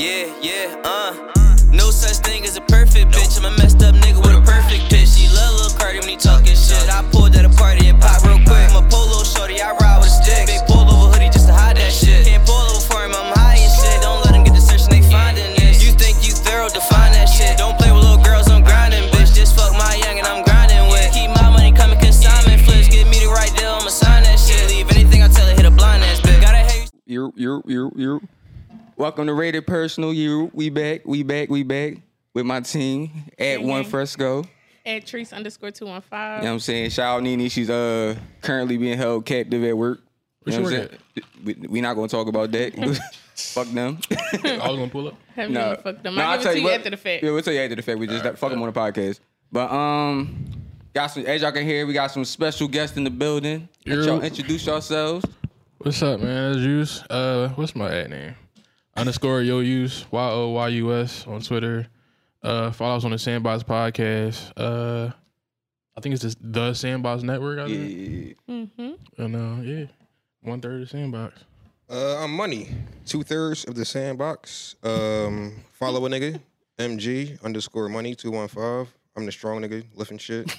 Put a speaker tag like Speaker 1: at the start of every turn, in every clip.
Speaker 1: Yeah, yeah, uh. No such thing as a perfect bitch. I'm a messed up nigga with a perfect pitch. She love Lil Cardi when he talking shit. I pulled at a party and pop real quick. I'm a polo shorty, I ride with sticks. Big pullover hoodie just to hide that shit. Can't pull over for him, I'm high and shit. Don't let him get the search and they finding this. You think you thorough, define that shit. Don't play with little girls, I'm grinding, bitch. Just fuck my young and I'm grinding with. Keep my money coming, consignment flips. Give me the right deal, I'ma sign that shit. Leave anything, I tell her hit a blind ass bitch. Gotta hate
Speaker 2: You, you, you, you. Welcome to Rated Personal. You, we back, we back, we back with my team at One Fresco. You know
Speaker 3: At Trees underscore two one five.
Speaker 2: what I'm saying? Shout out Nene. She's uh currently being held captive at work. You know
Speaker 4: Where
Speaker 2: what
Speaker 4: she
Speaker 2: I'm saying? We, we not gonna talk about that. Fuck them.
Speaker 4: I was gonna pull up.
Speaker 3: Have you
Speaker 2: no,
Speaker 3: fucked them?
Speaker 2: No,
Speaker 3: I'll give it to you
Speaker 2: what-
Speaker 3: after the fact.
Speaker 2: Yeah, we'll tell you after the fact. We just fuck them on the podcast. But um, got some. As y'all can hear, we got some special guests in the building. Let y'all
Speaker 4: Yeah.
Speaker 2: introduce yourselves.
Speaker 4: What's up, man? As use. Uh, what's my ad name? Underscore yo use y o y u s on Twitter. Uh, follow us on the Sandbox podcast. Uh, I think it's just the Sandbox Network. I think.
Speaker 2: Yeah.
Speaker 4: And uh, yeah, one third of Sandbox.
Speaker 5: Uh, I'm money. Two thirds of the sandbox. Um, follow a nigga. MG underscore money two one five. I'm the strong nigga lifting shit.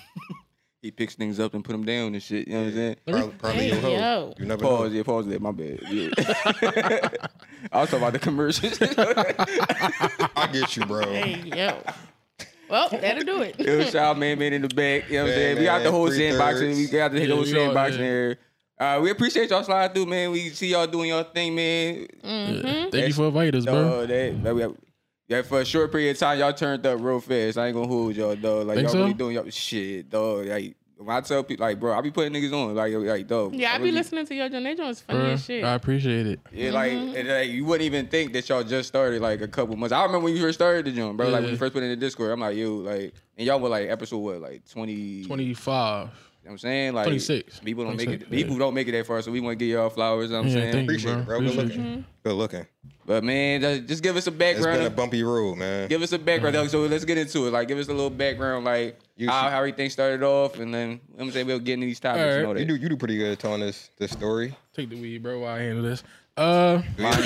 Speaker 2: He picks things up and put them down and shit. You know what I'm saying?
Speaker 5: Probably, probably your
Speaker 3: Hey,
Speaker 5: hoe.
Speaker 3: yo.
Speaker 5: You never
Speaker 2: Pause,
Speaker 5: know.
Speaker 2: yeah, pause that. My bad. Yeah. I was talking about the commercials.
Speaker 5: I get you, bro.
Speaker 3: Hey yo. Well, that'll do it.
Speaker 2: it was y'all man man in the back. You know what I'm saying? We got the
Speaker 5: Man,
Speaker 2: whole
Speaker 5: three
Speaker 2: sandbox and we
Speaker 5: thirds.
Speaker 2: got the
Speaker 4: Yeah,
Speaker 2: whole
Speaker 4: we all
Speaker 2: sandbox in
Speaker 4: in.
Speaker 2: here. Uh, we appreciate y'all sliding through, man. We see y'all doing your thing, man.
Speaker 4: Mm-hmm. Thank you for inviting us, bro.
Speaker 2: Dog, that, that we- yeah, for a short period of time, y'all turned up real fast. I ain't gonna hold y'all, dog. Like
Speaker 4: Think
Speaker 2: y'all
Speaker 4: so?
Speaker 2: really doing y'all shit, dog. Like when I tell people, like, bro, I be putting niggas on, like, like, dog.
Speaker 3: Yeah, I be
Speaker 2: really-
Speaker 3: listening to your John. They joints funny
Speaker 4: Bro,
Speaker 3: as shit.
Speaker 4: I appreciate it.
Speaker 2: Yeah, like,
Speaker 4: Mm-hmm.
Speaker 2: and, like, you wouldn't even think that y'all just started like a couple months. I remember when you first started the joint, bro. Like when you
Speaker 4: Yeah.
Speaker 2: first put it in the Discord, I'm like, yo, like, and y'all were like episode what, like 20,
Speaker 4: 25.
Speaker 2: You know what I'm saying like
Speaker 4: 26.
Speaker 2: People don't make it.
Speaker 4: 26, yeah.
Speaker 2: People don't make it that far, so we want to give y'all flowers. You know what I'm
Speaker 4: Yeah,
Speaker 2: saying,
Speaker 4: thank you,
Speaker 5: Appreciate
Speaker 4: bro.
Speaker 5: it, bro. Good
Speaker 4: Appreciate
Speaker 5: looking. Good looking.
Speaker 2: but man, just- just give us a
Speaker 5: It's been
Speaker 2: background.
Speaker 5: a bumpy road, man.
Speaker 2: give us a background.
Speaker 4: Mm-hmm.
Speaker 2: So let's get into it. Like, give us a little background, like
Speaker 5: You
Speaker 2: how,
Speaker 5: should-
Speaker 2: how everything started off, and then you know what I'm saying we'll get into these topics and all
Speaker 4: Alright.
Speaker 2: that.
Speaker 5: You do you do pretty good telling this this story.
Speaker 4: Take the weed, bro. While I handle this. Uh,
Speaker 5: Mine,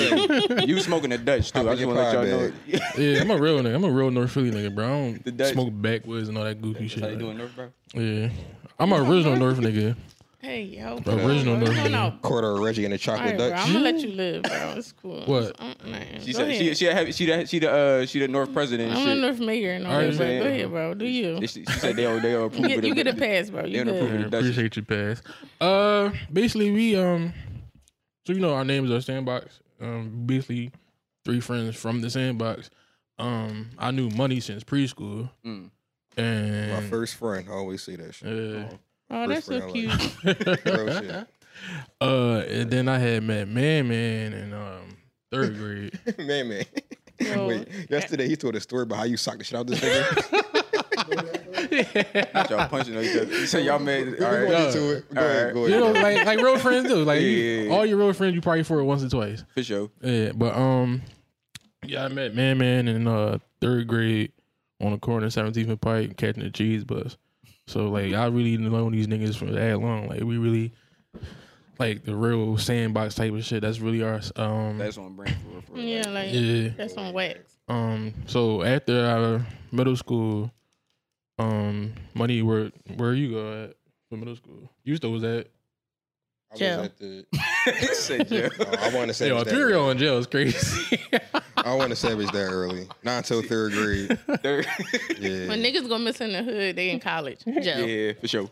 Speaker 2: You smoking a Dutch too?
Speaker 5: Hop
Speaker 2: I
Speaker 5: in
Speaker 2: just
Speaker 5: your
Speaker 2: want to let y'all
Speaker 5: pod
Speaker 2: know.
Speaker 5: bag.
Speaker 2: Yeah.
Speaker 4: yeah, I'm a real nigga. I'm a real North Philly nigga, bro. I
Speaker 2: The
Speaker 4: don't
Speaker 2: Dutch-
Speaker 4: smoke backwoods and all that goofy shit.
Speaker 2: How you
Speaker 4: like-
Speaker 2: doing, North, bro?
Speaker 4: Yeah. I'm an original North nigga.
Speaker 3: hey yo.
Speaker 4: Original
Speaker 3: Bro,
Speaker 4: North
Speaker 3: No, no.
Speaker 4: Nigga.
Speaker 5: quarter of Reggie and a
Speaker 3: All
Speaker 5: chocolate
Speaker 3: right, bro.
Speaker 5: Dutch.
Speaker 3: I'm gonna let you live, bro. It's cool.
Speaker 4: What?
Speaker 3: I'm, man,
Speaker 2: She
Speaker 3: go
Speaker 2: said
Speaker 3: ahead.
Speaker 2: she she a, she the, she the uh she the North president. and
Speaker 3: I'm the
Speaker 2: shit.
Speaker 3: North Mayor and all
Speaker 4: All
Speaker 3: that.
Speaker 4: right,
Speaker 3: but
Speaker 2: man.
Speaker 3: Go ahead, bro. Do you?
Speaker 2: They- She, she said they all they all approve
Speaker 3: You get,
Speaker 2: of
Speaker 3: you
Speaker 2: it.
Speaker 3: get a pass, bro. You
Speaker 2: They don't approve
Speaker 3: good.
Speaker 2: it.
Speaker 4: Yeah,
Speaker 2: Dutch.
Speaker 4: appreciate you, pass. Uh, basically, we um, so you know our names are Sandbox. Um, basically, three friends from the Sandbox. Um, I knew money since preschool,
Speaker 2: Mm.
Speaker 4: and
Speaker 5: My first friend. I always say that shit.
Speaker 4: uh,
Speaker 3: Oh, that's so
Speaker 5: First
Speaker 3: cute.
Speaker 5: round, Real shit.
Speaker 4: uh, and then I had met Man Man in um third grade.
Speaker 5: man, man.
Speaker 3: Yo.
Speaker 5: Wait, yesterday he told a story about how you socked the shit out of this nigga.
Speaker 2: y'all punching each other. You said y'all made all
Speaker 5: We're
Speaker 2: right
Speaker 5: going into it. Go ahead, go
Speaker 4: you know,
Speaker 5: ahead.
Speaker 4: like like real friends do. Like you-
Speaker 2: Yeah, yeah, yeah.
Speaker 4: all your real friends, you probably for it once or twice.
Speaker 2: for sure.
Speaker 4: Yeah, but um, yeah, I met Man Man in uh third grade on the corner of 17th and Pike catching the cheese bus. So like, I really known these niggas for that long. Like, we really like the real sandbox type of shit. That's really our um.
Speaker 2: That's on brand for real, for real.
Speaker 3: Yeah,
Speaker 2: Like,
Speaker 3: like
Speaker 4: yeah.
Speaker 3: that's on wax.
Speaker 4: Um. So after our middle school, um, money where where you go at for middle school? You still was at.
Speaker 5: I was
Speaker 3: Jail.
Speaker 5: at the.
Speaker 2: He said, yeah.
Speaker 5: Oh, I want to say.
Speaker 4: Yo, a
Speaker 5: that
Speaker 4: three year old in jail is crazy.
Speaker 5: I want to savage that early. Not until third grade.
Speaker 2: Third-
Speaker 5: Yeah.
Speaker 3: When niggas go missing in the hood, they in college. Joe.
Speaker 2: yeah, for sure.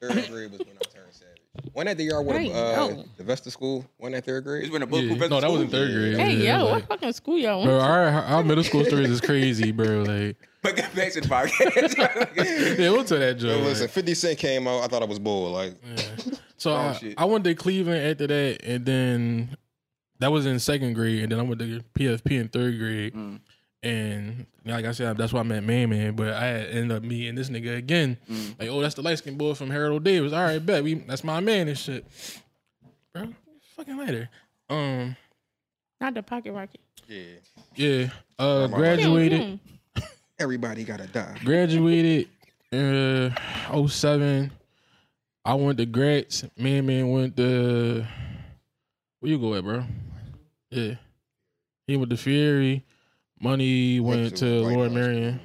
Speaker 5: third grade was when I turned savage. One at the yard with
Speaker 3: Hey,
Speaker 5: a, uh,
Speaker 3: yo.
Speaker 5: the Vesta school. One at third
Speaker 2: It's
Speaker 5: grade.
Speaker 2: been a bulletproof
Speaker 4: Yeah.
Speaker 2: vest
Speaker 4: No, that was
Speaker 2: school.
Speaker 4: in third grade.
Speaker 3: Hey
Speaker 4: Yeah,
Speaker 3: yo,
Speaker 4: like-
Speaker 3: what fucking school y'all
Speaker 4: Bro,
Speaker 3: went
Speaker 4: our, our middle school stories is crazy, bro. Like,
Speaker 2: But get back to the podcast.
Speaker 4: yeah, we'll tell that joke.
Speaker 5: Yo,
Speaker 4: like-
Speaker 5: listen, Fifty Cent came out. I thought I was bold. Like
Speaker 4: so
Speaker 2: Oh,
Speaker 4: I,
Speaker 2: shit.
Speaker 4: I went to Cleveland after that, and then that was in second grade, and then I went to PFP in third grade.
Speaker 2: Mm.
Speaker 4: And like I said, that's why I met Man Man, but I had ended up meeting this nigga again.
Speaker 2: Mm.
Speaker 4: Like, oh, that's the light skinned boy from Harold Davis. All right, bet we that's my man and shit, bro. Fucking later. Um,
Speaker 3: Not the pocket rocket.
Speaker 5: yeah,
Speaker 4: yeah. Uh,
Speaker 5: my-
Speaker 4: graduated.
Speaker 3: Hmm.
Speaker 5: everybody gotta die.
Speaker 4: graduated in uh, 07. I went to Gratz. Man, man went to where you go at, bro? Yeah, He went to Fury. Money went
Speaker 5: That's
Speaker 4: to
Speaker 5: a white
Speaker 4: Lord
Speaker 5: house.
Speaker 4: Marion.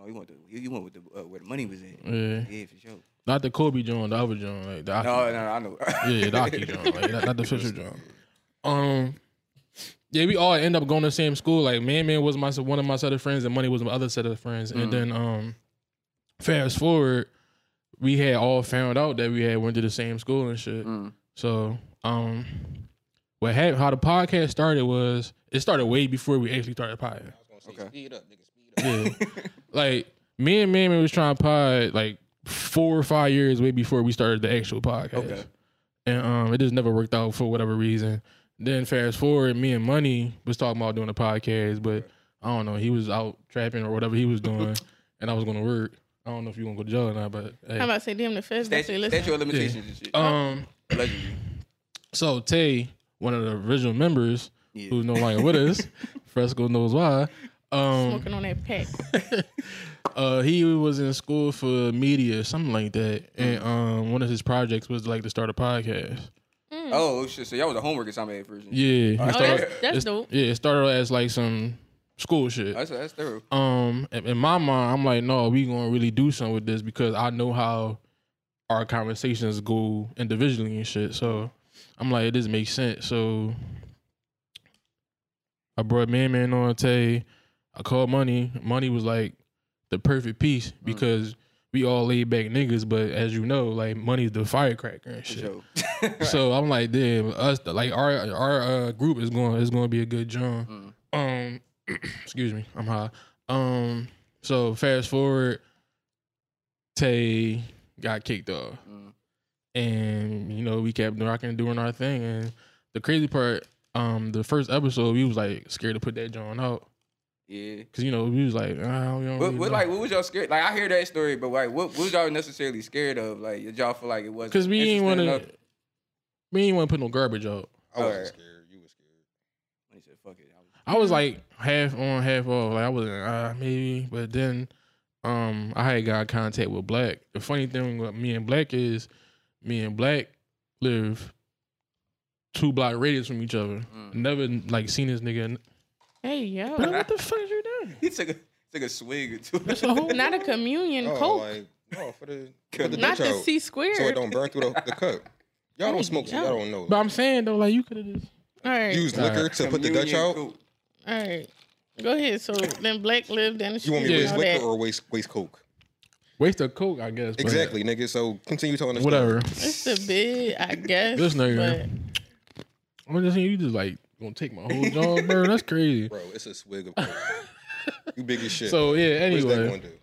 Speaker 2: Oh, you went to, you, you went with the, uh, where the money was at.
Speaker 4: Yeah.
Speaker 2: Yeah, for sure.
Speaker 4: Not the Kobe John, the other John, like the Aki.
Speaker 2: No, no, no, I know.
Speaker 4: Yeah, the Aki John, like not, not the Fisher John. Um, yeah, we all end up going to the same school. Like Man Man was my one of my set of friends, and Money was my other set of friends. And then um, fast forward, we had all found out that we had went to the same school and shit.
Speaker 2: Mm.
Speaker 4: So um, what happened? How the podcast started was it started way before we actually started podcasting.
Speaker 2: Okay.
Speaker 5: Speed up, nigga. Speed
Speaker 4: Yeah. like me and Mammy was trying to pod like four or five years way before we started the actual podcast.
Speaker 2: Okay.
Speaker 4: And um it just never worked out for whatever reason. Then fast forward, me and Money was talking about doing a podcast, but I don't know, he was out trapping or whatever he was doing and I was gonna work. I don't know if you gonna go to jail or not, but hey.
Speaker 3: I'm about to say damn the first
Speaker 2: That's,
Speaker 3: that's,
Speaker 2: that's your limitations and shit.
Speaker 4: um
Speaker 2: Allegedly.
Speaker 4: so Tay, one of the original members
Speaker 2: Yeah.
Speaker 4: who's no longer with us, Fresco knows why. Um
Speaker 3: smoking on that pack. Oh,
Speaker 4: uh, he was in school for media, or something like that, and um, one of his projects was like to start a podcast.
Speaker 2: Oh shit! So y'all was a homework assignment at first. and shit.
Speaker 4: Yeah, it
Speaker 2: Oh,
Speaker 3: Oh,
Speaker 4: started-
Speaker 3: that's, that's
Speaker 4: it's-
Speaker 3: dope.
Speaker 4: yeah, it started as like some school shit.
Speaker 2: That's that's thorough.
Speaker 4: Um, in in my mind, I'm like, no, we gonna really do something with this because I know how our conversations go individually and shit. So I'm like, it doesn't make sense. So I brought Man Man on Tay. I called Money. Money was like the perfect piece
Speaker 2: Mm.
Speaker 4: because we all laid back niggas, but as you know, like Money's the firecracker and
Speaker 2: For
Speaker 4: shit.
Speaker 2: sure.
Speaker 4: So I'm like, damn, us like our our uh, group is going is going to be a good
Speaker 2: Mm.
Speaker 4: John. Um, excuse me, I'm high. Um, so fast forward, Tay got kicked off,
Speaker 2: Mm.
Speaker 4: and you know we kept rocking and doing our thing. And the crazy part, um, the first episode we was like scared to put that John out
Speaker 2: Yeah.
Speaker 4: because you know we was like, ah, we don't
Speaker 2: What,
Speaker 4: really
Speaker 2: what
Speaker 4: know.
Speaker 2: like what was y'all scared? Like I hear that story, but like what, what was y'all necessarily scared of? Like did y'all feel like it was
Speaker 4: because we ain't want to, we ain't want to put no garbage out.
Speaker 5: I wasn't
Speaker 2: Alright.
Speaker 5: scared. You were scared.
Speaker 2: said, Fuck it. I was-
Speaker 4: I was like half on, half off. Like I wasn't uh, maybe, but then um I had got in contact with Black. The funny thing with me and Black is me and Black live two block radius from each other.
Speaker 5: Mm.
Speaker 4: Never like seen this nigga.
Speaker 3: Hey yo,
Speaker 4: Bro, what the fuck is you doing?
Speaker 2: He took a took a swig or two.
Speaker 4: That's a whole
Speaker 3: not a communion
Speaker 5: Oh,
Speaker 3: coke,
Speaker 5: like no for the for the
Speaker 3: not
Speaker 5: ditch
Speaker 3: the
Speaker 5: out,
Speaker 3: C
Speaker 5: so it
Speaker 3: squared.
Speaker 5: don't burn through the, the cup. Y'all don't smoke, so y'all don't know.
Speaker 4: But I'm saying though, like you could have just
Speaker 3: all right,
Speaker 5: Use liquor to put the Dutch out.
Speaker 3: all right. Go ahead. So then Black lived down the
Speaker 5: You
Speaker 3: street.
Speaker 5: want me to
Speaker 3: and
Speaker 5: waste
Speaker 3: all
Speaker 5: liquor
Speaker 3: that.
Speaker 5: or waste waste coke?
Speaker 4: waste a coke, I guess. but
Speaker 5: Exactly, nigga. So continue telling us
Speaker 4: Whatever.
Speaker 3: It's a bit, I guess.
Speaker 4: This nigga. I'm just saying you just like gonna take my whole job, bro. That's crazy.
Speaker 5: bro. It's a swig of coke. you big as shit.
Speaker 4: So yeah,
Speaker 5: what's that
Speaker 4: anyway,
Speaker 5: gonna do?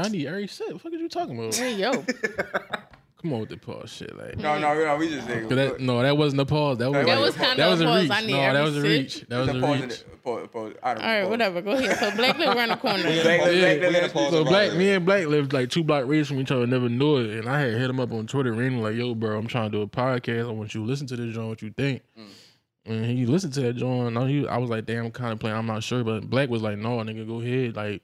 Speaker 4: nigga, I need every sip. What the fuck is you talking about?
Speaker 3: But, hey yo,
Speaker 4: Come on with the pause shit, like.
Speaker 2: No, no, no, we just saying.
Speaker 4: 'Cause that- no, that wasn't a pause. That was
Speaker 2: That
Speaker 4: a-
Speaker 2: was
Speaker 3: kinda
Speaker 4: that was
Speaker 3: a
Speaker 4: a
Speaker 3: pause.
Speaker 4: reach.
Speaker 3: I need
Speaker 4: no,
Speaker 3: every
Speaker 4: that was a
Speaker 3: sip.
Speaker 4: reach. That was
Speaker 2: the pause
Speaker 4: a
Speaker 2: in
Speaker 4: reach.
Speaker 2: it. Pause, pause. I don't
Speaker 3: All right,
Speaker 2: pause.
Speaker 3: whatever. Go ahead. So Black lived around the corner.
Speaker 2: Black,
Speaker 5: We
Speaker 2: Black,
Speaker 5: had a
Speaker 2: Black, Black,
Speaker 5: pause
Speaker 4: So
Speaker 5: about
Speaker 4: black,
Speaker 5: it.
Speaker 4: me and Black lived like two block radius from each other, never knew it. And I had hit him up on Twitter, and like, "Yo, bro, I'm trying to do a podcast. I want you to listen to this joint. What you think?" And he listened to that joint. And I, he, I was like, "Damn, I'm kind of playing. I'm not sure." But Black was like, "No, nigga, go ahead. Like,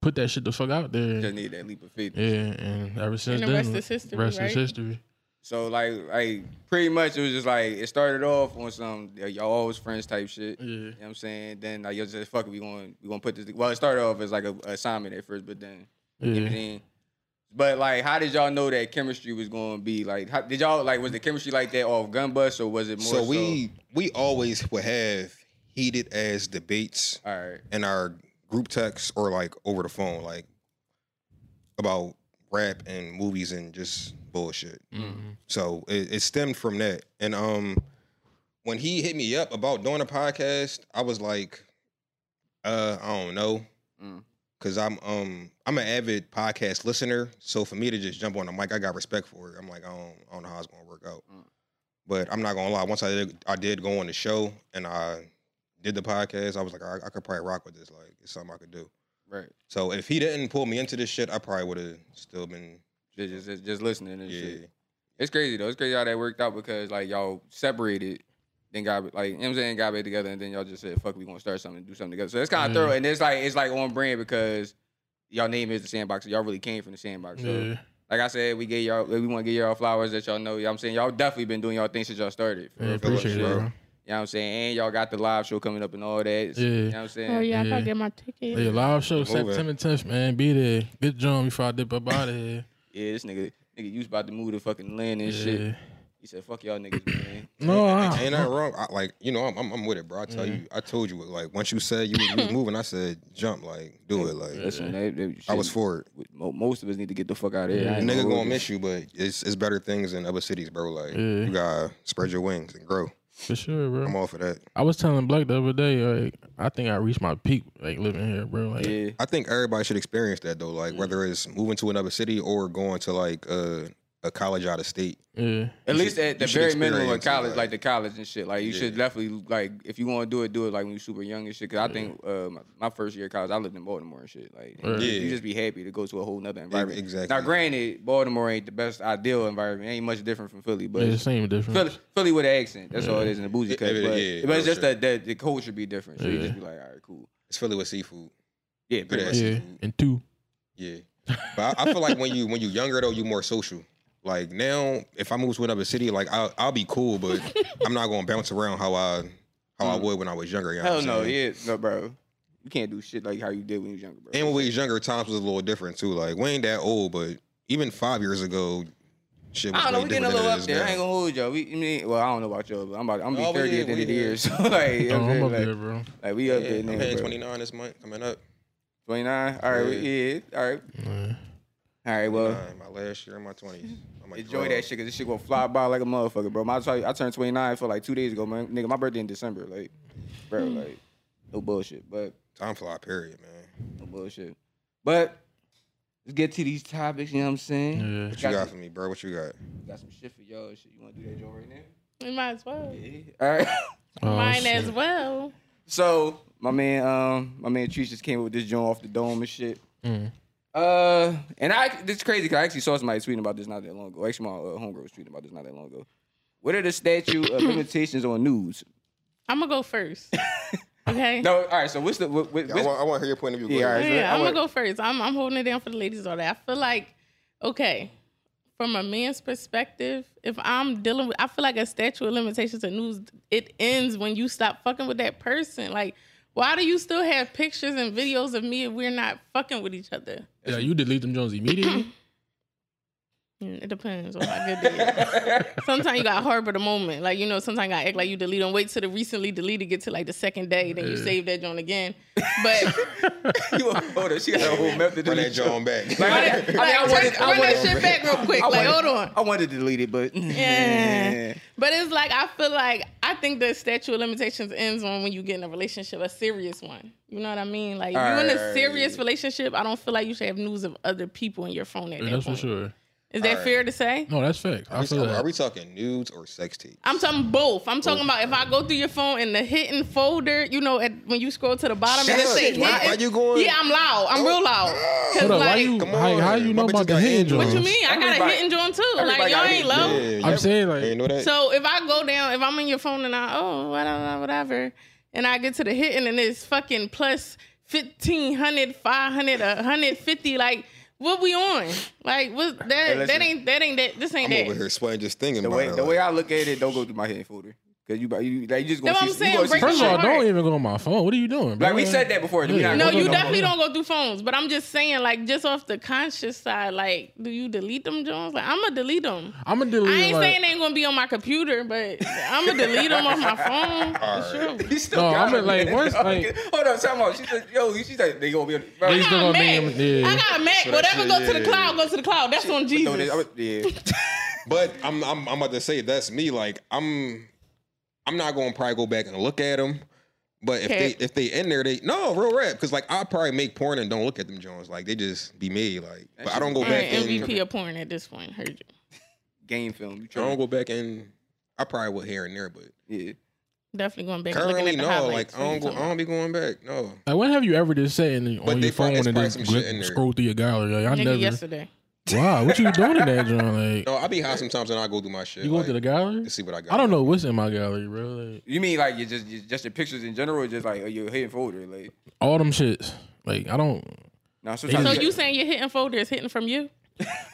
Speaker 4: put that shit the fuck out there."
Speaker 2: Just need that leap of faith.
Speaker 4: yeah, and ever since
Speaker 3: the
Speaker 4: then,
Speaker 3: rest is history,
Speaker 4: Rest is
Speaker 3: right?
Speaker 4: history.
Speaker 2: So like, like pretty much it was just like it started off on some uh, y'all always friends type shit. You
Speaker 4: Yeah.
Speaker 2: know what I'm saying? Then like you just fuck it, we going we gonna put this. Well, it started off as like a a assignment at first, but then you know what I
Speaker 4: Yeah.
Speaker 2: mean? But like, how did y'all know that chemistry was going to be like? How, did y'all like was the chemistry like that off gun bus or was it more?
Speaker 5: So we we always would have heated as debates
Speaker 2: all right.
Speaker 5: in our group text or like over the phone, like about rap and movies and just bullshit.
Speaker 4: Mm-hmm.
Speaker 5: So it, it stemmed from that. And um, when he hit me up about doing a podcast, I was like, uh, I don't know,
Speaker 2: Mm.
Speaker 5: because I'm um I'm an avid podcast listener. So for me to just jump on the mic, I got respect for it. I'm like, I don't, I don't know how it's gonna work out.
Speaker 2: Mm.
Speaker 5: But I'm not gonna lie. Once I did, I did go on the show and I did the podcast, I was like, I, I could probably rock with this. Like, it's something I could do.
Speaker 2: Right.
Speaker 5: So if he didn't pull me into this shit, I probably would have still been
Speaker 2: Just, just- just, just listening and
Speaker 5: yeah.
Speaker 2: shit. It's crazy though. It's crazy how that worked out because like y'all separated, then got like you know what I'm saying got back together, and then y'all just said fuck, we gonna start something, and do something together. So it's kind
Speaker 4: Yeah.
Speaker 2: of thorough, and it's like it's like on brand because y'all name is the sandbox. Y'all really came from the sandbox. So
Speaker 4: Yeah.
Speaker 2: like I said, we gave y'all we want to give y'all flowers that y'all know. You know what I'm saying y'all definitely been doing y'all things since y'all started.
Speaker 4: Yeah,
Speaker 5: Real
Speaker 4: appreciate it,
Speaker 5: shit.
Speaker 4: bro.
Speaker 2: You know what I'm saying? And y'all got the live show coming up and all that.
Speaker 4: Yeah.
Speaker 2: You know what I'm saying?
Speaker 3: Oh yeah, I
Speaker 4: Yeah.
Speaker 3: gotta get my ticket.
Speaker 4: Hey, live show
Speaker 5: Move it.
Speaker 4: September 10th, man. Be there. Get drunk before I dip up out of here.
Speaker 2: Yeah, this nigga, nigga, you was about to move to fucking land and shit.
Speaker 4: Yeah.
Speaker 2: He said, fuck y'all niggas, man.
Speaker 4: No,
Speaker 5: Ain't-
Speaker 4: I-
Speaker 5: ain't that wrong? I, like you know, I'm, I'm I'm with it, bro. I tell you, I told you, like once you said you was, you was moving, I said jump, like do it, like
Speaker 2: Listen, they, they,
Speaker 5: I was for it.
Speaker 2: Mo- Most of us need to get the fuck out of here.
Speaker 4: Yeah.
Speaker 2: I ain't
Speaker 5: Nigga
Speaker 2: hold
Speaker 5: gonna miss you, but it's it's better things in other cities, bro. Like
Speaker 4: Yeah.
Speaker 5: you gotta spread your wings and grow.
Speaker 4: for sure, bro.
Speaker 5: I'm all for that.
Speaker 4: I was telling Black the other day, like, I think I reached my peak, like living here, bro. Like, yeah,
Speaker 2: Yeah.
Speaker 5: I think everybody should experience that though. Like whether
Speaker 2: Mm-hmm.
Speaker 5: it's moving to another city or going to like uh, a college out of state.
Speaker 2: At
Speaker 5: You
Speaker 2: least
Speaker 5: should-
Speaker 2: at the
Speaker 5: you should
Speaker 2: very minimum of
Speaker 5: experience it,
Speaker 2: college,
Speaker 5: like-
Speaker 2: like the college and shit. Like you should
Speaker 5: Yeah.
Speaker 2: definitely like if you want to do it, do it like when you're super young and shit. Cause I think uh, my, my first year of college, I lived in Baltimore and shit. Like
Speaker 4: Right.
Speaker 2: you,
Speaker 5: Yeah.
Speaker 2: you just be happy to go to a whole nother environment.
Speaker 5: exactly.
Speaker 2: Now, granted, Baltimore ain't the best ideal environment. It ain't much different from Philly, but
Speaker 4: it's the same
Speaker 2: Mm. Philly,
Speaker 4: difference.
Speaker 2: Philly with an accent. That's all it is in the bougie
Speaker 5: Yeah,
Speaker 2: cut.
Speaker 5: yeah,
Speaker 2: but,
Speaker 5: yeah,
Speaker 2: but it's
Speaker 5: no
Speaker 2: just that,
Speaker 5: shit.
Speaker 2: that the culture be different. So you
Speaker 4: Yeah.
Speaker 2: just be like, all right, cool.
Speaker 5: It's Philly with seafood.
Speaker 2: Yeah, pretty
Speaker 5: Good
Speaker 2: much.
Speaker 5: ass.
Speaker 4: Yeah, and two.
Speaker 5: Yeah, but I, I feel like when you when you younger though, you more social. Like now, if I move to another city, like I'll, I'll be cool, but I'm not gonna bounce around how I how I would when I was younger. You know what
Speaker 2: Mm. Hell
Speaker 5: I'm
Speaker 2: no,
Speaker 5: saying?
Speaker 2: yeah, no, bro. You can't do shit like how you did when you was younger, bro.
Speaker 5: And when we was younger, times was a little different too. Like we ain't that old, but even five years ago, shit was
Speaker 2: I don't know.
Speaker 5: way
Speaker 2: We getting a
Speaker 5: different
Speaker 2: little
Speaker 5: than it
Speaker 2: up
Speaker 5: is
Speaker 2: there. I ain't
Speaker 5: now.
Speaker 2: gonna hold y'all. We, I mean, well, I don't know about y'all, but I'm about. I'm be
Speaker 5: Oh, we
Speaker 2: 30 at the
Speaker 5: here,
Speaker 2: end of the
Speaker 5: we
Speaker 2: year,
Speaker 5: here.
Speaker 2: so like, you know
Speaker 4: Oh,
Speaker 2: what I'm
Speaker 4: I'm
Speaker 2: saying?
Speaker 4: up there,
Speaker 2: like,
Speaker 4: bro.
Speaker 2: like, we up there
Speaker 5: Yeah,
Speaker 2: now.
Speaker 5: I'm paying
Speaker 2: bro.
Speaker 5: 29 this month coming up.
Speaker 2: 29. All right, we, yeah. All right,
Speaker 4: Yeah.
Speaker 2: all right. Well,
Speaker 5: Nine, my last year in my 20s. I'm like,
Speaker 2: enjoy
Speaker 5: bro,
Speaker 2: that shit, cause this shit gonna fly by like a motherfucker, bro. My, I turned 29 for like two days ago, man. Nigga, my birthday in December, like, bro, like, no bullshit, but
Speaker 5: Time fly, period, man.
Speaker 2: no bullshit, but let's get to these topics. You know what I'm saying?
Speaker 4: Yeah.
Speaker 5: What
Speaker 2: Got
Speaker 5: you got
Speaker 2: some-
Speaker 5: for me, bro? What you got?
Speaker 2: Got some shit for y'all. and Shit, you wanna do that joint right now?
Speaker 3: We might as well.
Speaker 2: All right.
Speaker 4: Oh,
Speaker 3: Mine
Speaker 4: shit.
Speaker 3: as well.
Speaker 2: So my man, um, my man Trees just came up with this joint off the dome and shit.
Speaker 4: Mm.
Speaker 2: Uh, and I this is crazy because I actually saw somebody tweeting about this not that long ago. Actually, my uh, homegirl was tweeting about this not that long ago. What are the statute of limitations on nudes?
Speaker 3: I'm gonna go first. Okay.
Speaker 2: No, all right. So what's the what, what, what's-
Speaker 5: I want to hear your point of view.
Speaker 2: Yeah, all right.
Speaker 3: Yeah,
Speaker 2: I
Speaker 3: I'm gonna
Speaker 2: want-
Speaker 3: go first. I'm I'm holding it down for the ladies all day. I feel like, okay, from a man's perspective, if I'm dealing with, I feel like a statute of limitations of news, it ends when you stop fucking with that person. Like, why do you still have pictures and videos of me if we're not fucking with each other?
Speaker 4: Yeah, you delete them Jones immediately.
Speaker 3: Mm, It depends on how good they are. Sometimes you gotta harbor the moment. Like, you know, sometimes you gotta act like you delete them. Wait till the recently deleted get to like the second day, then you
Speaker 4: Yeah.
Speaker 3: save that joint again. But
Speaker 2: you hold on, she got a whole method to
Speaker 5: Run
Speaker 2: this
Speaker 5: that
Speaker 2: joint.
Speaker 5: John back.
Speaker 2: Like,
Speaker 3: like,
Speaker 2: I mean, I
Speaker 3: take-
Speaker 2: wanted- I
Speaker 3: run that
Speaker 2: wanted-
Speaker 3: shit back real quick.
Speaker 2: I
Speaker 3: like,
Speaker 2: wanted-
Speaker 3: hold on.
Speaker 2: I wanted to delete it, but
Speaker 3: Yeah. But it's like I feel like I think the statute of limitations ends on when you get in a relationship, a serious one. You know what I mean? Like if you're in a
Speaker 2: Alright.
Speaker 3: serious relationship, I don't feel like you should have news of other people in your phone at
Speaker 4: Yeah,
Speaker 3: that
Speaker 4: that's for
Speaker 3: point.
Speaker 4: sure.
Speaker 3: Is that
Speaker 5: Alright.
Speaker 3: fair to say?
Speaker 4: No, that's facts. I
Speaker 5: Are we,
Speaker 4: feel
Speaker 5: are
Speaker 4: that.
Speaker 5: we talking nudes or sex tape?
Speaker 3: I'm talking both. I'm talking about if I go through your phone in the hidden folder, you know, at, when you scroll to the bottom,
Speaker 5: Shut
Speaker 3: and it
Speaker 5: up.
Speaker 3: say
Speaker 5: Why-
Speaker 3: hidden-
Speaker 5: why you going-
Speaker 3: Yeah, I'm loud. I'm real loud. 'Cause,
Speaker 4: Hold up, why
Speaker 3: like,
Speaker 4: you?
Speaker 5: Come
Speaker 4: How, how
Speaker 5: on.
Speaker 4: you know
Speaker 5: My bitches
Speaker 4: about the
Speaker 5: got
Speaker 4: hand
Speaker 5: Androids.
Speaker 4: Jones?
Speaker 3: what you mean? I got a
Speaker 2: Everybody-
Speaker 3: hidden joint too.
Speaker 2: everybody
Speaker 3: Like y'all
Speaker 2: got
Speaker 3: ain't
Speaker 2: hidden
Speaker 3: loud.
Speaker 2: joint.
Speaker 5: Yeah,
Speaker 4: I'm saying
Speaker 5: you ain't
Speaker 4: like,
Speaker 5: know that.
Speaker 3: So if I go down, if I'm in your phone and I oh whatever whatever, and I get to the hitting and it's fucking plus 1500, 500, 150, like what we on? Like what that
Speaker 2: listen.
Speaker 3: that ain't that ain't that this ain't
Speaker 5: I'm over
Speaker 3: that.
Speaker 5: here sweating just thinking
Speaker 2: the
Speaker 5: about
Speaker 2: way
Speaker 5: it.
Speaker 2: the way
Speaker 5: like,
Speaker 2: I look at it, don't go through my hand folder because you about- you like, you just
Speaker 3: That's
Speaker 2: gonna
Speaker 3: what
Speaker 2: see.
Speaker 3: I'm
Speaker 2: you gonna
Speaker 3: saying,
Speaker 2: see
Speaker 3: break
Speaker 4: first of all,
Speaker 3: Short.
Speaker 4: don't even go on my phone. What are you doing? Bro?
Speaker 2: Like, we said that before, that we not
Speaker 3: No,
Speaker 2: Hold on,
Speaker 3: you
Speaker 2: hold on,
Speaker 3: definitely
Speaker 2: hold
Speaker 3: don't go through phones, but I'm just saying, like, just off the conscious side, like, do you delete them, Jones? Like, I'm gonna delete them.
Speaker 4: I'm gonna delete.
Speaker 3: I ain't
Speaker 4: like,
Speaker 3: saying they ain't gonna be on my computer, but I'm gonna delete them off my phone. for sure.
Speaker 2: You still
Speaker 4: No,
Speaker 2: got
Speaker 4: I'm
Speaker 2: him,
Speaker 4: like,
Speaker 2: man.
Speaker 4: once, like-
Speaker 2: hold on, time out. She said, yo, she said they gonna be. On,
Speaker 4: They
Speaker 2: bro,
Speaker 4: still
Speaker 3: I got
Speaker 4: gonna be
Speaker 3: Mac.
Speaker 4: in- yeah.
Speaker 3: I got Mac.
Speaker 5: So that
Speaker 3: Whatever
Speaker 5: shit,
Speaker 3: goes to
Speaker 5: yeah,
Speaker 3: the cloud, goes to the cloud. That's on
Speaker 2: throw this- I
Speaker 3: Jesus.
Speaker 2: would- yeah.
Speaker 5: but I'm, I'm I'm about to say that's me. Like I'm I'm not gonna probably go back and look at them. But if
Speaker 3: Okay.
Speaker 5: they if they in there, they no real rap because like I probably make porn and don't look at them Jones. Like they just be made. Like but I don't go
Speaker 3: All
Speaker 5: back
Speaker 3: right,
Speaker 5: and
Speaker 3: MVP of E porn at this point. Heard you.
Speaker 2: game film. You
Speaker 5: I don't
Speaker 2: trying?
Speaker 5: go back and I probably would here and there, but
Speaker 2: Yeah.
Speaker 3: Definitely going back. and looking
Speaker 5: currently
Speaker 3: at the
Speaker 5: no.
Speaker 3: highlights
Speaker 5: Like I
Speaker 3: when
Speaker 5: don't
Speaker 3: you
Speaker 5: go.
Speaker 3: talking
Speaker 5: I don't be going back. No.
Speaker 4: Like, when have you ever just sat in
Speaker 5: But
Speaker 4: on
Speaker 5: they
Speaker 4: your
Speaker 5: probably-
Speaker 4: phone
Speaker 5: it's
Speaker 4: and
Speaker 5: probably
Speaker 4: just
Speaker 5: some shit in
Speaker 4: gl-
Speaker 5: there.
Speaker 4: scroll through your gallery? Like, I
Speaker 3: about nigga
Speaker 4: never.
Speaker 3: yesterday.
Speaker 4: Wow, what you doing in that joint? Like,
Speaker 5: No, I be high sometimes and I go through my shit.
Speaker 4: you going
Speaker 5: like,
Speaker 4: to the gallery?
Speaker 5: to see what I got.
Speaker 4: I don't know what's in my gallery, bro. Like,
Speaker 2: You mean like you just you, just your pictures in general, or just like your hidden folder? Like,
Speaker 4: all them shits. Like, I don't.
Speaker 2: no,
Speaker 4: So
Speaker 3: So
Speaker 2: sometimes
Speaker 3: you saying you're hitting folders hitting from you?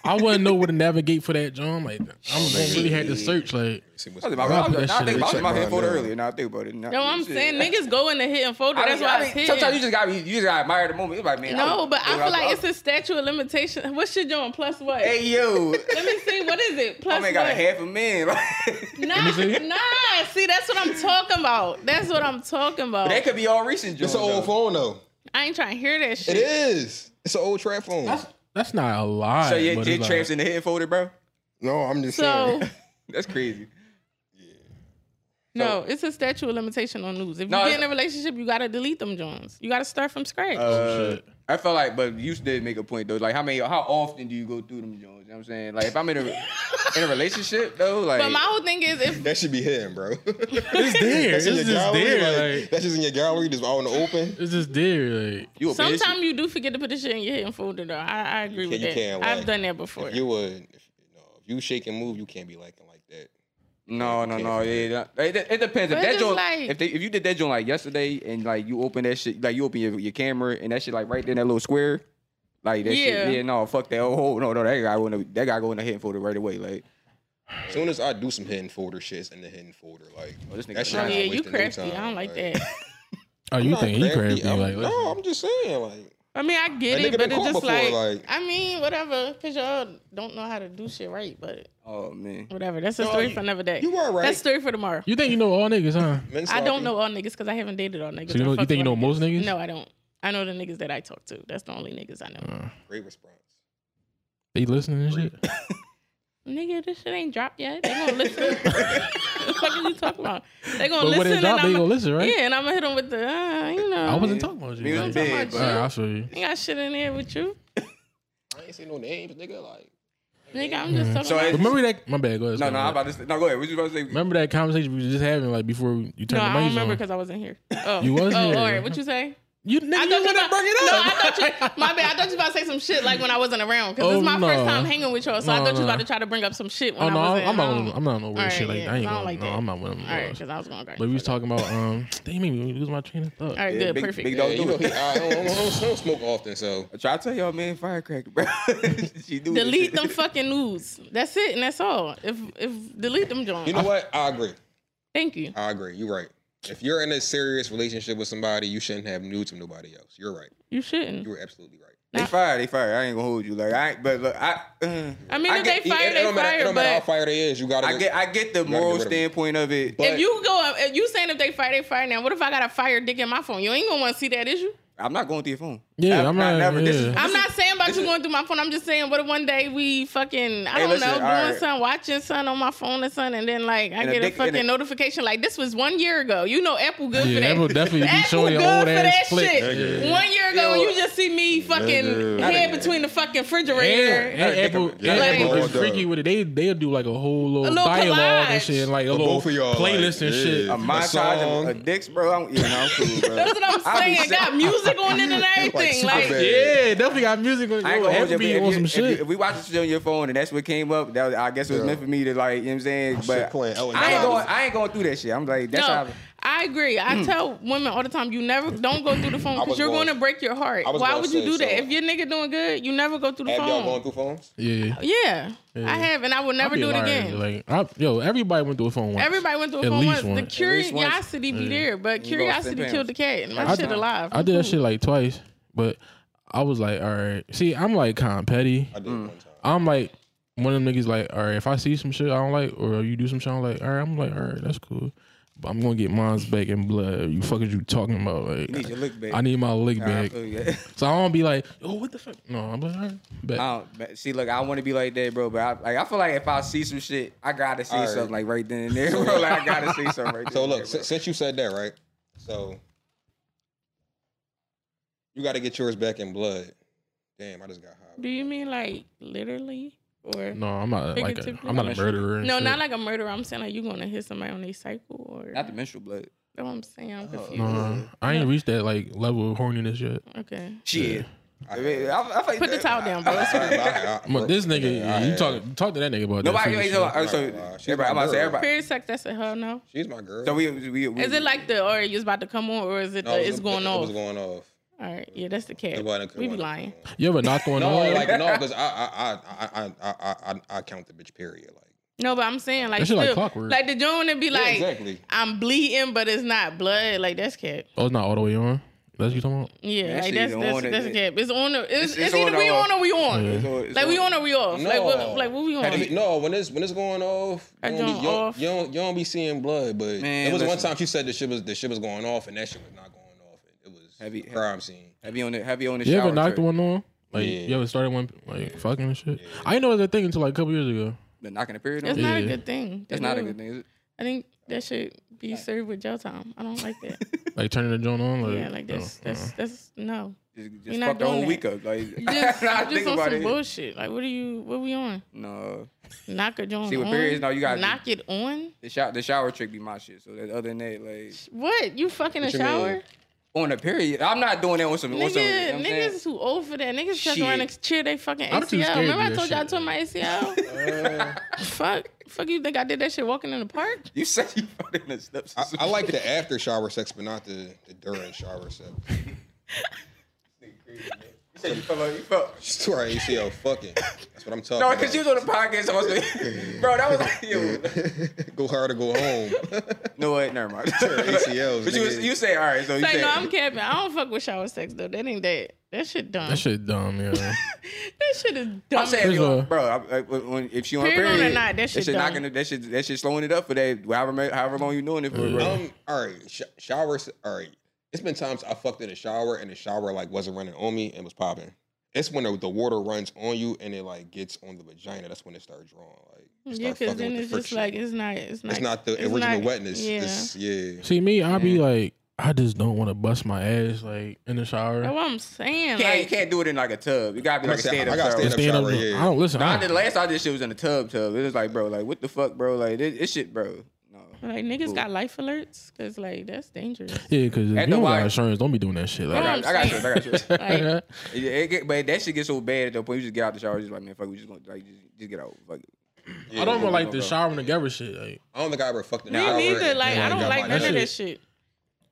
Speaker 4: I wouldn't know where to navigate for that, John. Like, I don't really had to search. Like,
Speaker 5: See what's
Speaker 2: I was
Speaker 5: going
Speaker 2: about,
Speaker 5: on.
Speaker 2: I was, I
Speaker 4: Check
Speaker 2: think about, I was
Speaker 5: mine
Speaker 2: about hitting folder
Speaker 5: now.
Speaker 2: earlier. Now I think about it. No,
Speaker 3: No, I'm saying niggas go in the hidden folder.
Speaker 2: I
Speaker 3: That's
Speaker 2: mean,
Speaker 3: why
Speaker 2: I
Speaker 3: it's
Speaker 2: mean,
Speaker 3: hidden.
Speaker 2: sometimes you just gotta, you just gotta admire the moment. It's like, man, I
Speaker 3: no,
Speaker 2: was-
Speaker 3: but I
Speaker 2: yeah,
Speaker 3: feel like
Speaker 2: was-
Speaker 3: it's a statue of limitation. What shit doing? Plus what?
Speaker 2: Hey Oh yo,
Speaker 3: Let me see. What is it? Plus
Speaker 2: I man
Speaker 3: what?
Speaker 2: got a half a man.
Speaker 3: Nah,
Speaker 4: see.
Speaker 3: nah. See, that's what I'm talking about. That's what I'm talking about.
Speaker 2: that could be all recent.
Speaker 5: It's an
Speaker 2: joints,
Speaker 5: old
Speaker 2: though.
Speaker 5: phone though.
Speaker 3: I ain't trying to hear that shit.
Speaker 5: It is. It's an old trap phone.
Speaker 4: that's that's not a lie.
Speaker 2: So your
Speaker 4: but
Speaker 2: dick
Speaker 4: it's
Speaker 2: traps in
Speaker 4: like,
Speaker 2: the head folder, bro.
Speaker 5: no, I'm just
Speaker 3: So
Speaker 5: saying.
Speaker 2: That's crazy.
Speaker 3: no, it's a statute of limitation on news. If
Speaker 2: No,
Speaker 3: you
Speaker 2: it's-
Speaker 3: get in a relationship, you gotta delete them Jones. You gotta start from scratch.
Speaker 2: Uh,
Speaker 4: shit.
Speaker 2: I felt like, but you did make a point though. Like, how many, how often do you go through them joints? You know what I'm saying, like, if I'm in a in a relationship though, like,
Speaker 3: but my whole thing is if
Speaker 5: That should be hidden, bro.
Speaker 4: It's there. it's
Speaker 5: That's in your
Speaker 4: just there.
Speaker 5: gallery.
Speaker 4: Like,
Speaker 5: Like, that's just in your gallery, just out in the open.
Speaker 4: it's just there. Like,
Speaker 2: you a bitch.
Speaker 3: Sometimes you do forget to put the shit in your hidden folder, though. I, I agree
Speaker 5: You
Speaker 3: with
Speaker 5: can-
Speaker 3: that.
Speaker 5: you can,
Speaker 3: I've
Speaker 5: like,
Speaker 3: done that before.
Speaker 5: If you would, if, no, if you shake and move, you can't be liking like that.
Speaker 2: No, no,
Speaker 5: Okay.
Speaker 2: no. Yeah, no. it, it depends.
Speaker 3: But
Speaker 2: if that
Speaker 3: it's
Speaker 2: joint,
Speaker 3: like-
Speaker 2: if they, if you did that joint like yesterday, and like you open that shit, like you open your, your camera and that shit like right there in that little square, like that
Speaker 3: Yeah.
Speaker 2: shit. Yeah, no, fuck that. Oh, no, no, that guy wouldn't. That guy going to hit folder right away. Like,
Speaker 5: As soon as I do some hidden folder shit, it's in the hidden folder. Like
Speaker 2: Oh, this nigga
Speaker 5: that shit
Speaker 3: oh,
Speaker 2: trying to
Speaker 5: not
Speaker 3: yeah, you
Speaker 5: wasting no
Speaker 3: crafty. I
Speaker 5: time,
Speaker 3: don't like that.
Speaker 4: oh, you
Speaker 5: I'm not
Speaker 4: think he
Speaker 5: crafty,
Speaker 4: crafty?
Speaker 5: I'm-
Speaker 4: Like,
Speaker 5: no, I'm just saying. Like
Speaker 3: I mean, I get
Speaker 5: That nigga
Speaker 3: it, but
Speaker 5: been
Speaker 3: it's
Speaker 5: caught
Speaker 3: just
Speaker 5: before,
Speaker 3: like,
Speaker 5: like-
Speaker 3: I mean, whatever, because y'all don't know how to do shit right, but
Speaker 2: oh man,
Speaker 3: whatever. That's a
Speaker 5: No,
Speaker 3: story
Speaker 5: you-
Speaker 3: for another day.
Speaker 5: you are right.
Speaker 3: That's a story for tomorrow.
Speaker 4: you think you know all niggas, huh?
Speaker 5: men
Speaker 3: I
Speaker 5: sloppy.
Speaker 3: don't know all niggas because I haven't dated all niggas.
Speaker 4: So you know-
Speaker 3: I
Speaker 4: you
Speaker 3: fucked
Speaker 4: think you
Speaker 3: with
Speaker 4: know most niggas?
Speaker 3: No, I don't. I know the niggas that I talk to. That's the only niggas I know.
Speaker 5: Great response.
Speaker 4: They listening and shit.
Speaker 3: Nigga, this shit ain't dropped yet. They gonna listen. what the fuck are you talking about? They gonna
Speaker 4: But
Speaker 3: listen.
Speaker 4: when it
Speaker 3: and
Speaker 4: drop, they
Speaker 3: I'ma-
Speaker 4: gonna listen, right?
Speaker 3: Yeah, and I'm gonna hit them with the, uh, you know.
Speaker 4: I wasn't talking about you.
Speaker 2: It
Speaker 4: Like,
Speaker 2: was
Speaker 3: talking
Speaker 2: big,
Speaker 3: about
Speaker 2: but
Speaker 4: Alright, I feel you.
Speaker 3: Ain't got shit in there with you.
Speaker 5: I ain't say no names, nigga. Like
Speaker 3: Nigga, I'm just talking
Speaker 2: So
Speaker 3: about.
Speaker 2: it's-
Speaker 4: Remember that? My bad. Go ahead.
Speaker 2: no,
Speaker 4: Scott,
Speaker 2: no.
Speaker 4: my
Speaker 2: I'm
Speaker 4: bad.
Speaker 2: about to say, no. Go ahead. What you about to say?
Speaker 4: Remember that conversation we were just having, like before we, you
Speaker 3: no,
Speaker 4: turned
Speaker 3: I
Speaker 4: the
Speaker 3: don't
Speaker 4: mics
Speaker 3: remember
Speaker 4: on.
Speaker 3: because I wasn't here. Oh,
Speaker 4: You wasn't
Speaker 3: oh,
Speaker 4: here.
Speaker 3: all right. What you say?
Speaker 4: You nigga,
Speaker 3: I
Speaker 4: you
Speaker 3: thought
Speaker 4: wouldn't
Speaker 3: about,
Speaker 4: bring it
Speaker 3: No,
Speaker 4: up.
Speaker 3: I thought you. My bad. I thought you about to say some shit like when I wasn't around because this
Speaker 4: Oh,
Speaker 3: is my first
Speaker 4: no.
Speaker 3: time hanging with y'all. So I
Speaker 4: No,
Speaker 3: thought you was
Speaker 4: no.
Speaker 3: about to try to bring up some shit when
Speaker 4: Oh no,
Speaker 3: I wasn't.
Speaker 4: I'm
Speaker 3: around.
Speaker 4: not. I'm not on no weird
Speaker 3: All
Speaker 4: shit
Speaker 3: right,
Speaker 4: like
Speaker 3: yeah,
Speaker 4: that. I ain't
Speaker 3: 'cause I
Speaker 4: gonna,
Speaker 3: don't like
Speaker 4: no,
Speaker 3: that.
Speaker 4: I'm not one of them.
Speaker 3: All right,
Speaker 4: dogs.
Speaker 3: because I was going great.
Speaker 4: But we was talking about um. Damn, me lose my train of thought.
Speaker 3: All right,
Speaker 2: Yeah,
Speaker 3: good,
Speaker 2: big-
Speaker 3: perfect.
Speaker 2: big
Speaker 5: yeah,
Speaker 2: dog
Speaker 5: you
Speaker 2: do
Speaker 5: know,
Speaker 2: it.
Speaker 5: I, I, don't, I, don't, I don't smoke often, so
Speaker 2: I try to tell y'all, man, firecracker, bro. she do this
Speaker 3: delete
Speaker 2: shit.
Speaker 3: them fucking news. That's it, and that's all. If if delete them, John.
Speaker 5: you know what? I agree.
Speaker 3: Thank you.
Speaker 5: I agree. You're right. If you're in a serious relationship with somebody, you shouldn't have nudes from nobody else. You're right.
Speaker 3: You shouldn't.
Speaker 5: You were absolutely right.
Speaker 2: They
Speaker 3: Nah.
Speaker 2: fire. They fire. I ain't gonna hold you. Like I, ain't- but look, I. Uh,
Speaker 3: I mean,
Speaker 2: I
Speaker 3: if
Speaker 2: get-
Speaker 3: they
Speaker 5: It-
Speaker 3: fire,
Speaker 5: it, don't
Speaker 3: they
Speaker 5: matter, it
Speaker 3: fire.
Speaker 5: don't matter how
Speaker 3: But
Speaker 5: fired it is. You gotta.
Speaker 2: I get, I get the
Speaker 5: gotta
Speaker 2: moral
Speaker 5: get rid of them.
Speaker 2: standpoint of it.
Speaker 5: But-
Speaker 3: if you go, if you saying if they fire, they fire now. What if I got a fire dick in my phone? You ain't gonna want to see that issue.
Speaker 2: I'm not going through your phone.
Speaker 4: Yeah,
Speaker 2: I've
Speaker 4: I'm not-
Speaker 2: never- this is-
Speaker 4: yeah.
Speaker 3: I'm not saying about
Speaker 2: this
Speaker 3: you
Speaker 2: is-
Speaker 3: going through my phone. I'm just saying, what if one day we fucking, I
Speaker 2: Hey,
Speaker 3: don't
Speaker 2: listen,
Speaker 3: know,
Speaker 2: all
Speaker 3: doing
Speaker 2: right.
Speaker 3: something, watching something on my phone or something, and then like I
Speaker 2: And a
Speaker 3: get a,
Speaker 2: dick- and
Speaker 3: fucking
Speaker 2: a-
Speaker 3: notification like this was one year ago. You know, Apple good for
Speaker 4: Yeah,
Speaker 3: that.
Speaker 4: Apple definitely be
Speaker 3: Apple
Speaker 4: showing
Speaker 3: good
Speaker 4: your old
Speaker 3: for
Speaker 4: ass
Speaker 3: that
Speaker 4: flick.
Speaker 3: shit.
Speaker 4: Nigga.
Speaker 3: One year ago, when
Speaker 2: Yo,
Speaker 3: you just see me fucking
Speaker 4: nigga.
Speaker 3: head between the fucking
Speaker 4: And,
Speaker 3: refrigerator.
Speaker 4: and
Speaker 2: Gotta
Speaker 4: Apple,
Speaker 2: think of
Speaker 4: and
Speaker 2: it.
Speaker 5: Yeah,
Speaker 4: Apple
Speaker 5: like-
Speaker 4: is freaky with it. They they'll do like a whole little,
Speaker 3: A little
Speaker 4: dialogue and
Speaker 3: collage.
Speaker 4: shit, and like a
Speaker 5: But
Speaker 4: little
Speaker 5: both of y'all,
Speaker 4: playlist
Speaker 5: like,
Speaker 4: and shit.
Speaker 5: yeah.
Speaker 2: a
Speaker 5: A
Speaker 2: montage
Speaker 5: song.
Speaker 2: of a dicks, bro. I'm, you know, I'm cool, bro.
Speaker 3: That's what I'm
Speaker 2: I be
Speaker 3: saying. It
Speaker 2: sick.
Speaker 3: got music on it and everything.
Speaker 5: super
Speaker 3: Like,
Speaker 5: bad.
Speaker 4: Yeah, definitely got music on.
Speaker 2: I ain't gonna hold
Speaker 4: Apple
Speaker 2: you,
Speaker 4: be
Speaker 2: if,
Speaker 4: on
Speaker 2: you,
Speaker 4: some
Speaker 2: if, you,
Speaker 4: shit.
Speaker 2: if we watch this shit on your phone and that's what came up, that was, I guess it was
Speaker 5: Yeah.
Speaker 2: meant for me to like, you know what I'm saying?
Speaker 5: shit
Speaker 2: But
Speaker 5: playing Elton
Speaker 2: I ain't
Speaker 5: John.
Speaker 2: going, I ain't going through that shit. I'm like, that's
Speaker 3: no,
Speaker 2: how.
Speaker 3: I agree. I tell women all the time, you never don't go through the phone
Speaker 5: Hmm. I
Speaker 3: because
Speaker 5: was
Speaker 3: you're
Speaker 5: going-
Speaker 3: going to break your heart.
Speaker 5: I was
Speaker 3: Why
Speaker 5: gonna
Speaker 3: would you
Speaker 5: say,
Speaker 3: do that?
Speaker 5: so-
Speaker 3: If your nigga doing good, you never go through the
Speaker 5: have
Speaker 3: phone.
Speaker 5: y'all going through phones?
Speaker 4: Yeah,
Speaker 3: Yeah,
Speaker 4: Yeah.
Speaker 3: I have, and I will
Speaker 4: I
Speaker 3: never
Speaker 4: be
Speaker 3: do it
Speaker 4: lying,
Speaker 3: again.
Speaker 4: Like, I, yo, everybody went through a phone once.
Speaker 3: Everybody went through a
Speaker 4: At
Speaker 3: phone
Speaker 4: least
Speaker 3: once. The
Speaker 4: once.
Speaker 2: least once.
Speaker 3: curiosity be there, but
Speaker 2: You lost ten
Speaker 3: curiosity killed
Speaker 2: pounds.
Speaker 3: the cat, and my
Speaker 2: I-
Speaker 3: shit alive.
Speaker 4: I did that shit like twice, but I was like, all right. See, I'm like kind of petty.
Speaker 5: I did one time.
Speaker 4: I'm like one of them niggas. Like, all right, if I see some shit I don't like, or you do some shit I don't like, all right, I'm like, all right, that's cool. But I'm gonna get mine's back in blood. You fuckers, you talking about like?
Speaker 2: need your lick back.
Speaker 4: I need my lick
Speaker 2: Nah, I
Speaker 4: back.
Speaker 2: feel you.
Speaker 4: So I don't be like, oh, what the fuck? No, I'm like, all right, bet.
Speaker 2: I don't, but see, look, I want to be like that, bro. But I, like, I feel like if I see some shit, I gotta say
Speaker 5: All right.
Speaker 2: something like right then and there, bro. Like, I gotta say something right.
Speaker 5: So
Speaker 2: then and
Speaker 5: look,
Speaker 2: there,
Speaker 5: since, since you said that, right? So you got to get yours back in blood. Damn, I just got high.
Speaker 3: Do you mean like literally or no?
Speaker 4: no, I'm not like a,
Speaker 3: Figuratively.
Speaker 4: I'm not a murderer. and shit.
Speaker 3: not like a murderer. I'm saying like you gonna hit somebody on their cycle or.
Speaker 2: bro. not the menstrual blood.
Speaker 3: That's what I'm saying.
Speaker 5: Oh.
Speaker 3: I'm confused.
Speaker 4: No, I ain't reached that like level of horniness yet.
Speaker 3: Okay.
Speaker 2: Shit. I
Speaker 5: I-
Speaker 2: mean, I, I feel like
Speaker 3: Put the towel down, bro.
Speaker 5: All right, I- I-
Speaker 4: I'm like, this nigga,
Speaker 5: Yeah, I-
Speaker 4: you talk talk to that nigga about
Speaker 2: Nobody,
Speaker 4: that.
Speaker 2: ain't
Speaker 4: fake
Speaker 2: no,
Speaker 4: shit.
Speaker 2: uh, so
Speaker 5: Right, right. She's
Speaker 2: everybody, I'm about to say
Speaker 5: my girl.
Speaker 2: everybody.
Speaker 3: Period sex. That's a hell no.
Speaker 5: She's my girl.
Speaker 2: So we, we, we
Speaker 3: Is it like the or you was about to come on or is it
Speaker 5: No,
Speaker 3: the
Speaker 5: it was-
Speaker 3: it's going
Speaker 5: it
Speaker 3: off?
Speaker 5: was going off.
Speaker 3: All right. Yeah, that's the cat.
Speaker 5: Nobody could
Speaker 3: We be
Speaker 5: wanna-
Speaker 3: lying.
Speaker 4: You ever knock on the
Speaker 5: No,
Speaker 4: wall?
Speaker 5: like no, because I I I I I I I, I count the bitch period. Like
Speaker 3: No, but I'm saying like
Speaker 4: That shit like
Speaker 3: still-
Speaker 4: clockwork.
Speaker 3: like the joint would be
Speaker 5: Yeah,
Speaker 3: like
Speaker 5: exactly.
Speaker 3: I'm bleeding, but it's not blood. Like that's cat.
Speaker 4: oh, it's not all the way on. That's what you talking about?
Speaker 3: Yeah,
Speaker 2: That's
Speaker 3: like that's
Speaker 2: either
Speaker 3: that's
Speaker 2: on or
Speaker 3: that's
Speaker 2: it-
Speaker 3: cap. It's on. Or, it's,
Speaker 2: It's-
Speaker 3: it's,
Speaker 2: it's on
Speaker 3: either we
Speaker 2: or
Speaker 3: on or we on.
Speaker 4: Yeah.
Speaker 2: So it's
Speaker 3: Like we on or we off. Like
Speaker 5: No.
Speaker 3: what, like what we on?
Speaker 5: Have you- no, when this when it's going off, you
Speaker 3: That
Speaker 5: don't, be,
Speaker 3: joint
Speaker 5: you, don't-
Speaker 3: off.
Speaker 5: you don't you don't be seeing blood. But
Speaker 2: Man,
Speaker 5: it was one
Speaker 2: listen.
Speaker 5: time she said the shit was the shit was going off, and that shit was not going off. It was
Speaker 2: Have you-
Speaker 5: a crime scene.
Speaker 2: Heavy on the heavy on the
Speaker 4: You
Speaker 2: shower.
Speaker 4: ever knocked
Speaker 2: trip.
Speaker 4: one on? Like
Speaker 5: Yeah.
Speaker 4: you ever started one like fucking and shit? I didn't know it was a thing until like a couple years ago.
Speaker 2: The knocking the period.
Speaker 3: That's
Speaker 2: On?
Speaker 4: Yeah.
Speaker 3: not a good thing. to
Speaker 2: That's not a
Speaker 3: do.
Speaker 2: good thing. Is it?
Speaker 3: I think that should be served with jail time. I don't like that.
Speaker 4: Like turning the joint on. Like,
Speaker 3: yeah, like that's
Speaker 4: no,
Speaker 3: that's that's no.
Speaker 2: Just,
Speaker 3: You're
Speaker 2: just
Speaker 3: not
Speaker 2: fuck the whole
Speaker 3: doing
Speaker 2: week up. Like
Speaker 3: Just,
Speaker 2: now I
Speaker 3: I'm just
Speaker 2: think
Speaker 3: on
Speaker 2: about
Speaker 3: some
Speaker 2: it.
Speaker 3: bullshit. Like what are you? What we on?
Speaker 2: No,
Speaker 3: Knock a joint
Speaker 2: See, with
Speaker 3: on.
Speaker 2: periods, no, you gotta do-
Speaker 3: knock it on.
Speaker 2: the shower the shower trick be my shit. So that other than that, like
Speaker 3: What you fucking
Speaker 5: What
Speaker 3: a
Speaker 5: you mean?
Speaker 3: shower?
Speaker 2: on the period, I'm not doing that on some. on some you know
Speaker 3: Nigga,
Speaker 2: what I'm
Speaker 3: niggas
Speaker 2: saying?
Speaker 3: is too old for that. Niggas just
Speaker 2: Shit.
Speaker 3: run and cheer they fucking
Speaker 4: I'm too
Speaker 3: ACL.
Speaker 4: scared to
Speaker 3: Remember I
Speaker 4: do
Speaker 3: told
Speaker 4: that
Speaker 3: y'all I
Speaker 4: shit.
Speaker 3: tore my ACL?
Speaker 5: Uh.
Speaker 3: fuck, fuck you think I did that shit walking in the park?
Speaker 2: You said you fucking in the steps.
Speaker 5: I, I like the after shower sex, but not the, the during shower sex.
Speaker 2: You said you felt like you felt.
Speaker 5: She's to our ACL fucking. That's what I'm talking
Speaker 2: No,
Speaker 5: about.
Speaker 2: because you was on the podcast also. Bro, that was like you.
Speaker 5: go hard or go home.
Speaker 2: No, wait, never mind.
Speaker 5: ACLs,
Speaker 2: But you, was,
Speaker 5: nigga.
Speaker 2: you say all right, so you
Speaker 3: Like,
Speaker 2: say
Speaker 3: no, I'm capping. I don't fuck with shower sex though. That ain't that. That shit dumb.
Speaker 4: That shit dumb, yeah.
Speaker 3: That shit is dumb.
Speaker 2: I'm saying,
Speaker 4: Here's
Speaker 2: yo,
Speaker 4: a-
Speaker 2: bro, I, I, when, if she on
Speaker 3: Period
Speaker 2: period,
Speaker 3: on or
Speaker 2: period
Speaker 3: not, that shit
Speaker 2: not
Speaker 3: done.
Speaker 2: gonna, that shit, that shit slowing it up for that. However, ma- however long you doing it for, bro.
Speaker 5: Um, all right, sh- shower. se- All right, it's been times I fucked in the shower and the shower like wasn't running on me and was popping. It's when the, the water runs on you and it like gets on the vagina. That's when it starts drawing. Like it
Speaker 3: Yeah,
Speaker 5: start
Speaker 3: because
Speaker 5: fucking
Speaker 3: then
Speaker 5: with the
Speaker 3: it's just
Speaker 5: friction.
Speaker 3: like it's not. It's not.
Speaker 5: it's not the
Speaker 3: it's
Speaker 5: original
Speaker 3: not-
Speaker 5: wetness.
Speaker 3: Yeah.
Speaker 5: It's, yeah.
Speaker 4: See me, I'd be like, I just don't want to bust my ass like in the shower.
Speaker 3: That's what I'm saying.
Speaker 2: You can't, you
Speaker 3: like,
Speaker 2: can't do it in like a tub. You gotta be
Speaker 5: I'm
Speaker 2: like a
Speaker 5: saying,
Speaker 2: stand
Speaker 5: I
Speaker 2: up
Speaker 5: gotta
Speaker 2: shower.
Speaker 5: stand
Speaker 4: Stand up,
Speaker 5: shower, yeah.
Speaker 4: I don't listen.
Speaker 2: Nah,
Speaker 4: I
Speaker 2: I did-
Speaker 4: don't,
Speaker 2: the last time this shit was in the tub tub. It was like, bro, like what the fuck, bro? Like this, this shit, bro. No.
Speaker 3: like niggas got life alerts because like that's dangerous.
Speaker 4: yeah, because if
Speaker 2: At
Speaker 4: you
Speaker 2: the
Speaker 4: don't got
Speaker 2: wire.
Speaker 4: insurance, don't be doing that shit.
Speaker 2: I
Speaker 4: Like,
Speaker 2: got, I got you. I got you.
Speaker 3: Like,
Speaker 2: It- it get- but that shit gets so bad at the point you just get out the shower, just like man, fuck, it, we just gonna like just, just get out. Fuck it.
Speaker 5: yeah.
Speaker 4: I don't want like
Speaker 2: yeah.
Speaker 4: the showering together shit. Like,
Speaker 5: I don't think I ever fucked in the
Speaker 3: me
Speaker 5: shower.
Speaker 3: neither.
Speaker 5: and
Speaker 3: Like I
Speaker 5: then
Speaker 3: don't
Speaker 5: got
Speaker 3: like
Speaker 5: my-
Speaker 3: none of
Speaker 4: shit.
Speaker 3: that shit.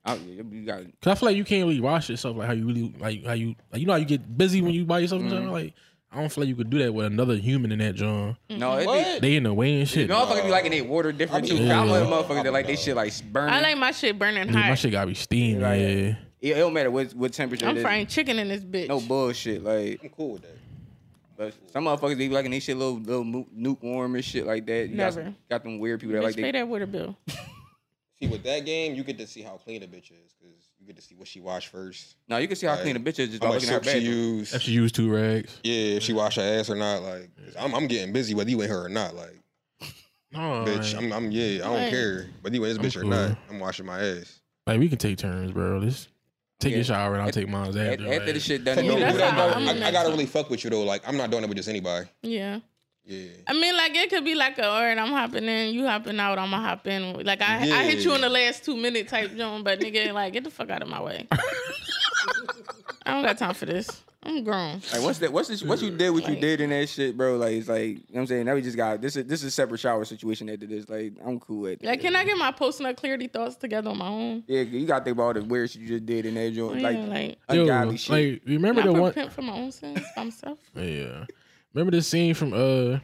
Speaker 2: I, you you got
Speaker 4: Cause I feel like you can't really wash yourself like how you really like how you like you know how you get busy when you by yourself. and
Speaker 2: Mm-hmm.
Speaker 4: shit? Like I don't feel like you could do that with another human in that John.
Speaker 3: Mm-hmm.
Speaker 2: no. It
Speaker 5: What?
Speaker 2: be,
Speaker 4: They in the way and shit.
Speaker 2: motherfuckers be liking they water different too. I'm one of the motherfuckers that like they shit like burning.
Speaker 3: I like my shit burning
Speaker 4: Yeah, my
Speaker 3: hot.
Speaker 4: shit gotta be steaming.
Speaker 2: Right.
Speaker 4: Yeah.
Speaker 2: it, it don't matter what what temperature. it
Speaker 3: I'm
Speaker 2: is.
Speaker 3: frying chicken in this bitch.
Speaker 2: No bullshit. Like
Speaker 5: I'm cool with that.
Speaker 2: but some motherfuckers they be liking they shit little little nu- lukewarm and shit like that. You got,
Speaker 3: Never.
Speaker 2: got them weird people that
Speaker 3: Bitch,
Speaker 2: like
Speaker 3: pay
Speaker 2: they.
Speaker 3: that water bill.
Speaker 5: See, with that game, you get to see how clean a bitch is because you get to see what she washed first,
Speaker 2: No, you can see how clean the bitch is just
Speaker 5: how
Speaker 2: by
Speaker 5: much
Speaker 2: looking at her
Speaker 5: soap she
Speaker 2: bathroom.
Speaker 5: used.
Speaker 4: If she used two rags.
Speaker 5: Yeah, if she wash her ass or not, like 'cause I'm, I'm getting busy whether you in her or not, like
Speaker 4: No,
Speaker 5: bitch, I'm, I'm yeah, I don't
Speaker 3: Right.
Speaker 5: care whether you in this
Speaker 4: I'm
Speaker 5: bitch or
Speaker 4: cool.
Speaker 5: not. I'm washing my ass.
Speaker 4: like we can take turns, bro. Let's take
Speaker 2: Yeah.
Speaker 4: your shower and I'll
Speaker 2: At-
Speaker 4: take mine.
Speaker 2: At-
Speaker 4: After,
Speaker 2: After
Speaker 4: like,
Speaker 2: the shit done,
Speaker 5: Fuck no,
Speaker 2: you
Speaker 5: you
Speaker 3: that's
Speaker 5: don't
Speaker 3: how
Speaker 5: know-
Speaker 3: I'm
Speaker 5: I, I
Speaker 3: next
Speaker 5: gotta
Speaker 3: time.
Speaker 5: really fuck with you though. Like I'm not doing it with just anybody.
Speaker 3: Yeah.
Speaker 5: Yeah,
Speaker 3: I mean, like it could be like a all right, I'm hopping in, you hopping out, I'ma hop in. Like I, I hit you in the last two minute type joint, but nigga, like get the fuck out of my way. I don't got time for this. I'm grown.
Speaker 2: Like what's that? What's this? What you did? What you
Speaker 3: Like-
Speaker 2: did in that shit, bro? Like it's like you know what I'm saying. Now we just got this. Is this is a separate shower situation after this. Like I'm cool at that.
Speaker 3: Like, can I get my post nut clarity thoughts together on my own?
Speaker 2: yeah, you got to think about all the weird shit you just did in that joint.
Speaker 3: Like,
Speaker 2: Like,
Speaker 3: yeah, like
Speaker 4: Yo,
Speaker 2: ungodly shit.
Speaker 4: like remember
Speaker 3: not
Speaker 4: the one?
Speaker 3: repent for my own sins by myself.
Speaker 4: Yeah. Remember this scene from uh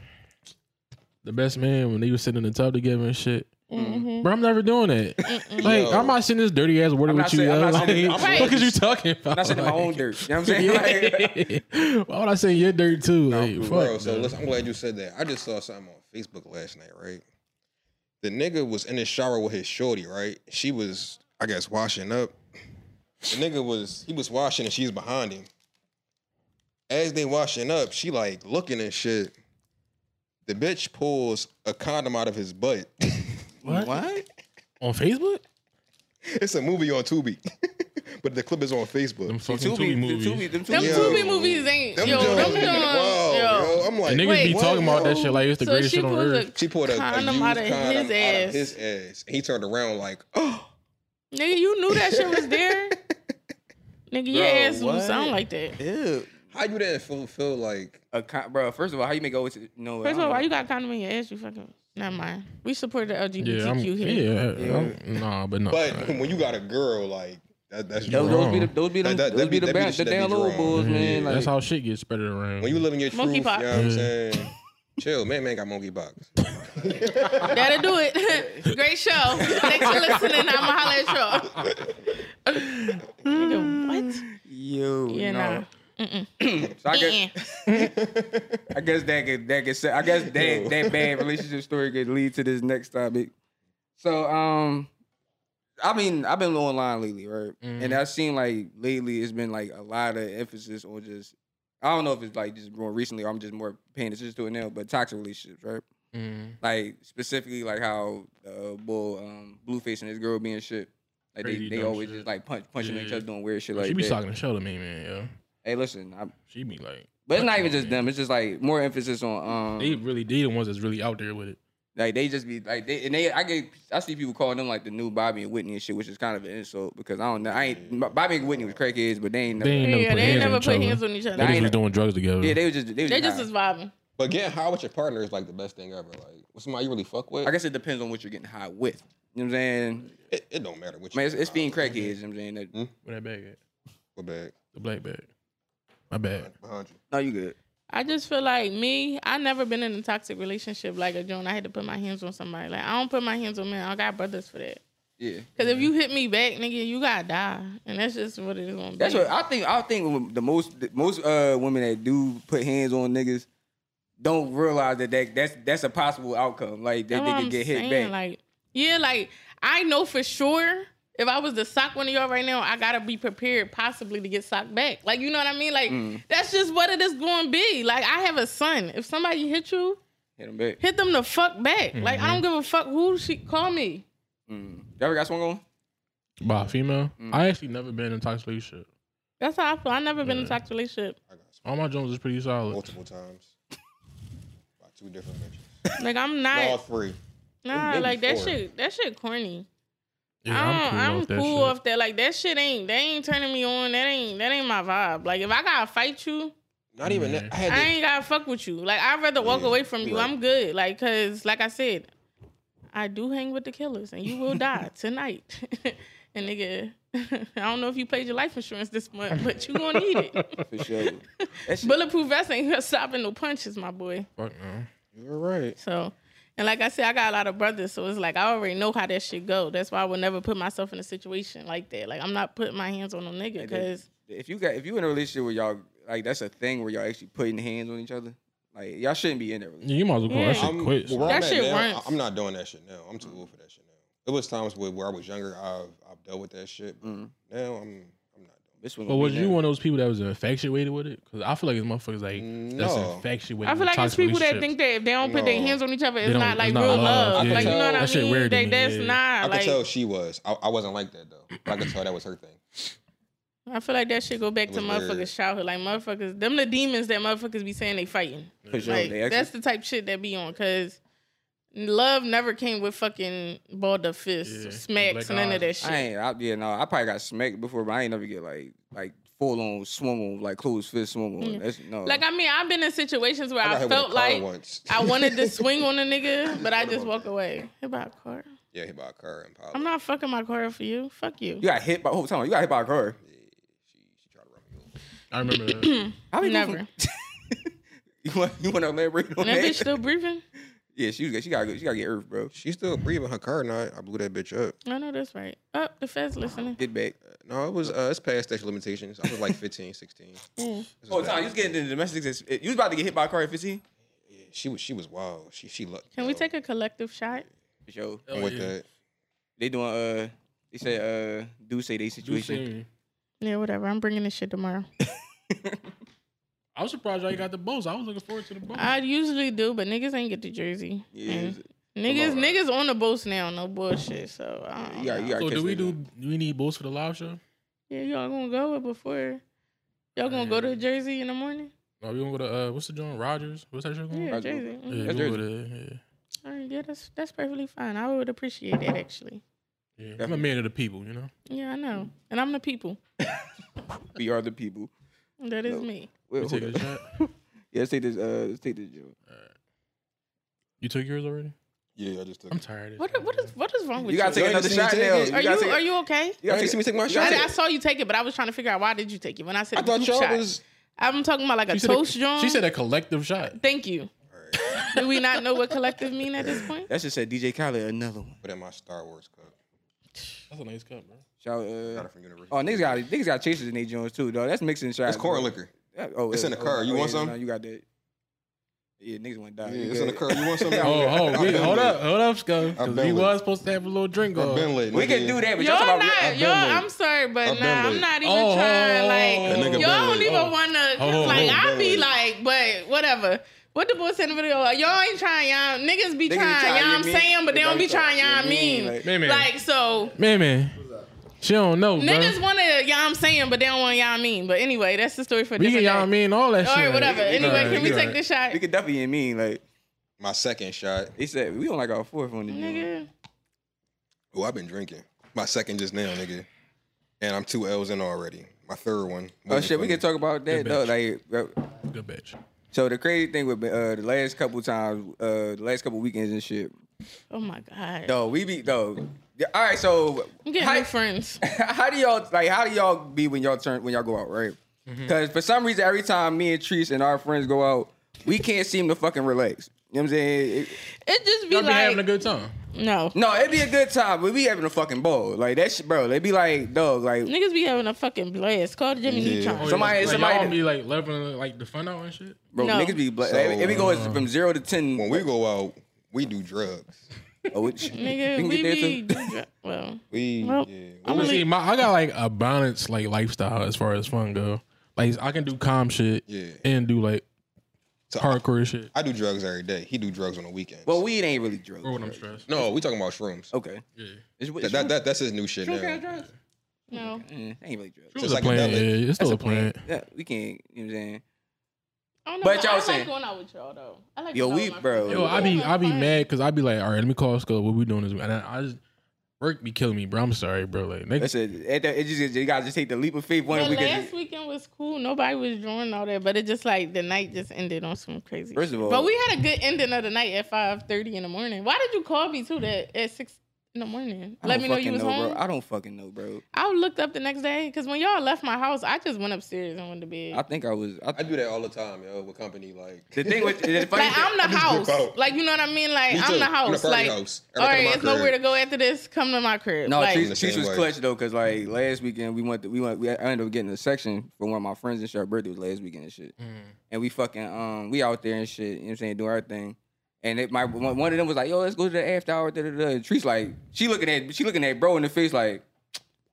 Speaker 4: The Best Man when they was sitting in the tub together and shit?
Speaker 3: Mhm.
Speaker 4: Bro, I'm never doing that.
Speaker 3: Mm-hmm.
Speaker 4: like,
Speaker 5: Yo.
Speaker 4: I'm not sitting this dirty ass water
Speaker 2: I'm
Speaker 4: with
Speaker 2: not
Speaker 4: you.
Speaker 2: sitting- I'm
Speaker 4: yo.
Speaker 2: not
Speaker 4: Like,
Speaker 2: sitting-
Speaker 4: what
Speaker 3: I'm-
Speaker 4: the fuck is you talking about?
Speaker 2: I'm not sitting in my own dirt. You know what I'm saying? Like,
Speaker 4: Yeah. Why would I say your dirty too? like, fuck,
Speaker 5: bro. So
Speaker 4: bro.
Speaker 5: listen, I'm glad you said that. I just saw something on Facebook last night, right? The nigga was in the shower with his shorty, right? She was, I guess, washing up. The nigga was, he was washing and she's behind him. As they washing up, she like looking and shit. The bitch pulls a condom out of his butt.
Speaker 4: What?
Speaker 2: what?
Speaker 4: On Facebook?
Speaker 5: it's a movie on Tubi, but the clip is on Facebook.
Speaker 4: Them
Speaker 2: Them
Speaker 4: fucking Tubi
Speaker 2: Tubi,
Speaker 4: movies.
Speaker 2: them Tubi, them
Speaker 3: Them
Speaker 5: Yo.
Speaker 2: Tubi.
Speaker 3: Tubi movies ain't
Speaker 5: Them
Speaker 3: yo,
Speaker 5: joints-
Speaker 3: them joints,
Speaker 5: Wow,
Speaker 3: yo.
Speaker 5: yo, I'm like,
Speaker 4: And niggas
Speaker 3: Wait,
Speaker 4: be
Speaker 5: what,
Speaker 4: talking about that
Speaker 5: yo?
Speaker 4: shit like it's the
Speaker 3: So
Speaker 4: greatest
Speaker 3: she
Speaker 4: shit on
Speaker 3: pulled
Speaker 4: earth.
Speaker 3: a
Speaker 5: She pulled a, a
Speaker 3: condom
Speaker 5: used
Speaker 3: out of his
Speaker 5: condom out of
Speaker 3: ass.
Speaker 5: his ass. And he turned around like, oh.
Speaker 3: Nigga, you knew that shit was there. Nigga, your
Speaker 2: Bro,
Speaker 3: ass loose. I
Speaker 2: what?
Speaker 3: don't like that.
Speaker 2: Ew.
Speaker 5: How you didn't feel, feel like
Speaker 2: A con- bro, first of all, how you make always no?
Speaker 3: First of all, why you got condom in your ass? You fucking never mind. We support the
Speaker 4: Yeah, I'm,
Speaker 3: LGBTQ here.
Speaker 4: yeah, I'm- nah, but no.
Speaker 5: but when you got a girl like That, that's
Speaker 4: Yo,
Speaker 2: Those,
Speaker 5: true.
Speaker 4: yo.
Speaker 2: those be the those be, them,
Speaker 5: That- that-
Speaker 2: those
Speaker 5: that
Speaker 2: be
Speaker 5: be-
Speaker 2: the
Speaker 5: that be
Speaker 2: bad,
Speaker 5: the
Speaker 2: the
Speaker 5: shit that
Speaker 2: damn
Speaker 5: be
Speaker 2: little
Speaker 5: wrong.
Speaker 2: bulls,
Speaker 4: Yeah,
Speaker 2: man. Like,
Speaker 4: Mm-hmm. mm, that's how shit gets spread around.
Speaker 5: When you live in your truth, you know what
Speaker 3: Monkeypox.
Speaker 5: I'm
Speaker 4: Yeah.
Speaker 5: saying? Chill, man, man got monkeypox.
Speaker 3: That'll do it. Great show. Thanks for listening. I'ma holler at y'all. Nigga, what?
Speaker 2: yo,
Speaker 3: Yeah, nah.
Speaker 2: So I guess,
Speaker 3: Mm-mm.
Speaker 2: I guess that could that could se- I guess that that bad relationship story could lead to this next topic. So um, I mean I've been online lately, right? And I've seen like lately it's been like a lot of emphasis on just I don't know if it's like just more recently or I'm just more paying attention to it now, but toxic relationships, right?
Speaker 4: Mm.
Speaker 2: Like specifically like how uh bull um blueface and his girl being shit. Like they,
Speaker 4: Crazy
Speaker 2: they
Speaker 4: dumb
Speaker 2: always
Speaker 4: shit.
Speaker 2: just like punch punching each
Speaker 4: Yeah.
Speaker 2: other doing weird shit like
Speaker 4: she be
Speaker 2: that.
Speaker 4: talking to Shell to me, man. Yo,
Speaker 2: Hey, listen, I,
Speaker 4: she be like,
Speaker 2: but it's not
Speaker 4: Fuck
Speaker 2: even
Speaker 4: no,
Speaker 2: just
Speaker 4: man.
Speaker 2: them. It's just like more emphasis on um
Speaker 4: they really they the ones that's really out there with it.
Speaker 2: Like they just be like they and they I get I see people calling them like the new Bobby and Whitney and shit, which is kind of an insult because I don't know I ain't Bobby and Whitney was crackheads, but they ain't
Speaker 4: They
Speaker 2: never,
Speaker 4: ain't
Speaker 3: Yeah,
Speaker 4: never put
Speaker 3: they ain't never put
Speaker 4: hands on each other.
Speaker 3: hands on each
Speaker 4: They
Speaker 3: other.
Speaker 4: just
Speaker 2: ain't-
Speaker 4: was doing drugs together.
Speaker 2: yeah they was just they was
Speaker 3: They
Speaker 2: just,
Speaker 3: just was vibing.
Speaker 5: But getting high with your partner is like the best thing ever. Like, with somebody you really fuck with,
Speaker 2: high. I guess it depends on what you're getting high with. You know what I'm saying?
Speaker 5: it, it don't matter what you
Speaker 2: Man, it's, it's
Speaker 5: high
Speaker 2: being
Speaker 5: with.
Speaker 2: crackheads. You know what I'm saying? That-
Speaker 4: Where that bag at?
Speaker 5: What bag?
Speaker 4: The black bag. My bad.
Speaker 5: Behind you.
Speaker 2: No, you good.
Speaker 3: I just feel like me, I never been in a toxic relationship like a Joan. I had to put my hands on somebody. Like I don't put my hands on men. I got brothers for that.
Speaker 2: Yeah,
Speaker 3: Cause if you hit me back, nigga, you gotta die, and that's just what it is gonna be.
Speaker 2: that's what I think. I think the most the most uh women that do put hands on niggas don't realize that, that that's that's a possible outcome. Like that
Speaker 3: That's what
Speaker 2: they
Speaker 3: I'm
Speaker 2: can get hit
Speaker 3: saying,
Speaker 2: back.
Speaker 3: Like yeah, like I know for sure if I was to sock one of y'all right now, I gotta be prepared possibly to get socked back. Like you know what I mean? Like
Speaker 2: Mm.
Speaker 3: that's just what it is gonna be. Like I have a son. If somebody hit you,
Speaker 2: hit them back.
Speaker 3: hit them the fuck back. Like I
Speaker 2: Mm-hmm.
Speaker 3: don't give a fuck who she call me.
Speaker 2: Mm. Y'all ever got swung on?
Speaker 4: By a female, I actually never been in a toxic relationship.
Speaker 3: That's how I feel. I never been in a toxic relationship.
Speaker 5: I got some
Speaker 4: All my Jones is pretty solid.
Speaker 5: multiple times. By two different bitches.
Speaker 3: Like I'm
Speaker 5: All
Speaker 3: not.
Speaker 5: three.
Speaker 3: Nah,
Speaker 5: maybe
Speaker 3: like that
Speaker 5: four.
Speaker 3: shit. That shit corny.
Speaker 4: Yeah,
Speaker 3: I don't, I'm cool,
Speaker 4: shit.
Speaker 3: off that. Like that shit ain't. That ain't turning me on. That ain't. That ain't my vibe. Like if I gotta fight you,
Speaker 5: Not even
Speaker 4: Mhm.
Speaker 5: that. I had
Speaker 3: I
Speaker 5: to,
Speaker 3: ain't gotta fuck with you. Like I'd rather walk
Speaker 5: Yeah,
Speaker 3: away from you.
Speaker 5: right.
Speaker 3: I'm good. Like cause like I said, I do hang with the killers, and you will die tonight. and nigga, I don't know if you paid your life insurance this month, but you gonna need it.
Speaker 2: For sure. That shit-
Speaker 3: Bulletproof vest ain't stopping no punches, my boy.
Speaker 4: Fuck no.
Speaker 5: You're right.
Speaker 3: So, and like I said, I got a lot of brothers, so it's like I already know how that shit go. That's why I would never put myself in a situation like that. Like I'm not putting my hands on no nigga
Speaker 2: that-
Speaker 3: because
Speaker 2: if you got if you in a relationship where y'all like that's a thing where y'all actually putting hands on each other, like y'all shouldn't be in that relationship.
Speaker 4: You might as well call
Speaker 3: Yeah.
Speaker 4: that shit
Speaker 5: I'm,
Speaker 4: quits.
Speaker 5: well, where
Speaker 3: That
Speaker 5: I'm at
Speaker 3: shit
Speaker 5: now,
Speaker 3: runs.
Speaker 5: I- I'm not doing that shit now. I'm too old for that shit now. It was times where, where I was younger, I've, I've dealt with that shit. But
Speaker 2: Mhm.
Speaker 5: Now I'm I'm not doing
Speaker 2: This one.
Speaker 4: But
Speaker 2: gonna
Speaker 4: was
Speaker 2: be
Speaker 4: you
Speaker 2: now.
Speaker 4: one of those people that was infatuated with it? Because I feel like it's motherfuckers like that's
Speaker 5: No.
Speaker 4: infatuated.
Speaker 3: I feel
Speaker 4: with
Speaker 3: like it's
Speaker 4: toxic
Speaker 3: people that
Speaker 4: relationships.
Speaker 3: think that if they don't put their
Speaker 5: No.
Speaker 3: hands on each other, it's
Speaker 4: don't-
Speaker 3: not
Speaker 4: it's
Speaker 3: like
Speaker 4: not
Speaker 3: real
Speaker 4: love.
Speaker 3: love.
Speaker 5: Yeah.
Speaker 3: Like you know what I
Speaker 4: That shit
Speaker 3: mean?
Speaker 4: weird to
Speaker 3: Like,
Speaker 4: me,
Speaker 3: that's
Speaker 4: yeah.
Speaker 5: I
Speaker 3: not
Speaker 5: could
Speaker 3: like
Speaker 5: tell she was. I, I wasn't like that though. But I could tell that was her thing.
Speaker 3: I feel like that shit go back
Speaker 5: It
Speaker 3: to
Speaker 5: was
Speaker 3: motherfuckers'
Speaker 5: weird.
Speaker 3: childhood. Like motherfuckers, them the demons that motherfuckers be saying they fighting.
Speaker 2: For sure,
Speaker 3: Like
Speaker 2: they actually-
Speaker 3: that's the type shit that be on because. Love never came with fucking balled up fists,
Speaker 4: Yeah.
Speaker 3: smacks,
Speaker 4: Black
Speaker 3: none of that
Speaker 4: eyes.
Speaker 3: shit.
Speaker 2: I ain't. I, yeah, no. I probably got smacked before, but I ain't never get like like full on swung on like closed fist swung on. That's no.
Speaker 3: Like I mean, I've been in situations where
Speaker 5: got
Speaker 3: I,
Speaker 5: hit with a
Speaker 3: felt
Speaker 5: car
Speaker 3: like
Speaker 5: once.
Speaker 3: I wanted to swing on a nigga, but I just
Speaker 5: about
Speaker 3: walk away. Hit by a car.
Speaker 5: yeah, hit by a car in Palo.
Speaker 3: I'm not fucking my car up for you. Fuck you.
Speaker 2: you got hit by. Whole time you got hit by a car.
Speaker 5: She, she tried to run me over.
Speaker 4: I remember that.
Speaker 2: How we go
Speaker 3: Never.
Speaker 2: from- you want you want to elaborate on
Speaker 3: And that
Speaker 2: that?
Speaker 3: bitch still breathing.
Speaker 2: yeah, she was- she got she got to get earth, bro.
Speaker 5: She still breathing her car, and I, I blew that bitch up.
Speaker 3: I know that's right. Oh, the feds listening.
Speaker 2: Get back.
Speaker 5: No, it was uh, it's past statute of limitations. I was like 15, 16.
Speaker 3: Yeah.
Speaker 5: This was
Speaker 2: Oh, time
Speaker 5: back-
Speaker 2: you was getting into domestic. sis- You was about to get hit by a car at fifteen.
Speaker 5: yeah, she was she was wild. She she looked.
Speaker 3: Can we take a collective shot?
Speaker 2: For sure.
Speaker 4: Oh,
Speaker 5: with
Speaker 4: yeah.
Speaker 5: that?
Speaker 2: They doing uh. They say uh. Do say they
Speaker 4: You
Speaker 2: situation.
Speaker 4: seen me.
Speaker 3: Yeah, whatever. I'm bringing this shit tomorrow.
Speaker 4: I was surprised y'all got the bows. I was looking forward to the bows.
Speaker 3: I usually do, but niggas ain't get the jersey.
Speaker 2: Yeah,
Speaker 3: And
Speaker 2: it's-
Speaker 3: Niggas,
Speaker 2: Come on,
Speaker 3: niggas on the boats now. No bullshit. So I don't
Speaker 2: You got,
Speaker 3: know.
Speaker 2: you got
Speaker 4: so
Speaker 2: catch
Speaker 4: do we
Speaker 2: that
Speaker 4: do?
Speaker 2: down.
Speaker 4: Do we need bows for the live show?
Speaker 3: Yeah, y'all gonna go before y'all gonna go to Jersey in the morning?
Speaker 4: Are we gonna go to uh, what's the joint? Rogers? What's that shit called?
Speaker 3: Yeah,
Speaker 2: Roger.
Speaker 3: Jersey. Mhm.
Speaker 4: Yeah,
Speaker 2: That's
Speaker 4: we gonna go to-
Speaker 3: All right, yeah, that's that's perfectly fine. I would appreciate that actually.
Speaker 4: yeah, yeah. I'm a man of the people, you know.
Speaker 3: Yeah, I know, and I'm the people.
Speaker 2: We are the people.
Speaker 3: That is me.
Speaker 2: Wait,
Speaker 4: You
Speaker 2: hold
Speaker 4: take a
Speaker 2: up.
Speaker 4: shot.
Speaker 2: Yeah, let's take this. Uh, let's take this. Joe.
Speaker 4: You took yours already?
Speaker 5: Yeah, I just took.
Speaker 4: I'm tired. Of
Speaker 3: What what is what is wrong with
Speaker 2: You
Speaker 3: you?
Speaker 2: gotta take
Speaker 5: ain't
Speaker 2: another
Speaker 5: seen me
Speaker 2: shot
Speaker 5: take
Speaker 2: now.
Speaker 5: it?
Speaker 3: are you
Speaker 2: gotta take-
Speaker 3: are you okay?
Speaker 5: You gotta see me take my
Speaker 2: You
Speaker 5: shot.
Speaker 2: gotta
Speaker 3: I,
Speaker 2: take-
Speaker 3: I saw you take it, but I was trying to figure out why did you take it. When I said
Speaker 5: I
Speaker 3: a
Speaker 5: thought
Speaker 3: group
Speaker 5: y'all
Speaker 3: shot,
Speaker 5: was.
Speaker 3: I'm talking about like a
Speaker 4: She said a-
Speaker 3: toast joint.
Speaker 4: She said a collective shot.
Speaker 3: "Thank you." Do we not know what collective mean at this point?
Speaker 2: That just said DJ Khaled another one.
Speaker 5: Put in my Star Wars cup.
Speaker 4: That's a nice cup, bro.
Speaker 2: Shout,
Speaker 5: Got
Speaker 2: uh,
Speaker 5: it from Universal.
Speaker 2: oh, niggas got niggas got chasers in their joints too, though. That's mixing shots.
Speaker 5: It's corn
Speaker 2: bro.
Speaker 5: liquor.
Speaker 2: Yeah, Oh,
Speaker 5: It's
Speaker 2: yeah,
Speaker 5: in the
Speaker 2: oh,
Speaker 5: car. You
Speaker 2: oh,
Speaker 5: want
Speaker 2: yeah,
Speaker 5: some?
Speaker 2: no, you got that. Yeah, niggas want to die.
Speaker 5: Yeah,
Speaker 2: You
Speaker 5: it's in the
Speaker 2: good.
Speaker 5: car. You want some?
Speaker 4: Oh,
Speaker 5: I've
Speaker 4: oh, wait,
Speaker 5: been
Speaker 4: hold
Speaker 5: lit.
Speaker 4: up, hold up, Scum.
Speaker 5: I've
Speaker 4: Because
Speaker 5: been
Speaker 4: he
Speaker 5: lit.
Speaker 4: was supposed to have a little drink uh,
Speaker 5: I've
Speaker 4: on.
Speaker 5: been lit.
Speaker 2: We can
Speaker 5: nigga.
Speaker 2: do that, but
Speaker 3: Y'all
Speaker 2: y'all talking about
Speaker 3: not, y'all. I'm sorry,
Speaker 5: I've
Speaker 3: but
Speaker 5: been
Speaker 3: nah, I'm
Speaker 5: late.
Speaker 3: not even
Speaker 4: Oh,
Speaker 3: trying.
Speaker 4: oh,
Speaker 5: That
Speaker 3: Like
Speaker 5: nigga been
Speaker 3: y'all don't
Speaker 5: late.
Speaker 3: even
Speaker 4: Oh.
Speaker 3: wanna. Cause
Speaker 4: Oh,
Speaker 3: like
Speaker 4: oh,
Speaker 3: I
Speaker 5: been
Speaker 3: be
Speaker 5: late.
Speaker 3: like, but whatever. What the boy said in the video? Y'all ain't trying, y'all niggas be
Speaker 2: Niggas be
Speaker 3: trying,
Speaker 2: trying,
Speaker 3: y'all.
Speaker 2: you
Speaker 3: I'm
Speaker 2: mean?
Speaker 3: saying, but they don't be
Speaker 2: Everybody
Speaker 3: trying, y'all. I
Speaker 2: trying, you
Speaker 3: mean,
Speaker 2: mean,
Speaker 4: Man, man.
Speaker 3: like so.
Speaker 4: man, man. She don't know, bro.
Speaker 3: Niggas want to, y'all. I'm saying, but they don't want y'all. I mean, but anyway, that's the story for. a
Speaker 4: we can
Speaker 3: different
Speaker 4: y'all
Speaker 3: day.
Speaker 4: mean all that
Speaker 3: All
Speaker 4: shit.
Speaker 3: right, whatever.
Speaker 4: Like,
Speaker 3: Anyway,
Speaker 4: alright,
Speaker 3: can we take
Speaker 4: alright.
Speaker 3: this shot?
Speaker 2: We could definitely mean like
Speaker 5: My second shot.
Speaker 2: they said we don't like our fourth on the joint.
Speaker 3: Nigga,
Speaker 5: Oh, I've been drinking. My second just now, nigga. And I'm two L's in already. My third one.
Speaker 2: Oh shit, we can talk about that though. Like, uh,
Speaker 4: Good bitch.
Speaker 2: so the crazy thing with uh, the last couple times, uh, the last couple weekends and shit.
Speaker 3: oh my god,
Speaker 2: No, we be though. All right, so
Speaker 3: I'm getting
Speaker 2: how-
Speaker 3: new friends.
Speaker 2: how do y'all like how do y'all be when y'all turn when y'all go out right because for some reason every time me and Treese and our friends go out we can't seem to fucking relax you know what I'm saying? It-
Speaker 3: It just be
Speaker 4: Y'all be having a
Speaker 3: like
Speaker 4: good time.
Speaker 3: no.
Speaker 2: no, it'd be a good time, but we having a fucking ball. Like that shit, bro. They be like, dog, like
Speaker 3: Niggas be having a fucking blast. Call Jimmy
Speaker 5: Yeah.
Speaker 3: Neutron.
Speaker 2: Somebody-
Speaker 4: Oh, like,
Speaker 2: somebody-
Speaker 4: y'all be like leveling like the fun out and shit.
Speaker 2: bro,
Speaker 3: No.
Speaker 2: niggas be bla-
Speaker 5: So, uh,
Speaker 2: like, if we go from zero to ten.
Speaker 5: When we go out, we do drugs.
Speaker 2: oh, which,
Speaker 3: Nigga,
Speaker 2: we can
Speaker 3: we
Speaker 2: get
Speaker 3: be
Speaker 2: there
Speaker 3: well.
Speaker 5: We
Speaker 3: Well,
Speaker 5: yeah.
Speaker 3: I'm
Speaker 4: But
Speaker 3: gonna
Speaker 4: see,
Speaker 3: leave.
Speaker 4: my, I got like a balanced like lifestyle as far as fun go. Like I can do calm shit
Speaker 5: Yeah.
Speaker 4: and do like
Speaker 5: So I,
Speaker 4: hardcore shit.
Speaker 5: I do drugs every day. He do drugs on the weekends.
Speaker 2: Well, weed ain't really drugs.
Speaker 4: Or when I'm stressed.
Speaker 5: no, we talking about shrooms.
Speaker 2: Okay,
Speaker 4: Yeah. It
Speaker 2: it's, it's
Speaker 5: That, that, that- that's his new shit
Speaker 2: drug- drug
Speaker 5: now.
Speaker 2: drugs.
Speaker 3: No.
Speaker 2: Eh, ain't really drugs.
Speaker 5: Just
Speaker 4: was
Speaker 5: like
Speaker 4: a
Speaker 5: a
Speaker 4: plan.
Speaker 5: devil.
Speaker 4: yeah, it's
Speaker 2: That's
Speaker 4: still a plan.
Speaker 2: Yeah, we can't. You know what I'm saying?
Speaker 3: I don't know.
Speaker 2: But
Speaker 3: I
Speaker 2: y'all
Speaker 3: like
Speaker 2: saying-
Speaker 3: going out with y'all though. I like
Speaker 2: Yo,
Speaker 3: going out
Speaker 2: we-
Speaker 3: with my
Speaker 2: bro.
Speaker 3: friends.
Speaker 4: Yo, I be I be
Speaker 3: Fun.
Speaker 4: mad because I be like, all right, let me call Skull. What we doing this? And I, I just work be killing me, bro. I'm sorry, bro. Like
Speaker 2: That's
Speaker 4: niggas,
Speaker 2: it. It, it just you gotta just take the leap of faith one
Speaker 3: But
Speaker 2: weekend.
Speaker 3: last weekend was cool. Nobody was drawing all that, but it just like the night just ended on some crazy.
Speaker 2: First
Speaker 3: shit.
Speaker 2: of all-
Speaker 3: but we had a good ending of the night at five thirty in the morning. Why did you call me too? That at six in the morning.
Speaker 2: I
Speaker 3: Let
Speaker 2: don't
Speaker 3: me know
Speaker 2: fucking
Speaker 3: you was home.
Speaker 2: Bro. I don't fucking know, bro.
Speaker 3: I looked up the next day because when y'all left my house, I just went upstairs and went to bed.
Speaker 2: I think I was. I,
Speaker 5: I do that all the time, yo, with company. Like
Speaker 2: the thing with the funny
Speaker 3: like I'm the
Speaker 5: just whip
Speaker 3: house.
Speaker 5: out.
Speaker 3: Like you know what I mean? Like
Speaker 5: Me
Speaker 3: I'm
Speaker 5: too.
Speaker 3: the
Speaker 5: I'm the
Speaker 3: house.
Speaker 5: party
Speaker 3: like
Speaker 5: house.
Speaker 3: all
Speaker 5: Everybody
Speaker 3: right,
Speaker 5: come
Speaker 3: there's
Speaker 5: to my
Speaker 3: nowhere
Speaker 5: crib.
Speaker 3: to go after this. Come to my crib.
Speaker 2: no,
Speaker 3: like,
Speaker 2: Trees
Speaker 5: the
Speaker 2: Trees
Speaker 5: same
Speaker 2: was
Speaker 5: way.
Speaker 2: clutch though, cause like last weekend we went, to, we went, we, I ended up getting a section for one of my friends and shit. Her birthday was last weekend and
Speaker 3: Mm.
Speaker 2: shit, and we fucking um we out there and shit. You know what I'm saying doing our thing, and it my one one of them was like, yo, let's go to the after hour. Da, da, da. And Trees like she looking at she looking at bro in the face like,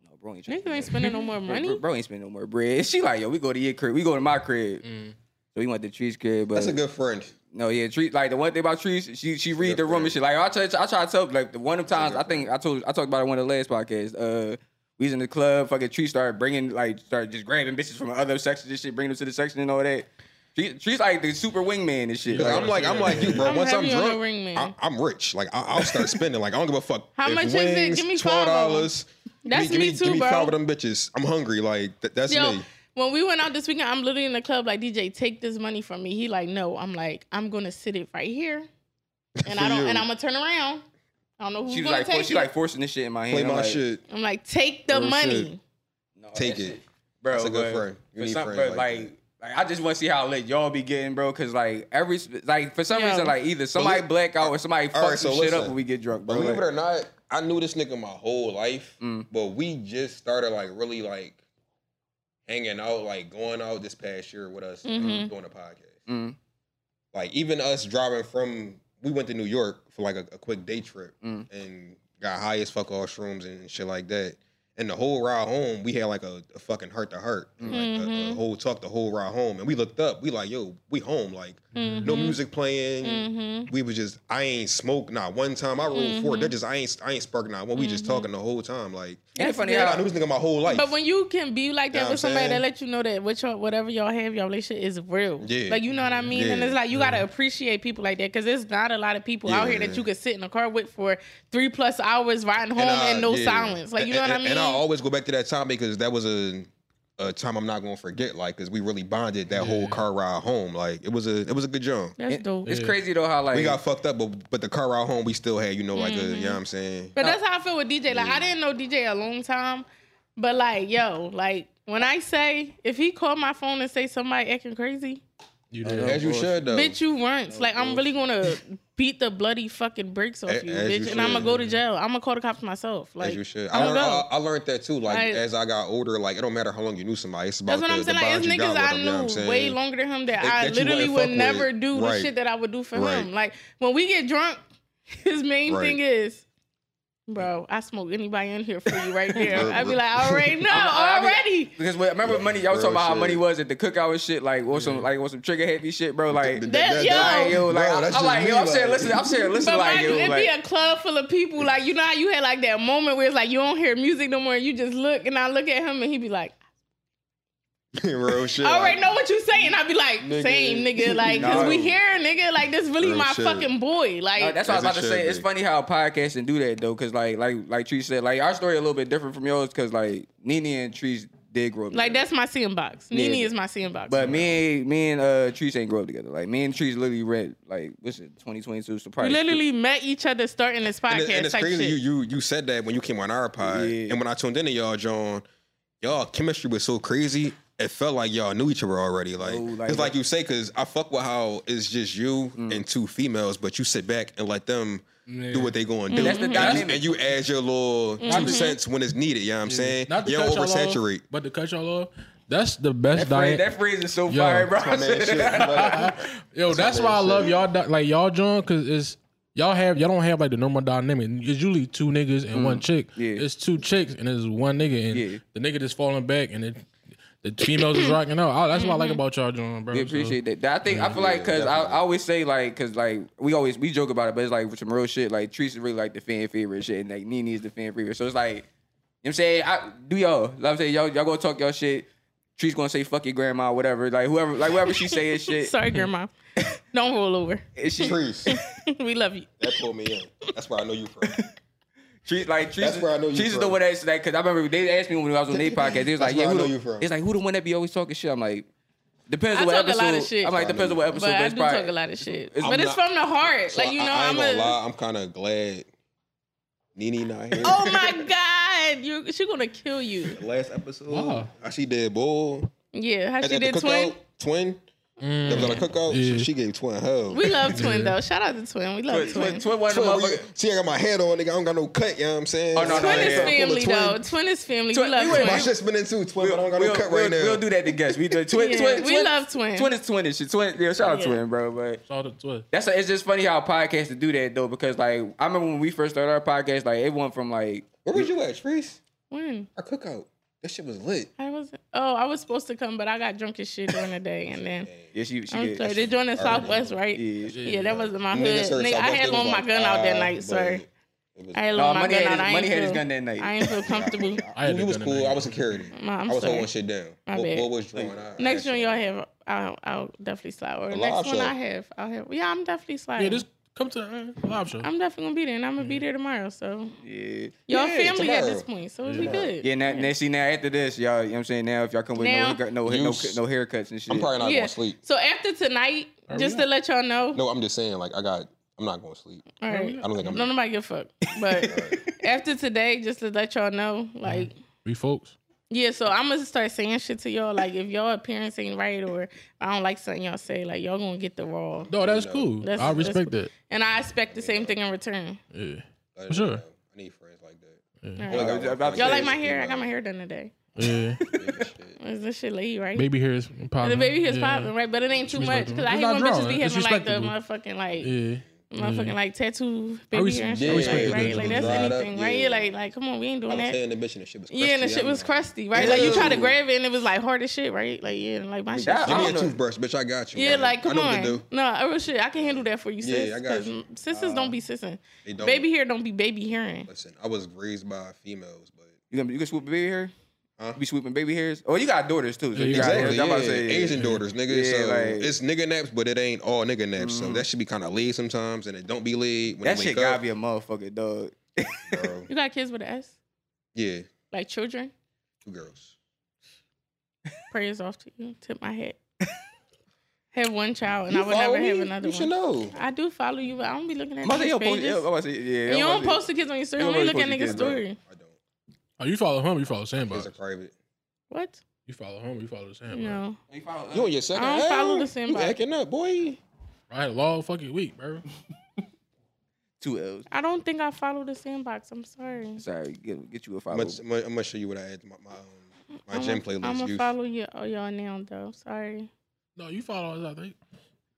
Speaker 2: no, bro ain't trying.
Speaker 3: niggas ain't spending no more
Speaker 2: Bro,
Speaker 3: money.
Speaker 2: bro ain't spending no more bread. She like, yo, we go to your crib, we go to my crib.
Speaker 3: Mm.
Speaker 2: So we went to Trees crib, but
Speaker 5: that's a good friend.
Speaker 2: No, yeah, tree like the one thing about trees, she she read the room and shit. Like I try, I try to tell like the one of times I think I told I talked about it one of the last podcasts. Uh, we was in the club, fucking tree started bringing like started just grabbing bitches from other sections and shit, bringing them to the section and all that. Tree, tree's like the super wingman and shit.
Speaker 5: 'Cause
Speaker 2: Like,
Speaker 5: I'm like, I'm like you, bro.
Speaker 3: I'm
Speaker 5: Once I'm
Speaker 3: heavy on
Speaker 5: drunk,
Speaker 3: the ring, man.
Speaker 5: I, I'm rich. Like I, I'll start spending. Like I don't give a fuck.
Speaker 3: How
Speaker 5: If
Speaker 3: much is it?
Speaker 5: wings,
Speaker 3: Give me
Speaker 5: twelve
Speaker 3: five of 'em.
Speaker 5: dollars.
Speaker 3: That's
Speaker 5: give
Speaker 3: me
Speaker 5: me,
Speaker 3: too,
Speaker 5: give me
Speaker 3: bro.
Speaker 5: five of them bitches. I'm hungry. Like th- that's
Speaker 3: Yo,
Speaker 5: me.
Speaker 3: when we went out this weekend, I'm literally in the club like DJ, take this money from me. He like, no. I'm like, I'm gonna sit it right here, and I
Speaker 5: For
Speaker 3: don't,
Speaker 5: you.
Speaker 3: and I'm gonna turn around. I don't know who's
Speaker 2: she was
Speaker 3: gonna
Speaker 2: like, for,
Speaker 3: take
Speaker 2: she
Speaker 3: it.
Speaker 2: like forcing this shit in my hand.
Speaker 5: Play
Speaker 2: I'm
Speaker 5: my
Speaker 2: like,
Speaker 5: shit.
Speaker 3: I'm like, take the
Speaker 5: Real
Speaker 3: money.
Speaker 5: shit.
Speaker 2: no,
Speaker 5: Take
Speaker 2: that
Speaker 5: it.
Speaker 2: shit- bro.
Speaker 5: That's a good
Speaker 2: but
Speaker 5: friend. You
Speaker 2: for
Speaker 5: need
Speaker 2: some-
Speaker 5: friends
Speaker 2: but,
Speaker 5: like
Speaker 2: like, like, I just want to see how lit y'all be getting, bro. Cause like every like for some
Speaker 3: Yo.
Speaker 2: reason, like either somebody
Speaker 5: look-
Speaker 2: black out or somebody fucks
Speaker 5: so
Speaker 2: some shit up
Speaker 5: listen.
Speaker 2: when we get drunk, bro.
Speaker 5: Believe it
Speaker 2: Like,
Speaker 5: or not, I knew this nigga my whole life, but we just started like really like hanging out, like going out this past year with us and
Speaker 3: Mhm.
Speaker 5: doing a podcast.
Speaker 2: Mm.
Speaker 5: Like even us driving from, we went to New York for like a, a quick day trip
Speaker 2: Mm.
Speaker 5: and got high as fuck off shrooms and shit like that. And the whole ride home, we had like a, a fucking heart to heart, and, like a- a,
Speaker 3: Mhm.
Speaker 5: whole talk the whole ride home. And we looked up, we like, yo, we home, like no music playing,
Speaker 3: hmm
Speaker 5: we was just I ain't smoke not one time. I rolled four
Speaker 3: Mm-hmm.
Speaker 5: digits. I ain't I ain't sparking not one. We just talking the whole time. Like
Speaker 2: Ain't it funny
Speaker 5: I
Speaker 2: how
Speaker 5: knew this nigga my whole life.
Speaker 3: But when you can be like that
Speaker 5: Know what I'm
Speaker 3: with somebody
Speaker 5: saying?
Speaker 3: that let you know that what y'all, whatever y'all have, y'all relationship is real.
Speaker 5: Yeah.
Speaker 3: Like you know what I mean? And
Speaker 5: Yeah.
Speaker 3: it's like you gotta appreciate people like that because there's not a lot of people out here
Speaker 5: Yeah.
Speaker 3: that you could sit in a car with for three plus hours riding home and,
Speaker 5: I-
Speaker 3: no
Speaker 5: yeah.
Speaker 3: silence. Like you know
Speaker 5: and,
Speaker 3: what I
Speaker 5: and-
Speaker 3: mean?
Speaker 5: And I always go back to that time because that was a a time I'm not gonna forget. Like, cause we really bonded that whole car ride home. Like, it was a it was a good jump.
Speaker 3: That's dope.
Speaker 2: It's crazy though how like
Speaker 5: We got fucked up, but but the car ride home, we still had you know like
Speaker 3: Mm-hmm.
Speaker 5: a you know what I'm saying.
Speaker 3: But that's how I feel with DJ. Like I didn't know DJ a long time, but like yo, like when I say if he called my phone and say somebody acting crazy,
Speaker 4: You did.
Speaker 5: As you should though.
Speaker 3: bitch, you weren't. Like I'm really gonna beat the bloody fucking brakes off
Speaker 5: A-
Speaker 3: you,
Speaker 5: as you
Speaker 3: bitch, and I'm
Speaker 5: should.
Speaker 3: gonna go to jail. I'm gonna call the cops myself. Like
Speaker 5: as you should.
Speaker 3: I
Speaker 5: I
Speaker 3: don't
Speaker 5: learned, I,
Speaker 3: know.
Speaker 5: I learned that too. Like
Speaker 3: Like-
Speaker 5: as I got older, like it don't matter how long you knew somebody. It's about
Speaker 3: That's what
Speaker 5: the,
Speaker 3: I'm
Speaker 5: the
Speaker 3: saying. Like,
Speaker 5: bond
Speaker 3: it's
Speaker 5: you got
Speaker 3: niggas
Speaker 5: with
Speaker 3: I
Speaker 5: them, you know what I'm
Speaker 3: knew
Speaker 5: saying?
Speaker 3: way longer than him that,
Speaker 5: That-
Speaker 3: I
Speaker 5: that you
Speaker 3: literally would
Speaker 5: wouldn't fuck
Speaker 3: never
Speaker 5: with.
Speaker 3: do the
Speaker 5: Right.
Speaker 3: shit that I would do for
Speaker 5: Right.
Speaker 3: him. Like, when we get drunk, his main
Speaker 5: Right.
Speaker 3: thing is, bro, I smoke anybody in here for you right there.
Speaker 5: Right,
Speaker 3: I'd be
Speaker 5: right.
Speaker 3: like, I already know,
Speaker 2: I- I be-
Speaker 3: already.
Speaker 2: because when, remember money y'all was
Speaker 5: Real
Speaker 2: talking about how
Speaker 5: shit.
Speaker 2: money was at the cookout and shit like or some like or some trigger happy shit, bro. Like
Speaker 3: That-
Speaker 5: That- that-
Speaker 3: yo.
Speaker 5: that-
Speaker 2: like, yo, like
Speaker 5: Bro,
Speaker 2: I'm,
Speaker 5: that's
Speaker 2: I'm
Speaker 5: just
Speaker 2: like
Speaker 5: me,
Speaker 2: yo, I'm
Speaker 5: like-
Speaker 2: saying listen, I'm saying listen,
Speaker 3: But
Speaker 2: like
Speaker 3: mind
Speaker 2: yo,
Speaker 3: you, it'd
Speaker 2: like
Speaker 3: be a club full of people. Like, you know how you had like that moment where it's like you don't hear music no more, and you just look, and I look at him, and he'd be like,
Speaker 5: Real shit.
Speaker 3: I
Speaker 5: like-
Speaker 3: already know what you saying. I'd be like,
Speaker 5: Nigga.
Speaker 3: same nigga. Like, cause
Speaker 2: No.
Speaker 3: we here, nigga. Like, this really
Speaker 5: Real
Speaker 3: my
Speaker 5: shit.
Speaker 3: fucking boy. Like,
Speaker 2: No, uh, that's what I was
Speaker 5: As
Speaker 2: about
Speaker 5: it
Speaker 2: to say.
Speaker 5: should
Speaker 2: It's
Speaker 5: be.
Speaker 2: funny how podcasting do that though, because like like like Tree said, like our story a little bit different from yours, because like Nene and Trees did grow up.
Speaker 3: Like
Speaker 2: together.
Speaker 3: that's my seeing box.
Speaker 2: Yeah.
Speaker 3: Nene is my seeing box.
Speaker 2: But me and me and uh Trees ain't grow up together. Like me and Trees literally read like what's it, 2022
Speaker 3: we
Speaker 2: surprise.
Speaker 3: literally met each other starting this podcast.
Speaker 5: And, it- and it's
Speaker 3: type
Speaker 5: crazy
Speaker 3: shit.
Speaker 5: you you you said that when you came on our pod,
Speaker 2: Yeah.
Speaker 5: and when I tuned into y'all, John, y'all chemistry was so crazy. It felt like y'all knew each other already. Like,
Speaker 2: Oh, like-
Speaker 5: it's like you say, because I fuck with how it's just you and two females, but you sit back and let them do what they going to do.
Speaker 2: That's the
Speaker 5: and, you,
Speaker 2: dynamic.
Speaker 5: and you add your little two cents when it's needed. You know what I'm saying?
Speaker 4: Not to
Speaker 5: You
Speaker 4: cut
Speaker 5: don't
Speaker 4: y'all off,
Speaker 5: oversaturate.
Speaker 4: but to cut y'all off, that's the best
Speaker 2: That phrase,
Speaker 4: diet.
Speaker 2: that phrase is so
Speaker 4: Yo,
Speaker 2: fire, bro.
Speaker 5: My man, shit, but-
Speaker 4: Yo, that's,
Speaker 5: what
Speaker 4: why I
Speaker 5: I'm
Speaker 4: love
Speaker 5: saying.
Speaker 4: y'all. di- Like y'all joint, cause it's y'all have y'all don't have like the normal dynamic. It's usually two niggas and one chick.
Speaker 2: Mm-hmm. Yeah.
Speaker 4: It's two chicks and it's one nigga, and
Speaker 2: Yeah.
Speaker 4: the nigga just falling back, and it, the females is rocking out. I, that's what I
Speaker 2: Mm-hmm.
Speaker 4: like about y'all joint, bro.
Speaker 2: We
Speaker 4: So,
Speaker 2: appreciate that. That- I think I feel like because I, I always say like because like we always we joke about it, but it's like with some real shit. Like Teresa really like the fan favorite shit, and like Nene is the fan favorite. So it's like you know what I'm saying I do y'all. Like I'm saying y'all y'all gonna talk y'all shit. Trees gonna say fuck your grandma, whatever. Like whoever, like whoever she say is shit.
Speaker 3: Sorry, grandma. Don't roll over.
Speaker 2: Is she
Speaker 5: Trees.
Speaker 3: we love you.
Speaker 5: That pulled me in. That's where I know you from.
Speaker 2: Trees like Trees?
Speaker 5: That's where I know you
Speaker 2: Trees is
Speaker 5: from.
Speaker 2: the one that's like because I remember they asked me when I was on their podcast. They was like,
Speaker 5: That's
Speaker 2: yeah,
Speaker 5: where I
Speaker 2: who
Speaker 5: know
Speaker 2: the-
Speaker 5: you from.
Speaker 2: It's like who the one that be always talking shit. I'm like depends
Speaker 3: I
Speaker 2: on what
Speaker 3: talk a
Speaker 2: episode.
Speaker 3: lot of shit.
Speaker 2: I'm like depends on what episode.
Speaker 3: But I
Speaker 2: it's
Speaker 3: do
Speaker 2: probably-
Speaker 3: talk a lot of shit.
Speaker 2: it's-
Speaker 3: but
Speaker 5: I'm
Speaker 3: it's
Speaker 5: not-
Speaker 3: from the heart.
Speaker 5: So
Speaker 3: like you know,
Speaker 5: I, I ain't
Speaker 3: I'm
Speaker 5: gonna
Speaker 3: a.
Speaker 5: lie. I'm kind of glad Nene not here.
Speaker 3: Oh my god, you she gonna kill you.
Speaker 5: last episode.
Speaker 4: Wow.
Speaker 5: I see dead bull.
Speaker 3: Yeah, how
Speaker 5: At,
Speaker 3: she
Speaker 5: at the
Speaker 3: did
Speaker 5: cookout,
Speaker 3: twin.
Speaker 5: twin.
Speaker 4: Mm.
Speaker 5: That was on a cookout. she-
Speaker 4: Yeah.
Speaker 5: She, gave twin hell.
Speaker 3: We love twin though. Shout out to twin. We love
Speaker 2: Twin,
Speaker 3: twin.
Speaker 2: twin, twin, one of the
Speaker 5: Twin, we-
Speaker 2: motherfuckers.
Speaker 5: see, I got my head on, nigga. I don't got no cut. You know what I'm saying?
Speaker 2: Oh, no, no,
Speaker 3: Twin is
Speaker 2: yeah.
Speaker 3: family though. Twin is family.
Speaker 2: Twin-
Speaker 3: we love
Speaker 2: we went-
Speaker 5: My
Speaker 3: twin.
Speaker 5: shit's been in two, twin, but I don't got no cut right now.
Speaker 2: we'll do that to guess. We do twin,
Speaker 3: Yeah,
Speaker 2: twin,
Speaker 3: we
Speaker 2: twin-
Speaker 3: love twin.
Speaker 2: Twin is twin and shit. Twin, yeah, shout out
Speaker 3: Yeah.
Speaker 2: twin, bro. But
Speaker 4: Shout out to Twist.
Speaker 2: that's it's just funny how podcasts to do that though, because like I remember when we first started our podcast, like it went from like
Speaker 5: Where was you at, Trees?
Speaker 3: When?
Speaker 5: Our cookout. That shit was lit.
Speaker 3: I was oh, I was supposed to come, but I got drunk as shit during the day, and then
Speaker 2: yeah, she she
Speaker 3: I'm
Speaker 2: get,
Speaker 3: sorry, they're doing the Southwest, right?
Speaker 2: yeah.
Speaker 3: Yeah, that wasn't my hood.
Speaker 5: Niggas heard
Speaker 3: Nigga, I
Speaker 5: Southwest,
Speaker 3: had
Speaker 5: they was
Speaker 3: loaned my
Speaker 5: like,
Speaker 3: gun out that
Speaker 5: ah,
Speaker 3: night,
Speaker 5: but
Speaker 3: sir.
Speaker 5: it was-
Speaker 3: I had
Speaker 2: No,
Speaker 3: loaned Oh my
Speaker 2: money
Speaker 3: gun
Speaker 2: had
Speaker 3: out.
Speaker 2: his,
Speaker 3: I
Speaker 2: money
Speaker 3: ain't
Speaker 2: had his
Speaker 3: feel-
Speaker 2: gun that night.
Speaker 3: I ain't feel comfortable.
Speaker 4: I had
Speaker 5: You
Speaker 4: a
Speaker 5: was
Speaker 4: gun
Speaker 5: cool.
Speaker 4: that
Speaker 5: I
Speaker 4: night.
Speaker 5: was security.
Speaker 3: No, I'm
Speaker 5: I was
Speaker 3: sorry.
Speaker 5: holding shit down.
Speaker 3: My
Speaker 5: Bull-
Speaker 3: bad.
Speaker 5: Bull was drawing. I- I
Speaker 3: Next
Speaker 5: had
Speaker 3: one
Speaker 5: shit.
Speaker 3: y'all have, I'll, I'll definitely slide. Or
Speaker 5: A
Speaker 3: next
Speaker 5: live
Speaker 3: one
Speaker 5: show.
Speaker 3: I have, I'll have. Yeah, I'm definitely sliding.
Speaker 4: Yeah, just come to the uh, live show.
Speaker 3: I'm definitely gonna be there, and I'm gonna be there tomorrow. So
Speaker 2: Yeah.
Speaker 3: y'all
Speaker 5: Yeah,
Speaker 3: family at
Speaker 5: tomorrow.
Speaker 3: this point, so it'll be good.
Speaker 2: Yeah, now, now see now after this, y'all, you know what I'm saying? Now if y'all come with
Speaker 3: Now-
Speaker 2: no haircut- no, no, no
Speaker 5: Use-
Speaker 2: haircuts and shit.
Speaker 5: I'm probably not
Speaker 3: Yeah.
Speaker 5: gonna sleep.
Speaker 3: So after tonight,
Speaker 4: Are
Speaker 3: just
Speaker 4: we
Speaker 3: to let y'all know,
Speaker 5: No, I'm just saying. Like I got. I'm not gonna sleep.
Speaker 3: all right.
Speaker 5: I don't think I'm.
Speaker 3: No, nobody give a fuck. But after today, just to let y'all know, like,
Speaker 4: We folks.
Speaker 3: yeah, so I'm gonna start saying shit to y'all. Like, if y'all appearance ain't right or I don't like something y'all say, like, y'all gonna get the raw.
Speaker 4: No, that's cool.
Speaker 3: That's-
Speaker 4: I
Speaker 3: that's
Speaker 4: respect that.
Speaker 3: And I expect the same thing in return.
Speaker 4: Yeah.
Speaker 5: I
Speaker 4: For sure.
Speaker 5: um, I need friends like that.
Speaker 4: Yeah.
Speaker 3: All right.
Speaker 5: Only got
Speaker 2: I was
Speaker 5: one
Speaker 2: about to
Speaker 3: Y'all
Speaker 5: friend.
Speaker 3: like my hair? I got my hair done today.
Speaker 4: Yeah.
Speaker 5: Shit.
Speaker 3: Is this shit lady, right?
Speaker 4: Baby hair is
Speaker 3: The
Speaker 4: popping.
Speaker 3: baby is
Speaker 4: yeah.
Speaker 3: popping, right? But it ain't too
Speaker 4: It's
Speaker 3: much because I
Speaker 4: not
Speaker 3: hate when
Speaker 4: drawn.
Speaker 3: bitches be
Speaker 4: It's
Speaker 3: having like the
Speaker 4: respectable.
Speaker 3: motherfucking like
Speaker 4: Yeah.
Speaker 3: motherfucking
Speaker 4: Yeah.
Speaker 3: like tattoo
Speaker 4: I
Speaker 3: baby
Speaker 4: res-
Speaker 3: hair and
Speaker 4: yeah, I
Speaker 3: shit, like,
Speaker 4: respect
Speaker 3: right?
Speaker 4: that.
Speaker 3: Like that's
Speaker 5: Dried up,
Speaker 3: anything, right? Yeah,
Speaker 5: yeah.
Speaker 3: like like come on, we ain't
Speaker 5: I
Speaker 3: doing
Speaker 5: was
Speaker 3: that.
Speaker 5: saying the bitch and the shit was.
Speaker 3: Yeah, and the
Speaker 5: crusty.
Speaker 3: shit
Speaker 5: I'm
Speaker 3: was
Speaker 5: like,
Speaker 3: crusty, right? Like you
Speaker 5: Ew.
Speaker 3: try to grab it and it was like hard as shit, right? Like yeah, and like my shit.
Speaker 2: That-
Speaker 5: Give
Speaker 2: I
Speaker 5: me a
Speaker 2: don't know.
Speaker 5: toothbrush, bitch. I got you.
Speaker 3: Yeah,
Speaker 5: brother.
Speaker 3: like come
Speaker 5: I know
Speaker 3: on,
Speaker 5: What to do.
Speaker 3: no, I real shit. I can handle that for you,
Speaker 5: Yeah,
Speaker 3: sis.
Speaker 5: I got
Speaker 3: 'cause
Speaker 5: you.
Speaker 3: Sisters don't be sissing.
Speaker 5: They don't.
Speaker 3: Baby hair don't be baby hairing.
Speaker 5: Listen, I was raised by females, but
Speaker 2: You gonna you can swoop baby hair?
Speaker 5: Huh?
Speaker 2: You be swooping baby hairs? Oh, you got daughters too. So
Speaker 4: Yeah,
Speaker 2: you got
Speaker 5: Exactly.
Speaker 2: daughters.
Speaker 5: Yeah.
Speaker 2: I'm about to say, uh,
Speaker 5: Asian daughters, nigga.
Speaker 2: Yeah,
Speaker 5: so
Speaker 2: like- Mm-hmm.
Speaker 5: it's nigga naps, but it ain't all nigga naps. So that should be kind of laid sometimes, and it don't be laid. When
Speaker 2: That
Speaker 5: they
Speaker 2: shit
Speaker 5: wake
Speaker 2: gotta
Speaker 5: up,
Speaker 2: be a motherfucker, dog.
Speaker 5: bro.
Speaker 3: You got kids with an S,
Speaker 5: Yeah,
Speaker 3: like children.
Speaker 5: two girls.
Speaker 3: prayers off to you. Tip my hat. Have one child, and I would never have another
Speaker 5: You should
Speaker 3: one.
Speaker 5: know.
Speaker 3: I do follow you, but I don't be looking at
Speaker 2: I'm about to say,
Speaker 3: niggas'
Speaker 2: yo, post-
Speaker 3: pages.
Speaker 2: yeah, I'm about to say, yeah,
Speaker 3: and you
Speaker 2: I'm
Speaker 3: don't
Speaker 2: about to
Speaker 3: post the kids on your story.
Speaker 2: Yeah,
Speaker 3: You
Speaker 2: I'm
Speaker 3: only
Speaker 2: about
Speaker 3: look
Speaker 2: to
Speaker 3: at
Speaker 2: post your
Speaker 3: niggas'
Speaker 2: kids, bro.
Speaker 3: story.
Speaker 5: I don't.
Speaker 4: Oh, you follow him, you follow
Speaker 5: It's
Speaker 4: Sandbox.
Speaker 5: a private.
Speaker 3: What?
Speaker 4: You follow him, you follow the Sandbox.
Speaker 3: No.
Speaker 5: You on your second?
Speaker 3: I don't follow
Speaker 5: app?
Speaker 3: the same
Speaker 5: You
Speaker 3: bot.
Speaker 5: acting up, boy.
Speaker 4: I had a long fucking week, bro.
Speaker 2: Two L's.
Speaker 3: I don't think I follow the sandbox. I'm sorry.
Speaker 2: Sorry, get, get you a
Speaker 5: I'm
Speaker 2: follow.
Speaker 5: gonna I'm gonna show you what I add to my my, um, my
Speaker 3: I'm
Speaker 5: gym
Speaker 3: I'm
Speaker 5: playlist.
Speaker 3: gonna
Speaker 5: youth.
Speaker 3: follow you, oh, y'all now though. Sorry,
Speaker 4: No, you follow us, I think.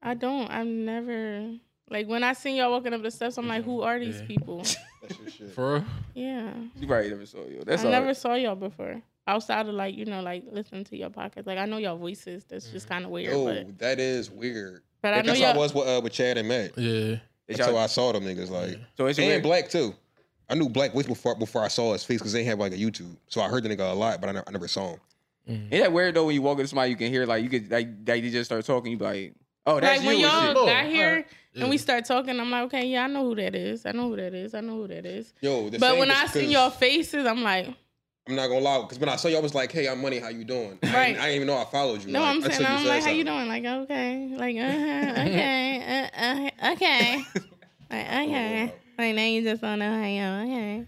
Speaker 3: I don't. I've never like when I seen y'all walking up the steps. I'm like, who are these
Speaker 4: Yeah.
Speaker 3: people?
Speaker 5: That's your shit.
Speaker 4: For real?
Speaker 3: yeah,
Speaker 2: You probably never saw yo. That's
Speaker 3: I
Speaker 2: all.
Speaker 3: never
Speaker 2: right.
Speaker 3: saw y'all before outside of like you know like listening to your podcast. Like I know y'all voices. That's just kind of weird,
Speaker 2: Oh,
Speaker 5: Yo,
Speaker 3: but
Speaker 5: Oh, that is weird.
Speaker 3: but I know
Speaker 5: Because I,
Speaker 3: y'all.
Speaker 5: was with uh, with Chad and Matt.
Speaker 4: Yeah.
Speaker 2: It's
Speaker 5: So
Speaker 2: y'all-
Speaker 5: I saw them niggas like
Speaker 2: So it's
Speaker 5: and
Speaker 2: weird.
Speaker 5: black too. I knew black was before before I saw his face because they had like a YouTube. So I heard the nigga a lot, but I never, I never saw him.
Speaker 4: Mm.
Speaker 2: Ain't that weird though when you walk into somebody you can hear like you could like, like they just start talking you be like oh that's
Speaker 3: like when
Speaker 2: you and
Speaker 3: y'all
Speaker 2: shit.
Speaker 4: Oh,
Speaker 3: got here
Speaker 4: alright.
Speaker 3: and we start talking, I'm like, okay, yeah, I know who that is. I know who that is. I know who that is.
Speaker 5: Yo, the
Speaker 3: but
Speaker 5: same
Speaker 3: when
Speaker 5: was-
Speaker 3: I seen
Speaker 5: 'cause
Speaker 3: y'all faces, I'm like,
Speaker 5: I'm not gonna lie, because when I saw y'all, I was like, "Hey, I'm money. How you doing?" I,
Speaker 3: Right.
Speaker 5: didn't, I didn't even know I followed you.
Speaker 3: No,
Speaker 5: like,
Speaker 3: I'm saying
Speaker 5: until
Speaker 3: I'm
Speaker 5: said
Speaker 3: like, how you
Speaker 5: something.
Speaker 3: doing? Like, okay, like, uh-huh, okay, uh, uh, okay, like, okay. Like now you just don't know how you are. Okay,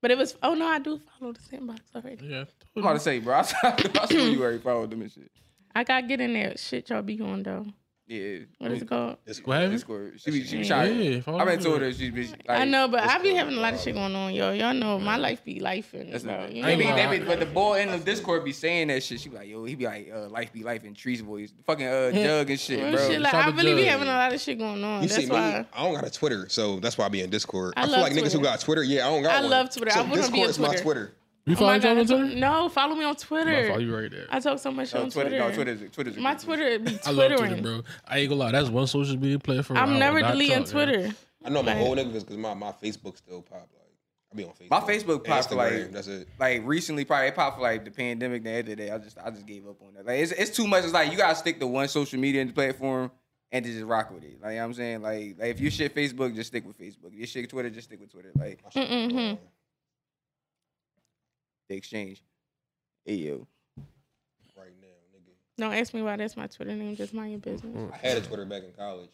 Speaker 3: but it was. Oh no, I do follow the sandbox already.
Speaker 4: Yeah.
Speaker 2: I'm about to say bro I saw, I saw you already followed them and shit
Speaker 3: I got to get in there. Shit, y'all be on though.
Speaker 2: yeah
Speaker 3: What is it called?
Speaker 4: What happened?
Speaker 2: Discord she be she be
Speaker 3: Yeah,
Speaker 2: trying
Speaker 4: follow
Speaker 2: I've been
Speaker 4: her.
Speaker 2: told her she be she- like,
Speaker 3: I know, but I be having a lot of shit going on, yo. Y'all know my life be life and
Speaker 2: that's
Speaker 3: bro.
Speaker 2: not,
Speaker 3: You
Speaker 2: they be,
Speaker 3: know?
Speaker 2: they be, but the boy in the Discord be saying that shit. She be like, yo, he be like, uh, life be life and trees voice, fucking uh, jug and shit,
Speaker 3: Real
Speaker 2: bro.
Speaker 3: shit, like,
Speaker 4: shout
Speaker 3: I
Speaker 4: to
Speaker 3: really be
Speaker 4: Jug.
Speaker 3: having a lot of shit going on.
Speaker 5: You see
Speaker 3: That's
Speaker 5: me?
Speaker 3: why.
Speaker 5: I don't got a Twitter, so that's why I be in Discord.
Speaker 3: I
Speaker 5: I, feel
Speaker 3: love
Speaker 5: like niggas who
Speaker 3: Twitter.
Speaker 5: got Twitter, yeah, I don't got
Speaker 3: I
Speaker 5: one.
Speaker 3: love Twitter. I
Speaker 5: So
Speaker 3: wouldn't be
Speaker 5: Discord
Speaker 3: on
Speaker 5: is
Speaker 3: Twitter.
Speaker 5: my Twitter.
Speaker 4: You
Speaker 3: Oh
Speaker 4: follow
Speaker 3: my
Speaker 4: each other on
Speaker 3: God,
Speaker 4: Twitter?
Speaker 3: No, follow me on
Speaker 4: I
Speaker 3: Twitter.
Speaker 4: follow you right there.
Speaker 3: I talk so much
Speaker 2: No,
Speaker 3: on
Speaker 2: Uh, Oh, Twitter,
Speaker 3: Twitter.
Speaker 2: no, Twitter's Twitter's
Speaker 3: My Twitter it be
Speaker 4: I love
Speaker 3: twittering.
Speaker 4: Twitter, bro. I ain't gonna lie, that's one social media platform. I
Speaker 3: I'm
Speaker 4: will
Speaker 3: never
Speaker 4: not
Speaker 3: deleting
Speaker 4: talk, yo.
Speaker 3: Twitter.
Speaker 5: I know I'm a
Speaker 3: Like-
Speaker 5: whole nigga because my, my Facebook still pop. Like I be on Facebook.
Speaker 2: My Facebook pop,
Speaker 5: Instagram,
Speaker 2: like-
Speaker 5: that's it.
Speaker 2: like recently, probably it popped for like the pandemic. The end of the day, I just I just gave up on that. Like it's, it's too much. It's like you gotta stick to one social media and platform and just rock with it. Like you know what I'm saying, like, like if you shit Facebook, just stick with Facebook. If you shit Twitter, just stick with Twitter. Like
Speaker 5: My shit
Speaker 3: Mm-mm,
Speaker 5: is
Speaker 3: mhm.
Speaker 5: gone.
Speaker 2: the exchange. Hey yo,
Speaker 5: right now,
Speaker 3: Don't ask me why that's my Twitter name. Just mind your
Speaker 4: Mm.
Speaker 3: business.
Speaker 5: nigga. I had a Twitter back in college.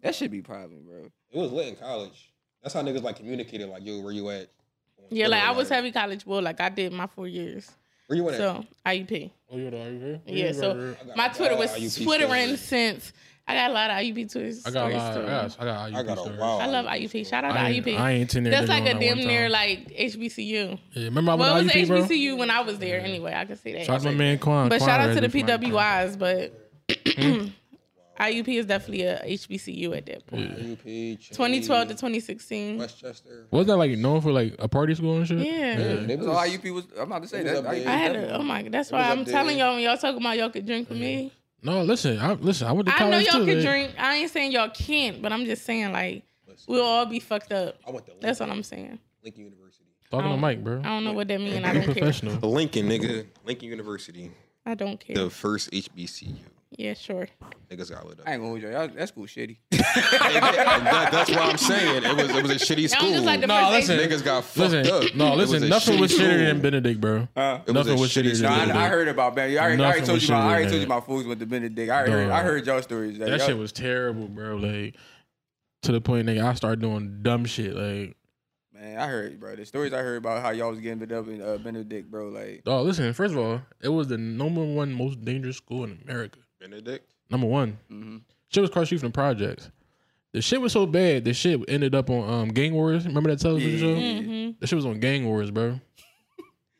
Speaker 2: that should be problem, bro.
Speaker 5: It was lit in college. That's how niggas like communicated. Like, yo, where you at? On
Speaker 3: Yeah,
Speaker 5: Twitter,
Speaker 3: like I was heavy college bull. Like I did my four years.
Speaker 5: Where you at?
Speaker 3: So IUP.
Speaker 4: Oh, you know, are you here?
Speaker 3: Yeah, so-
Speaker 4: right, right.
Speaker 5: I got-
Speaker 3: My
Speaker 5: uh, I got
Speaker 3: Twitter was
Speaker 5: IUP story.
Speaker 3: twittering since I got a lot of IUP Twitter
Speaker 4: I got a
Speaker 3: stories.
Speaker 4: lot. I
Speaker 3: too.
Speaker 4: got, I got IUP
Speaker 5: I got a
Speaker 4: stories.
Speaker 5: wild.
Speaker 3: I love IUP. Shout out to
Speaker 4: I ain't,
Speaker 3: IUP.
Speaker 4: I ain't in there.
Speaker 3: That's
Speaker 4: doing
Speaker 3: like a
Speaker 4: that
Speaker 3: damn
Speaker 4: one
Speaker 3: near
Speaker 4: time.
Speaker 3: like HBCU.
Speaker 4: Yeah, remember I went
Speaker 3: Well, it was
Speaker 4: to IUP, bro?
Speaker 3: HBCU when I was there anyway. I can say that.
Speaker 4: Shout out to my man Quan.
Speaker 3: But
Speaker 4: Quan
Speaker 3: shout out to the
Speaker 4: raised me from IUP.
Speaker 3: PWIs, but IUP is definitely a HBCU at that point.
Speaker 5: IUP,
Speaker 3: 2012 to
Speaker 5: Cheney,
Speaker 3: 2016.
Speaker 5: Westchester.
Speaker 4: Wasn't that like known for like a party school and shit?
Speaker 3: Yeah.
Speaker 5: Yeah, they
Speaker 2: So
Speaker 5: was-
Speaker 2: IUP was. I'm about to say
Speaker 5: It was
Speaker 2: that.
Speaker 5: up
Speaker 2: IUP
Speaker 5: there.
Speaker 3: I
Speaker 5: It
Speaker 3: had
Speaker 2: definitely-
Speaker 3: a, oh my, that's
Speaker 5: It was
Speaker 3: why I'm
Speaker 5: up there.
Speaker 3: telling y'all when y'all talking about y'all could drink for me.
Speaker 4: No, listen, I listen. I went to
Speaker 3: I know
Speaker 4: college
Speaker 3: y'all
Speaker 4: Mm-hmm. too.
Speaker 3: could
Speaker 4: like,
Speaker 3: drink. I ain't saying y'all can't, but I'm just saying like we'll all be fucked up.
Speaker 5: I went to Lincoln,
Speaker 3: That's what I'm saying.
Speaker 5: Lincoln University.
Speaker 4: Talking to Mike, bro.
Speaker 3: Oh, I don't know what that means. I
Speaker 4: Be
Speaker 3: don't care.
Speaker 4: professional.
Speaker 5: Lincoln, nigga. Lincoln University,
Speaker 3: I don't care.
Speaker 5: the first HBCU.
Speaker 3: Yeah, sure.
Speaker 5: Niggas got lit up.
Speaker 2: I ain't gonna hold y'all. y'all. That school shitty.
Speaker 5: That- that's what I'm saying. It was it was a shitty
Speaker 3: Y'all
Speaker 5: school.
Speaker 3: just like the
Speaker 4: No,
Speaker 3: first
Speaker 4: listen.
Speaker 3: eight-
Speaker 5: Niggas got fucked up.
Speaker 4: Listen, no,
Speaker 5: It was a
Speaker 4: listen. Nothing was
Speaker 5: school.
Speaker 4: shittier than Benedict, bro.
Speaker 2: Uh,
Speaker 5: It was
Speaker 4: Nothing
Speaker 5: a
Speaker 4: was
Speaker 5: shitty
Speaker 4: shittier
Speaker 5: school.
Speaker 4: than
Speaker 2: I, I
Speaker 4: Benedict.
Speaker 2: heard about that. I already, I already
Speaker 4: Nothing
Speaker 2: told
Speaker 4: was
Speaker 2: you. My, I
Speaker 4: shittier
Speaker 2: already
Speaker 4: than
Speaker 2: told you
Speaker 4: that.
Speaker 2: my fools went to Benedict. I already heard, I
Speaker 4: Dog.
Speaker 2: heard y'all stories. That,
Speaker 4: That
Speaker 2: y'all-
Speaker 4: shit was terrible, bro. Like to the point, nigga, I started doing dumb shit. Like,
Speaker 2: Man, I heard, bro. The stories I heard about how y'all was getting bit up in uh, Benedict, bro. Like,
Speaker 4: oh, listen. First of all, it was the number one most dangerous school in America.
Speaker 5: Benedict.
Speaker 4: Number one.
Speaker 2: mhm.
Speaker 4: Shit was across the street from the projects. The shit was so bad. The shit ended up on um, Gang Wars. Remember that television
Speaker 2: Yeah. Mm-hmm.
Speaker 4: show?
Speaker 3: Mhm.
Speaker 4: That shit was on Gang Wars, bro.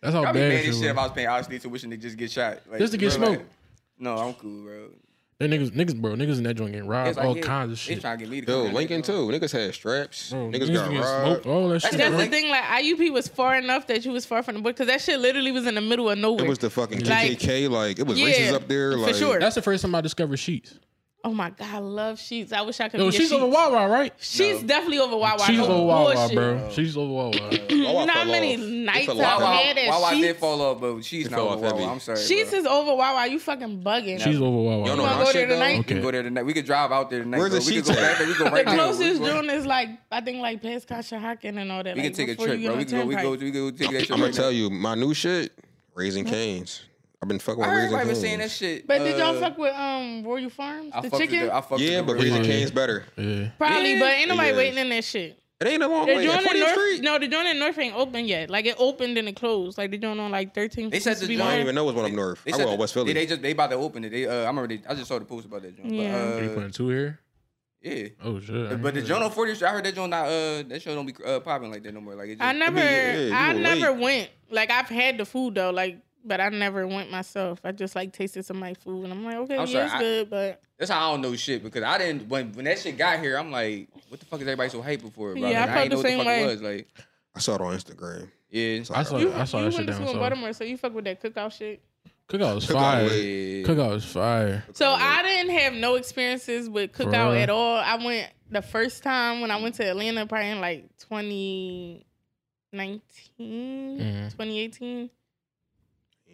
Speaker 4: That's how
Speaker 2: I'd
Speaker 4: bad,
Speaker 2: be
Speaker 4: that
Speaker 2: mad
Speaker 4: shit
Speaker 2: as
Speaker 4: was.
Speaker 2: shit if I was paying honestly tuition to just get shot. Like,
Speaker 4: Just to get
Speaker 2: bro, like,
Speaker 4: smoked.
Speaker 2: no, I'm cool, bro.
Speaker 4: They niggas, niggas, bro, niggas in that joint getting robbed,
Speaker 2: It's like,
Speaker 4: all
Speaker 2: yeah,
Speaker 4: kinds of
Speaker 2: They
Speaker 4: shit.
Speaker 2: trying to get me to
Speaker 5: Yo,
Speaker 2: come down
Speaker 5: Lincoln too.
Speaker 2: there,
Speaker 5: Niggas had straps.
Speaker 4: Bro,
Speaker 5: niggas,
Speaker 4: getting
Speaker 5: got
Speaker 4: smoked,
Speaker 5: robbed.
Speaker 4: all that shit.
Speaker 3: That's
Speaker 4: bro.
Speaker 3: the thing. Like IUP was far enough that you was far from the book because that shit literally was in the middle of nowhere.
Speaker 5: It was the fucking
Speaker 3: Like-
Speaker 5: KKK. Like it was
Speaker 3: Yeah,
Speaker 5: races up there.
Speaker 3: for
Speaker 5: Like
Speaker 3: sure.
Speaker 4: That's the first time I discovered sheets.
Speaker 3: oh my god, I love sheets. I wish I could.
Speaker 4: Yo,
Speaker 3: be
Speaker 4: she's
Speaker 3: a sheet.
Speaker 4: over Wawa, right?
Speaker 3: She's definitely over Wawa.
Speaker 4: she's
Speaker 3: no
Speaker 4: over Wawa,
Speaker 3: bullshit.
Speaker 4: bro. She's over Wawa.
Speaker 5: Wawa
Speaker 3: You know how
Speaker 5: fell
Speaker 3: many
Speaker 5: off. It
Speaker 3: nights
Speaker 5: fell
Speaker 3: I've
Speaker 5: off.
Speaker 2: Wawa,
Speaker 3: had at
Speaker 2: Wawa did
Speaker 3: Sheets?
Speaker 2: fall off, but she's
Speaker 5: It
Speaker 2: not
Speaker 5: fell
Speaker 2: over
Speaker 5: off
Speaker 2: Wawa.
Speaker 5: heavy.
Speaker 2: I'm sorry.
Speaker 3: Sheets
Speaker 2: bro.
Speaker 3: is over Wawa. You fucking bugging.
Speaker 4: She's over Wawa.
Speaker 5: Y'all
Speaker 3: you
Speaker 5: know
Speaker 3: wanna
Speaker 5: how
Speaker 3: go
Speaker 5: shit
Speaker 3: there
Speaker 5: go?
Speaker 3: tonight?
Speaker 2: We
Speaker 4: Okay.
Speaker 2: could go there tonight. We could drive out there tonight.
Speaker 5: Where's
Speaker 2: bro.
Speaker 5: the
Speaker 2: we could
Speaker 5: sheets
Speaker 2: go
Speaker 5: at?
Speaker 2: back there. We go right
Speaker 3: The
Speaker 2: there.
Speaker 3: closest
Speaker 2: we, go-
Speaker 3: joint is like I think like past Conshohocken and all that.
Speaker 2: we
Speaker 3: like,
Speaker 2: can take a
Speaker 3: before
Speaker 2: trip,
Speaker 3: you get
Speaker 2: bro.
Speaker 3: on
Speaker 2: We can go. We
Speaker 3: Turnpike.
Speaker 2: could go take that shit.
Speaker 5: I'm gonna
Speaker 2: right now.
Speaker 5: tell you my new shit. Raising Canes. I've been fucking
Speaker 2: I
Speaker 5: with
Speaker 2: heard
Speaker 5: Raising
Speaker 2: everybody been
Speaker 5: Cane's.
Speaker 2: saying that shit.
Speaker 3: But did y'all
Speaker 2: Uh,
Speaker 3: fuck with um Royal Farms?
Speaker 2: I
Speaker 3: the
Speaker 2: fucked with
Speaker 3: chicken?
Speaker 2: the- I fucked with
Speaker 5: Yeah,
Speaker 2: the
Speaker 5: but
Speaker 2: Burger
Speaker 5: Raising
Speaker 2: King.
Speaker 5: Cane's better.
Speaker 4: Yeah.
Speaker 3: Probably,
Speaker 2: Yeah.
Speaker 3: but ain't nobody
Speaker 5: Yes.
Speaker 3: waiting in that shit.
Speaker 2: It ain't no wrong
Speaker 3: The
Speaker 2: way.
Speaker 3: joint in
Speaker 2: 20th
Speaker 3: North,
Speaker 2: Street.
Speaker 3: no, the joint in North ain't open yet. Like it opened and it closed. Like they doing on like 13th.
Speaker 2: They said
Speaker 3: supposed to
Speaker 2: the
Speaker 3: be
Speaker 5: I
Speaker 2: joint-
Speaker 5: don't
Speaker 3: open.
Speaker 5: even know what's one up north. I
Speaker 2: said
Speaker 5: went
Speaker 2: that-
Speaker 5: West
Speaker 2: They,
Speaker 5: Philly.
Speaker 2: they just they about to open it. They uh, I'm already. I just saw the post about that joint.
Speaker 3: Yeah.
Speaker 4: Three
Speaker 2: But, uh,
Speaker 4: point two here.
Speaker 2: yeah.
Speaker 4: Oh shit. I
Speaker 2: But the
Speaker 4: heard
Speaker 2: joint
Speaker 4: that.
Speaker 2: on 40th Street, I heard that joint not uh that show don't be uh, popping like that no more. Like it just,
Speaker 3: I never,
Speaker 5: yeah, you
Speaker 3: I
Speaker 5: were
Speaker 3: never went. Like I've had the food though. Like, but I never went myself. I just like tasted somebody's food and I'm like, okay,
Speaker 2: I'm
Speaker 3: yeah,
Speaker 2: sorry,
Speaker 3: it's
Speaker 2: I-
Speaker 3: good, but
Speaker 2: That's how I don't know shit because I didn't when when that shit got here. I'm like, what the fuck is everybody so hyping for? Bro?
Speaker 3: Yeah,
Speaker 2: Like,
Speaker 3: I felt
Speaker 2: ain't
Speaker 3: the
Speaker 2: know what
Speaker 3: same
Speaker 2: fuck
Speaker 3: way.
Speaker 2: It was like
Speaker 5: I saw it on Instagram.
Speaker 2: yeah,
Speaker 5: So
Speaker 4: I saw.
Speaker 3: you,
Speaker 4: I saw
Speaker 3: you
Speaker 4: that
Speaker 3: went
Speaker 4: shit
Speaker 3: to
Speaker 4: down
Speaker 3: school in
Speaker 4: south.
Speaker 3: Baltimore, so you fuck with that cookout shit.
Speaker 4: Cookout was
Speaker 5: Cookout
Speaker 4: fire.
Speaker 5: was-
Speaker 2: yeah.
Speaker 4: Cookout was fire.
Speaker 3: So I didn't have no experiences with
Speaker 4: For
Speaker 3: cookout
Speaker 4: real?
Speaker 3: at all. I went the first time when I went to Atlanta, probably in like 2019,
Speaker 4: Mhm.
Speaker 3: 2018.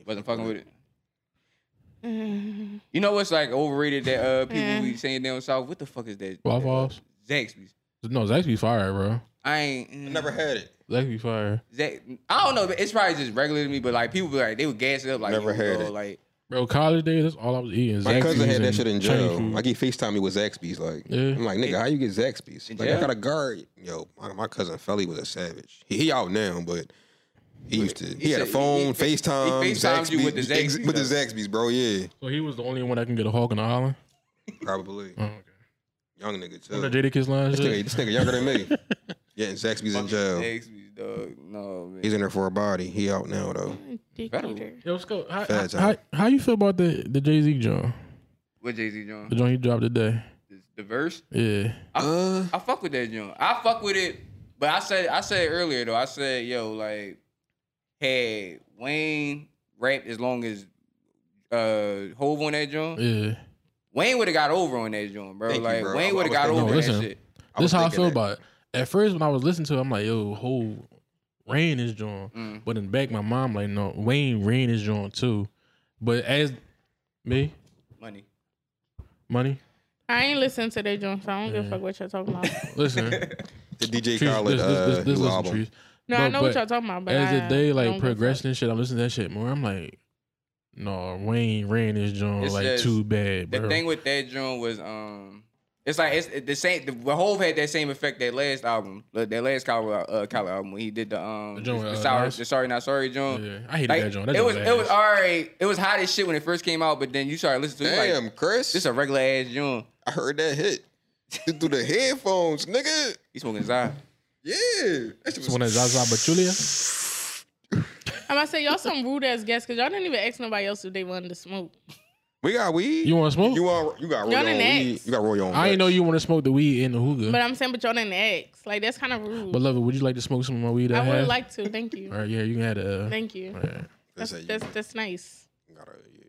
Speaker 2: wasn't fucking with it.
Speaker 3: Mm.
Speaker 2: You know what's like overrated that uh people
Speaker 3: Yeah.
Speaker 2: be saying down south? What the fuck is that? Uh,
Speaker 4: Waffles.
Speaker 2: Zaxby's.
Speaker 4: No, Zaxby fire, bro.
Speaker 2: I ain't mm,
Speaker 5: I never had it.
Speaker 4: Zaxby fire,
Speaker 2: Zax- I don't know. but It's probably just regular to me, but like people be like they would gas it up like
Speaker 5: Never
Speaker 2: yo,
Speaker 5: had
Speaker 2: bro,
Speaker 5: it.
Speaker 2: Like
Speaker 4: bro. College days. That's all I was eating.
Speaker 5: My cousin
Speaker 4: Zaxby's
Speaker 5: had that
Speaker 4: and
Speaker 5: shit in
Speaker 4: Chinese
Speaker 5: jail.
Speaker 4: food.
Speaker 5: Like he Facetime me with Zaxby's. Like
Speaker 4: Yeah.
Speaker 5: I'm like, nigga, how you get Zaxby's?
Speaker 2: In
Speaker 5: Like I
Speaker 2: jail?
Speaker 5: got a guard. Yo, my, my cousin Felly was a savage. He, he out now, but he used to. He,
Speaker 2: He
Speaker 5: had a
Speaker 2: said-
Speaker 5: phone,
Speaker 2: he- he-
Speaker 5: Facetime,
Speaker 2: he FaceTimed you with the
Speaker 5: ex-
Speaker 2: Zaxby's,
Speaker 5: with the
Speaker 2: though.
Speaker 5: Zaxby's, bro. Yeah,
Speaker 4: so he was the only one that can get a hawk on the island.
Speaker 5: probably
Speaker 4: Oh, okay.
Speaker 5: young nigga
Speaker 4: Remember
Speaker 5: too.
Speaker 4: the JD Kiss line.
Speaker 5: This nigga,
Speaker 4: shit?
Speaker 5: this nigga younger than me. Yeah, and Zaxby's in
Speaker 2: fucking
Speaker 5: jail.
Speaker 2: Zaxby's, dog. No man.
Speaker 5: He's in there for a body. He out now though.
Speaker 3: Dick
Speaker 2: Better-
Speaker 3: eater.
Speaker 4: Yo, let's go. How,
Speaker 5: Fat
Speaker 4: how, how,
Speaker 5: time.
Speaker 4: how you feel about the the Jay Z joint?
Speaker 2: What Jay Z
Speaker 4: The
Speaker 2: joint?
Speaker 4: joint he dropped today.
Speaker 2: The verse.
Speaker 4: Yeah.
Speaker 5: Uh,
Speaker 2: I fuck with that joint. I fuck with it, but I said I said earlier though. I said yo like, hey Wayne rapped as long as uh Hove on that joint.
Speaker 4: Yeah.
Speaker 2: Wayne would have got over on that joint, bro.
Speaker 5: Thank you,
Speaker 2: like
Speaker 5: bro. I- I
Speaker 2: Wayne would have
Speaker 5: was
Speaker 2: got
Speaker 5: thinking
Speaker 2: over
Speaker 4: that.
Speaker 2: on
Speaker 4: Listen.
Speaker 2: that shit.
Speaker 4: This
Speaker 5: was
Speaker 4: how I
Speaker 5: thinking
Speaker 4: feel
Speaker 5: that.
Speaker 4: about it. At first, when I was listening to it, I'm like, yo, whole Rain is joint.
Speaker 2: Mm.
Speaker 4: But in the back, of my mom like, no, Wayne Rain is joint too. But as me,
Speaker 2: Money.
Speaker 4: money,
Speaker 3: I ain't listening to that joint, so I don't
Speaker 4: Mm.
Speaker 3: give a fuck what y'all talking about.
Speaker 4: listen,
Speaker 5: the DJ
Speaker 4: Trees,
Speaker 5: Khaled
Speaker 4: this-
Speaker 5: uh,
Speaker 4: this- this- this
Speaker 5: new
Speaker 4: listen,
Speaker 5: album.
Speaker 4: Trees.
Speaker 3: No, I
Speaker 4: But-
Speaker 3: know
Speaker 4: but
Speaker 3: what y'all talking about, but
Speaker 4: As
Speaker 3: I
Speaker 4: the day
Speaker 3: don't
Speaker 4: like
Speaker 3: give a fuck.
Speaker 4: progressed and shit, I'm listening to that shit more. I'm like, no, Wayne Rain is joint
Speaker 2: It's
Speaker 4: like
Speaker 2: just-
Speaker 4: too bad,
Speaker 2: The
Speaker 4: bro.
Speaker 2: thing with that joint was um. It's like it's the same. The Hove had that same effect that last album, that last Khaled, uh, Khaled album when he did the um
Speaker 4: The
Speaker 2: the,
Speaker 4: joint with, uh,
Speaker 2: sorry,
Speaker 4: Nas?
Speaker 2: the sorry not sorry joint.
Speaker 4: yeah, I hated
Speaker 2: Like,
Speaker 4: that joint. That
Speaker 2: it
Speaker 4: joint
Speaker 2: was
Speaker 4: ass.
Speaker 2: it was all right. It was hot as shit when it first came out, but then you started listening to it. it's
Speaker 5: Damn,
Speaker 2: Like,
Speaker 5: Chris.
Speaker 2: this a regular ass joint.
Speaker 5: I heard that hit through the headphones, nigga.
Speaker 2: He smoking Zai.
Speaker 5: Yeah, that shit was
Speaker 4: This one that Zaza Pachulia.
Speaker 3: I'm about to say y'all some rude ass guests because y'all didn't even ask nobody else if they wanted to smoke.
Speaker 4: Mm.
Speaker 5: We got weed.
Speaker 4: You want to smoke?
Speaker 5: you want you got
Speaker 3: Y'all
Speaker 5: Roy on
Speaker 3: didn't
Speaker 5: weed.
Speaker 3: ask.
Speaker 5: You got Roy on.
Speaker 4: I ain't know
Speaker 5: Dutch.
Speaker 4: you want to smoke the weed in the hookah.
Speaker 3: But
Speaker 4: But,
Speaker 3: I'm saying, but y'all didn't ask. Like that's kind of rude.
Speaker 4: love it. Would you like to smoke some of my weed?
Speaker 3: I
Speaker 4: I,
Speaker 3: would
Speaker 4: have?
Speaker 3: like to. Thank you.
Speaker 4: All right, yeah, you can have the. Uh,
Speaker 3: Thank you.
Speaker 4: all right.
Speaker 3: That's,
Speaker 5: That's how you
Speaker 3: that's, that's nice.
Speaker 5: gotta, yeah.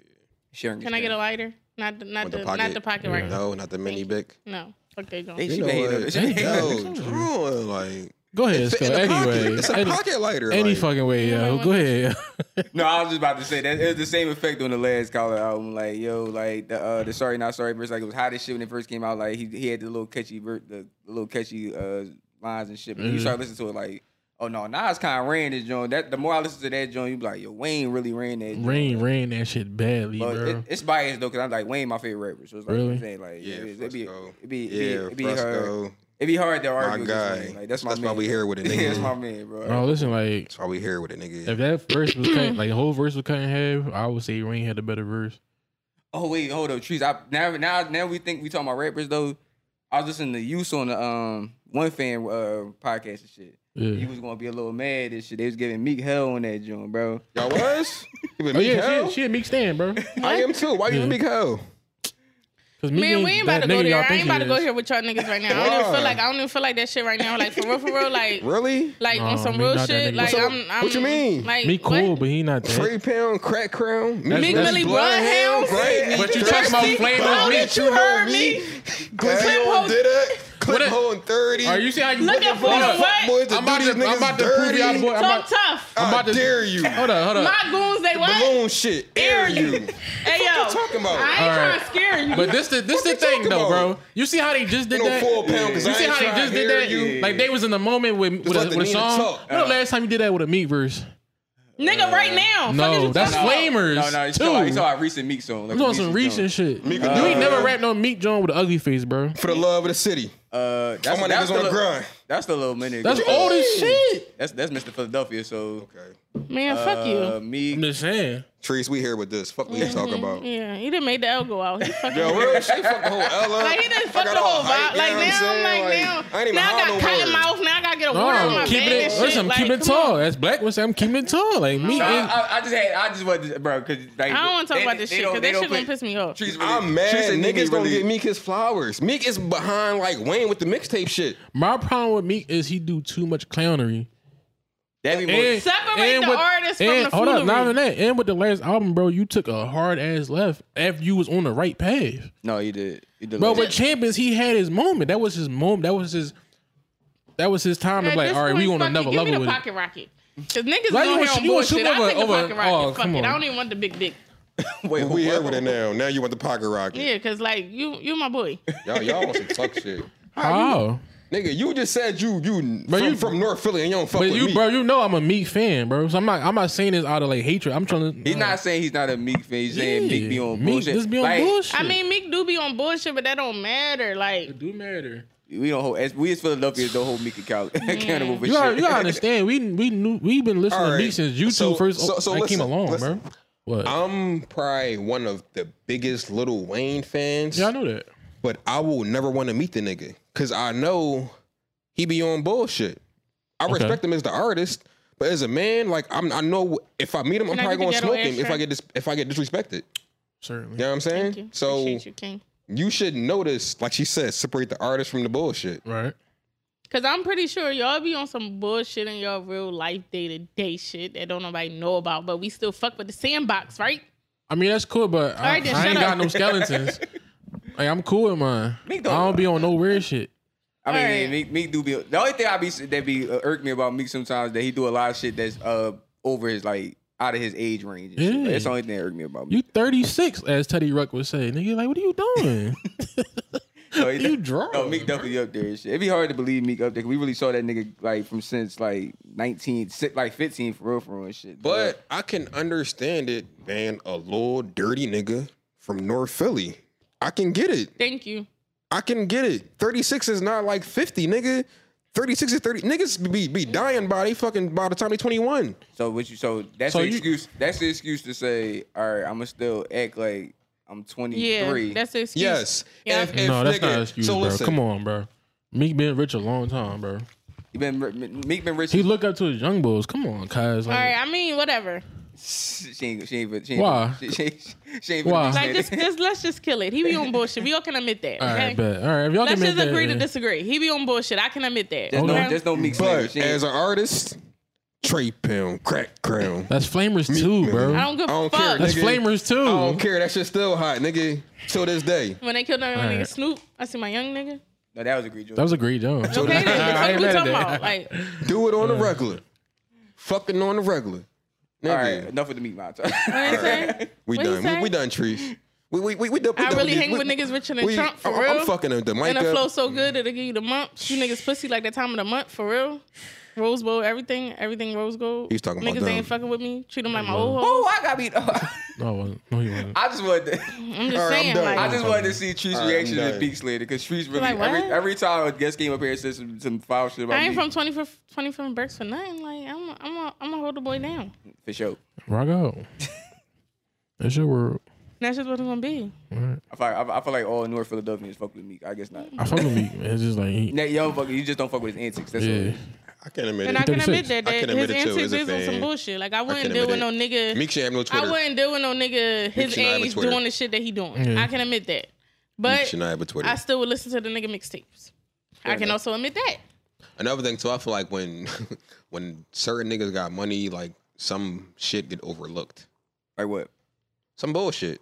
Speaker 2: Sharing.
Speaker 3: Can I get a lighter? Not the, not
Speaker 5: With the
Speaker 3: the,
Speaker 5: pocket?
Speaker 3: not the pocket
Speaker 4: Yeah.
Speaker 3: right now.
Speaker 5: No, not the mini bic.
Speaker 3: No. Okay, don't.
Speaker 2: They-
Speaker 5: You
Speaker 2: She
Speaker 5: know
Speaker 2: made
Speaker 5: what?
Speaker 2: it.
Speaker 5: Hey,
Speaker 4: Damn.
Speaker 5: yo, drawing, like
Speaker 4: Go ahead,
Speaker 5: fit
Speaker 4: Scott.
Speaker 5: in the pocket.
Speaker 4: Anyway,
Speaker 5: it's a
Speaker 4: any,
Speaker 5: pocket lighter.
Speaker 4: any
Speaker 5: like,
Speaker 4: fucking way, yo. Go ahead.
Speaker 2: No, I was just about to say that it was the same effect on the last Khaled album. Like yo, like the uh, the sorry not sorry verse. Like it was hot as shit when it first came out. Like he he had the little catchy ver- the little catchy uh, lines and shit. But when you
Speaker 4: Mhm.
Speaker 2: start listening to it, like oh no, Nas kind of ran this joint. That the more I listen to that joint, you be like yo, Wayne really ran that. joint.
Speaker 4: Rain, rain that shit badly,
Speaker 2: But
Speaker 4: bro.
Speaker 2: it, it's biased though, cause I'm like Wayne, my favorite rapper. So it's like
Speaker 4: Really?
Speaker 2: I'm saying, like
Speaker 5: Yeah,
Speaker 2: it, is- it be
Speaker 5: Fresco.
Speaker 2: it be it be,
Speaker 5: yeah,
Speaker 2: it be hard.
Speaker 5: Fresco,
Speaker 2: It be hard to
Speaker 5: my
Speaker 2: argue with this
Speaker 5: guy.
Speaker 2: man. Like that's my man.
Speaker 5: why we here with it, nigga.
Speaker 2: yeah, that's my man, bro.
Speaker 4: oh, listen, like
Speaker 5: That's why we here with it, nigga.
Speaker 4: if that verse was cut, like the whole verse was cut in half, I would say Rain had the better verse.
Speaker 2: Oh wait, hold up, trees. I now now now we think we talking about rappers though. I was listening to Use on the um one fan uh podcast and shit. He
Speaker 4: Yeah.
Speaker 2: was gonna be a little mad and shit. They was giving Meek hell on that joint, bro.
Speaker 5: Y'all was? You been
Speaker 4: Oh
Speaker 5: Meek
Speaker 4: yeah,
Speaker 5: Hell?
Speaker 4: she, she a meek stand, bro.
Speaker 5: I am too. Why you
Speaker 4: Yeah.
Speaker 5: yeah. Meek Hell?
Speaker 4: Cause Meek
Speaker 3: Man, we ain't about
Speaker 4: that
Speaker 3: to go
Speaker 4: nigga
Speaker 3: there.
Speaker 4: y'all
Speaker 3: I
Speaker 4: think
Speaker 3: ain't about
Speaker 4: he
Speaker 3: to go
Speaker 4: is.
Speaker 3: here with y'all niggas right now. I don't even
Speaker 5: Why?
Speaker 3: feel like I don't even feel like that shit right now. Like for real, for real, like
Speaker 5: Really?
Speaker 3: like on
Speaker 4: Nah,
Speaker 3: some
Speaker 4: me
Speaker 3: real
Speaker 4: not that
Speaker 3: shit.
Speaker 4: nigga.
Speaker 3: Like
Speaker 5: So,
Speaker 3: I'm, I'm.
Speaker 5: what you mean?
Speaker 3: Like
Speaker 4: Meek cool,
Speaker 3: what?
Speaker 4: but he not that.
Speaker 5: Three pound crack crown.
Speaker 4: Mm-hmm. That's-
Speaker 5: Meek
Speaker 4: that's
Speaker 5: Millie
Speaker 3: Millie Bloodhounds?
Speaker 5: Right?
Speaker 4: But you talking about flame
Speaker 3: Oh,
Speaker 4: on me?
Speaker 5: You heard me.
Speaker 3: Clip
Speaker 5: Clip Hole
Speaker 3: Hole-
Speaker 5: did it. Clip
Speaker 4: What a-
Speaker 5: Hole in 30.
Speaker 4: Are you see how you
Speaker 3: Look at Florida. What?
Speaker 5: Boys,
Speaker 4: I'm about to, I'm about to prove y'all boy. I'm
Speaker 3: Talk
Speaker 4: about,
Speaker 3: tough.
Speaker 5: I'm
Speaker 4: I'm
Speaker 5: about
Speaker 4: about
Speaker 5: to
Speaker 4: to-
Speaker 5: dare you.
Speaker 4: hold on, hold on.
Speaker 3: My goons, they what?
Speaker 5: Balloon shit. Air you.
Speaker 3: Hey yo,
Speaker 5: talking about?
Speaker 3: I ain't
Speaker 4: All right.
Speaker 3: trying to scare you.
Speaker 4: But this the this
Speaker 5: What
Speaker 4: the
Speaker 5: you
Speaker 4: thing
Speaker 5: talking
Speaker 4: though,
Speaker 5: about?
Speaker 4: bro. You see how they just did
Speaker 5: No
Speaker 4: that?
Speaker 5: four pound because
Speaker 4: You
Speaker 5: I
Speaker 4: see
Speaker 5: ain't
Speaker 4: how they
Speaker 5: trying
Speaker 4: just
Speaker 5: to
Speaker 4: did
Speaker 5: hear
Speaker 4: that?
Speaker 5: you.
Speaker 4: Like they was in the moment with with,
Speaker 5: let
Speaker 4: a,
Speaker 5: the
Speaker 4: with a
Speaker 5: Nina
Speaker 4: song.
Speaker 5: talk.
Speaker 4: When the last time you did that with a meat verse?
Speaker 3: Nigga,
Speaker 5: uh,
Speaker 3: right now. Fuck is
Speaker 4: No,
Speaker 3: you
Speaker 4: that's
Speaker 3: talking about?
Speaker 4: flamers.
Speaker 2: No, no, he's
Speaker 4: too.
Speaker 2: talking about- he's talking about recent Meek song. Like
Speaker 4: I'm on some
Speaker 2: Meek's
Speaker 4: recent shit.
Speaker 5: Meek
Speaker 4: you
Speaker 5: is
Speaker 4: ain't
Speaker 5: dope.
Speaker 4: never rap no Meek John with an ugly face, bro.
Speaker 5: Uh, For the love of the city.
Speaker 2: song. Uh,
Speaker 5: All
Speaker 2: that's, that's,
Speaker 5: my niggas
Speaker 2: the
Speaker 5: on
Speaker 2: little,
Speaker 5: the grind.
Speaker 2: that's the little minute.
Speaker 4: That's
Speaker 2: ago.
Speaker 4: old as shit.
Speaker 2: That's that's Mr. Philadelphia. So
Speaker 5: Okay.
Speaker 3: Man, fuck
Speaker 2: uh,
Speaker 3: you.
Speaker 5: Um,
Speaker 4: I'm
Speaker 2: Meek.
Speaker 4: just saying.
Speaker 5: Trees, we here with this. Fuck we you
Speaker 3: Mm-hmm.
Speaker 5: talking about.
Speaker 3: Yeah, he done made the L go out. He fucking
Speaker 5: Yo, real shit, fuck the whole L up.
Speaker 3: Like he done
Speaker 5: I
Speaker 3: fucked
Speaker 5: got
Speaker 3: the
Speaker 5: all
Speaker 3: whole
Speaker 5: hyped,
Speaker 3: vibe.
Speaker 5: you
Speaker 3: Like
Speaker 5: know what I'm
Speaker 3: now, I'm
Speaker 5: saying?
Speaker 3: like now,
Speaker 5: I ain't even
Speaker 3: now I
Speaker 5: holler
Speaker 3: got
Speaker 5: no
Speaker 3: cotton
Speaker 5: word.
Speaker 3: mouth. Now I gotta get a word
Speaker 4: No,
Speaker 3: on
Speaker 4: I'm
Speaker 3: my
Speaker 4: keeping
Speaker 3: bag and
Speaker 4: it.
Speaker 3: shit.
Speaker 4: Listen, I'm
Speaker 3: like,
Speaker 4: keeping it
Speaker 3: come on. uh,
Speaker 4: tall. That's black. Listen, I'm keeping it tall. Like Meek
Speaker 2: No,
Speaker 4: is.
Speaker 2: I, I- I just had. I just wanted. To, bro, because like,
Speaker 3: I don't want to talk
Speaker 2: they-
Speaker 3: about this
Speaker 2: they
Speaker 3: shit
Speaker 2: don't-
Speaker 3: because
Speaker 2: they
Speaker 3: that
Speaker 2: don't
Speaker 3: shit gonna piss me off.
Speaker 2: Trees really-
Speaker 5: I'm mad
Speaker 2: Trees and
Speaker 5: niggas
Speaker 2: Meek
Speaker 5: don't
Speaker 2: really-
Speaker 5: get Meek his flowers. Meek is behind like Wayne with the mixtape shit.
Speaker 4: My problem with Meek is he do too much clownery.
Speaker 2: That be
Speaker 4: And,
Speaker 3: Separate the artist from
Speaker 4: and,
Speaker 3: the
Speaker 4: hold up,
Speaker 3: foolery.
Speaker 4: not even that. And with the last album, bro, you took a hard ass left after you was on the right path.
Speaker 2: no, you did. You did.
Speaker 4: Bro,
Speaker 2: like-
Speaker 4: with champions, he had his moment. That was his moment. That was his. That was his time to
Speaker 3: At
Speaker 4: be like,
Speaker 3: this
Speaker 4: all right, we
Speaker 3: point,
Speaker 4: on
Speaker 3: fuck
Speaker 4: another
Speaker 3: it, give me
Speaker 4: level
Speaker 3: the
Speaker 4: with it.
Speaker 3: pocket rocket. Cause niggas like,
Speaker 4: Why you
Speaker 3: don't
Speaker 4: want-
Speaker 3: hear on
Speaker 4: you want
Speaker 3: bullshit.
Speaker 4: super
Speaker 3: I take the
Speaker 4: over-
Speaker 3: pocket rocket.
Speaker 4: oh,
Speaker 3: Fuck
Speaker 4: come
Speaker 3: it. I
Speaker 4: on.
Speaker 3: don't even want the big dick.
Speaker 2: wait,
Speaker 5: We here
Speaker 2: what?
Speaker 5: with it now. Now you want the pocket rocket.
Speaker 3: Yeah, cause like you, you my boy.
Speaker 5: Y'all, y'all want some fuck shit.
Speaker 4: How?
Speaker 5: Nigga, you just said you you
Speaker 4: But
Speaker 5: from,
Speaker 4: you-
Speaker 5: from North Philly and you don't fuck
Speaker 4: But
Speaker 5: with
Speaker 4: you,
Speaker 5: Meek.
Speaker 4: bro, you know I'm a Meek fan, bro. So I'm not, I'm not saying this out of like hatred. I'm trying to.
Speaker 2: He's not saying he's not a Meek fan. He's saying Meek be on bullshit.
Speaker 4: Just be on
Speaker 2: Like,
Speaker 4: bullshit.
Speaker 3: I mean, Meek do be on bullshit, but that don't matter. Like
Speaker 4: do matter.
Speaker 2: We don't hold. As, we as Philadelphians don't hold Meek account, accountable for
Speaker 4: You
Speaker 2: shit.
Speaker 4: gotta, you gotta understand. We we knew we've been listening
Speaker 5: All
Speaker 4: to
Speaker 5: right.
Speaker 4: Meek since YouTube
Speaker 5: So-
Speaker 4: first
Speaker 5: so- so
Speaker 4: like,
Speaker 5: listen,
Speaker 4: came along,
Speaker 5: listen.
Speaker 4: bro. What?
Speaker 5: I'm probably one of the biggest Little Wayne fans,
Speaker 4: yeah, I know that.
Speaker 5: but I will never want to meet the nigga because I know he be on bullshit. I respect him as the artist, but as a man, like I'm, I know if I meet him, I'm
Speaker 3: Can I
Speaker 5: probably
Speaker 3: get the
Speaker 5: gonna
Speaker 3: ghetto
Speaker 5: smoke him if
Speaker 3: extra?
Speaker 5: I get dis- if I get disrespected.
Speaker 4: Certainly.
Speaker 5: You know what I'm saying?
Speaker 3: Thank you.
Speaker 5: So
Speaker 3: Appreciate you, King.
Speaker 5: you should notice, like she said, separate the artist from the bullshit.
Speaker 4: Right.
Speaker 3: Cause I'm pretty sure y'all be on some bullshit in y'all real life day to day shit that don't nobody know about, but we still fuck with the sandbox, right?
Speaker 4: I mean, that's cool, but I,
Speaker 3: right, then,
Speaker 4: I
Speaker 3: shut
Speaker 4: ain't
Speaker 3: up.
Speaker 4: got no skeletons. like, I'm cool with mine. I
Speaker 2: Meek don't-
Speaker 4: don't be on no weird shit.
Speaker 2: I mean,
Speaker 3: Alright.
Speaker 2: Meek, Meek do be the only thing I be that be uh, irk me about Meek sometimes that he do a lot of shit that's uh over his like out of his age range. And shit. Like,
Speaker 4: Yeah.
Speaker 2: that's the only thing that irk me about
Speaker 4: You
Speaker 2: Meek.
Speaker 4: 36, as Teddy Ruck would say. Nigga, like, what are you doing?
Speaker 2: So he-
Speaker 4: you drunk.
Speaker 2: No, Meek definitely up there. and Shit. It'd be hard to believe Meek up there. 'cause we really saw that nigga like from since like nineteen, si- like fifteen for real, for real and shit.
Speaker 5: But I can understand it being a little dirty nigga from North Philly. I can get it.
Speaker 3: Thank you.
Speaker 5: I can get it. 36 is not like 50, nigga. 36 is 30. Niggas be, be dying by they fucking by the time they 21.
Speaker 2: so what you? So that's
Speaker 4: So
Speaker 2: the
Speaker 4: you-
Speaker 2: excuse. That's the excuse to say, all right, I'ma still act like I'm twenty
Speaker 3: Yeah,
Speaker 2: three.
Speaker 3: that's the excuse.
Speaker 5: Yes.
Speaker 3: Yeah.
Speaker 5: If- if
Speaker 4: no, that's not
Speaker 5: nigga-
Speaker 4: an excuse,
Speaker 5: so
Speaker 4: bro.
Speaker 5: listen.
Speaker 4: Come on, bro. Meek been rich a long time, bro.
Speaker 2: he been Meek been rich.
Speaker 4: He look up to his young bulls. Come on, cuz.
Speaker 3: All
Speaker 4: Like,
Speaker 3: right. I mean, whatever.
Speaker 2: She ain't. She ain't. She ain't.
Speaker 4: Why?
Speaker 2: She, she, ain't- she ain't.
Speaker 4: Why?
Speaker 2: Why?
Speaker 4: Like,
Speaker 3: Like just, just let's just kill it. He be on bullshit. We all can admit that.
Speaker 4: all
Speaker 3: okay?
Speaker 4: right, bet. All right, if y'all
Speaker 3: Let's
Speaker 4: can
Speaker 3: just
Speaker 4: admit
Speaker 3: agree
Speaker 4: that,
Speaker 3: to disagree. He be on bullshit. I can admit that.
Speaker 2: There's no,
Speaker 4: Hold on.
Speaker 2: there's no Meek slander.
Speaker 5: But
Speaker 2: She ain't-
Speaker 5: as an artist, Trey Pound, crack crown.
Speaker 4: That's flamers too, bro.
Speaker 3: I don't give
Speaker 5: I
Speaker 3: a
Speaker 5: don't
Speaker 3: fuck.
Speaker 5: care,
Speaker 4: That's
Speaker 5: nigga. Oh,
Speaker 4: flamers too.
Speaker 5: I don't care. That shit's still hot, nigga. Till this day.
Speaker 3: When they killed that
Speaker 4: All
Speaker 3: nigga
Speaker 4: right.
Speaker 3: Snoop, I see my young nigga.
Speaker 2: no, that was a great joke.
Speaker 4: That was a great job.
Speaker 3: Okay, then,
Speaker 4: I
Speaker 3: what
Speaker 4: ain't
Speaker 3: we
Speaker 4: mad at
Speaker 3: talking
Speaker 4: that.
Speaker 3: about? Like,
Speaker 5: Do it on the regular. Fucking on the regular. Nigga.
Speaker 2: All right, enough of the Meek monster.
Speaker 3: what I'm saying?
Speaker 5: We
Speaker 3: What he
Speaker 5: done. We,
Speaker 3: say?
Speaker 5: we done, Trees. We, we, we, we done. we
Speaker 3: I
Speaker 5: done
Speaker 3: really
Speaker 5: these-
Speaker 3: hang
Speaker 5: we-
Speaker 3: with niggas richer than
Speaker 5: we-
Speaker 3: Trump for
Speaker 5: I'm,
Speaker 3: real.
Speaker 5: I'm fucking them. The
Speaker 3: and
Speaker 5: mic
Speaker 3: it flow
Speaker 5: up.
Speaker 3: so good it'll give you the mumps. You niggas pussy like that time of the month for real. Rose gold, everything, everything rose gold.
Speaker 5: He's talking about
Speaker 3: niggas
Speaker 5: them.
Speaker 3: ain't fucking with me. Treat them like my old hoe.
Speaker 2: oh, I got beat.
Speaker 4: No, I wasn't. No, he wasn't.
Speaker 2: I just wanted. To,
Speaker 3: I'm just
Speaker 5: All right, I'm
Speaker 3: saying,
Speaker 5: done.
Speaker 2: I
Speaker 3: like,
Speaker 2: just wanted to see Tree's
Speaker 5: All right,
Speaker 2: reaction
Speaker 5: I'm
Speaker 2: to
Speaker 5: done.
Speaker 2: Meek slander because Tree's really
Speaker 3: Like,
Speaker 2: every
Speaker 3: what?
Speaker 2: every time a guest came up here and said some, some foul shit about
Speaker 3: I ain't
Speaker 2: Meek.
Speaker 3: from 20 for 20 from Berks for nothing. Like, I'm, a, I'm, a, I'm gonna hold the boy down.
Speaker 2: for sure.
Speaker 4: Rock out. That's your world.
Speaker 3: That's just what it's gonna be.
Speaker 4: All right.
Speaker 2: I feel, I, I feel like all North Philadelphians fuck with Meek. I guess not.
Speaker 4: I fuck with Meek, man. It's just like, he,
Speaker 2: Nah, Yo, fuck, you just don't fuck with his antics. That's
Speaker 4: yeah.
Speaker 2: all.
Speaker 5: I can't admit
Speaker 3: And
Speaker 5: it.
Speaker 3: I can
Speaker 4: 36.
Speaker 3: admit that,
Speaker 5: I
Speaker 3: that
Speaker 5: can
Speaker 3: his
Speaker 5: admit it too,
Speaker 3: antics
Speaker 5: as a
Speaker 3: is on some
Speaker 5: fan.
Speaker 3: bullshit. Like, I wouldn't
Speaker 5: can
Speaker 3: deal with
Speaker 5: admit
Speaker 3: no nigga.
Speaker 5: Meek should have no Twitter.
Speaker 3: I wouldn't deal with no nigga his
Speaker 5: should not have a
Speaker 3: age
Speaker 5: Twitter.
Speaker 3: doing the shit that he doing.
Speaker 4: Yeah.
Speaker 3: I can admit that.
Speaker 5: Meek
Speaker 3: But
Speaker 5: should not have a Twitter.
Speaker 3: I still would listen to the nigga mixtapes. I can
Speaker 2: enough.
Speaker 3: also admit that.
Speaker 5: Another thing too, I feel like when when certain niggas got money, like some shit get overlooked.
Speaker 2: Like what?
Speaker 5: Some bullshit.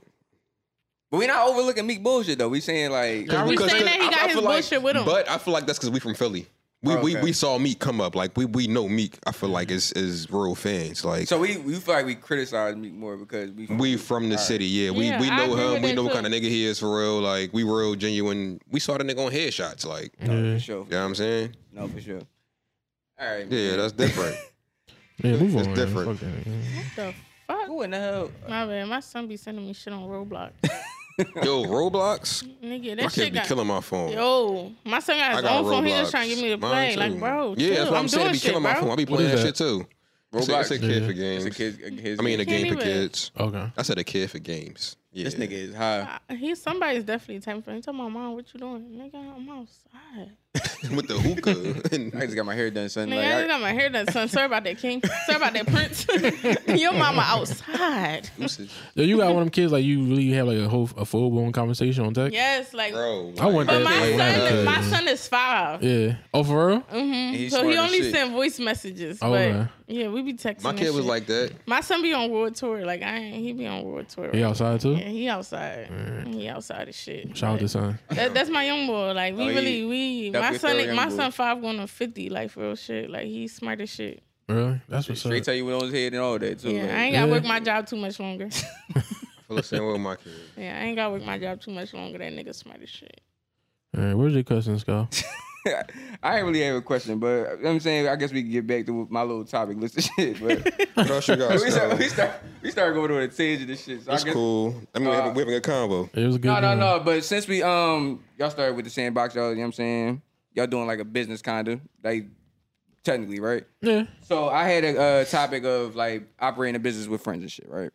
Speaker 2: But we not overlooking Meek bullshit though. We saying like
Speaker 3: Are we
Speaker 5: Because-
Speaker 3: saying that he
Speaker 5: I-
Speaker 3: got
Speaker 5: I
Speaker 3: his
Speaker 5: feel like-
Speaker 3: bullshit with him?
Speaker 5: But I feel like that's because we from Philly. We, we,
Speaker 2: Okay. Mm-hmm.
Speaker 5: we saw Meek come up. Like we we know Meek. I feel like is is real fans. Like
Speaker 2: so. We we feel like we criticize Meek more because we
Speaker 5: we from the city. Yeah, we
Speaker 3: Yeah,
Speaker 5: we
Speaker 3: I agree
Speaker 5: know
Speaker 3: with
Speaker 5: him. We
Speaker 3: that,
Speaker 5: know what
Speaker 3: too.
Speaker 5: kind of nigga he is for real. Like we real genuine. We saw the nigga on headshots. Like you
Speaker 2: for sure.
Speaker 5: know what I'm saying?
Speaker 2: No, for sure. All right.
Speaker 5: Yeah,
Speaker 2: man.
Speaker 5: that's different.
Speaker 4: Yeah, move
Speaker 5: It's
Speaker 4: on.
Speaker 5: different.
Speaker 4: Fuck that. Yeah.
Speaker 3: The fuck?
Speaker 2: Who in the hell?
Speaker 3: My bad. My son be sending me shit on Roblox.
Speaker 5: Yo, Roblox.
Speaker 3: Nigga,
Speaker 5: My
Speaker 3: that
Speaker 5: kid
Speaker 3: shit
Speaker 5: be
Speaker 3: got.
Speaker 5: killing my phone.
Speaker 3: Yo, my son got
Speaker 5: I
Speaker 3: his
Speaker 5: got
Speaker 3: own phone. He
Speaker 5: Roblox.
Speaker 3: just trying to get me to
Speaker 5: Mine
Speaker 3: play. Like,
Speaker 5: too.
Speaker 3: bro,
Speaker 5: yeah,
Speaker 3: chill.
Speaker 5: that's what I'm, saying.
Speaker 3: doing
Speaker 5: Be
Speaker 3: shit,
Speaker 5: killing
Speaker 3: bro.
Speaker 5: my phone. I be
Speaker 4: What
Speaker 5: playing
Speaker 4: is
Speaker 5: that
Speaker 4: that?
Speaker 5: shit too. It's a,
Speaker 6: Roblox.
Speaker 5: it's a
Speaker 4: Yeah.
Speaker 5: kid for
Speaker 6: It's
Speaker 5: games.
Speaker 6: a kid's, a- his
Speaker 5: I mean, a game
Speaker 3: Can't
Speaker 5: for
Speaker 3: even-
Speaker 5: kids.
Speaker 4: Okay.
Speaker 5: I said a kid for games. Yeah.
Speaker 6: This nigga is high.
Speaker 3: Uh, He's somebody's definitely typing for him. He Tell my mom what you doing, nigga. I'm outside.
Speaker 5: with the hookah. and-
Speaker 6: I just got my hair done, son.
Speaker 3: Nigga,
Speaker 6: Like,
Speaker 3: I
Speaker 6: I,
Speaker 3: just got my hair done, son. Sorry about that, King. Sorry about that, Prince. Your mama outside.
Speaker 4: Yo, you got one of them kids like you really have like a whole a full blown conversation on text.
Speaker 3: Yes, like.
Speaker 5: bro,
Speaker 4: I want
Speaker 3: But
Speaker 4: that.
Speaker 3: my
Speaker 4: like, when I was a
Speaker 3: son,
Speaker 4: kid.
Speaker 3: my son is five.
Speaker 4: Yeah. Oh, for real?
Speaker 3: hmm
Speaker 6: He's
Speaker 3: So
Speaker 6: smart
Speaker 3: he
Speaker 6: as
Speaker 3: only
Speaker 6: shit.
Speaker 3: sent voice messages.
Speaker 4: Oh,
Speaker 3: but
Speaker 4: okay.
Speaker 3: yeah, we be texting.
Speaker 5: My
Speaker 3: and
Speaker 5: kid was
Speaker 3: shit.
Speaker 5: like that.
Speaker 3: my son be on world tour. Like I ain't, he be on world tour.
Speaker 4: He outside too.
Speaker 3: Yeah, he outside. He outside as shit.
Speaker 4: Shout out to
Speaker 3: But
Speaker 4: son.
Speaker 3: that, that's my young boy. Like we
Speaker 6: Oh, he-
Speaker 3: really, we my
Speaker 6: definitely still a
Speaker 3: son,
Speaker 6: young
Speaker 3: my
Speaker 6: boy.
Speaker 3: son five going on fifty. Like real shit. Like he's smart as shit.
Speaker 4: Really? That's what's up.
Speaker 6: straight tell you what on his head and all that too.
Speaker 3: Yeah,
Speaker 6: like,
Speaker 3: I ain't gotta work
Speaker 4: Yeah.
Speaker 3: my job too much longer.
Speaker 5: I feel the same way with my kid.
Speaker 3: yeah, I ain't gotta work my job too much longer. That nigga smart as shit.
Speaker 4: All right, where's your cousins go?
Speaker 2: I ain't really have a question, but you know what I'm saying I guess we can get back to my little topic list of shit. But
Speaker 5: What else you got?
Speaker 2: we start, we
Speaker 5: Skylar?
Speaker 2: start we start going on a tangent and shit. So I
Speaker 5: That's
Speaker 2: guess,
Speaker 5: cool. I mean, we have a-
Speaker 2: Uh,
Speaker 5: we having a combo.
Speaker 4: It was a good.
Speaker 2: No, no,
Speaker 4: one.
Speaker 2: no. But since we um y'all started with the sandbox, y'all, you know what I'm saying? Y'all doing like a business kind of like technically, right?
Speaker 4: Yeah.
Speaker 2: So I had a uh, topic of like operating a business with friends and shit, right?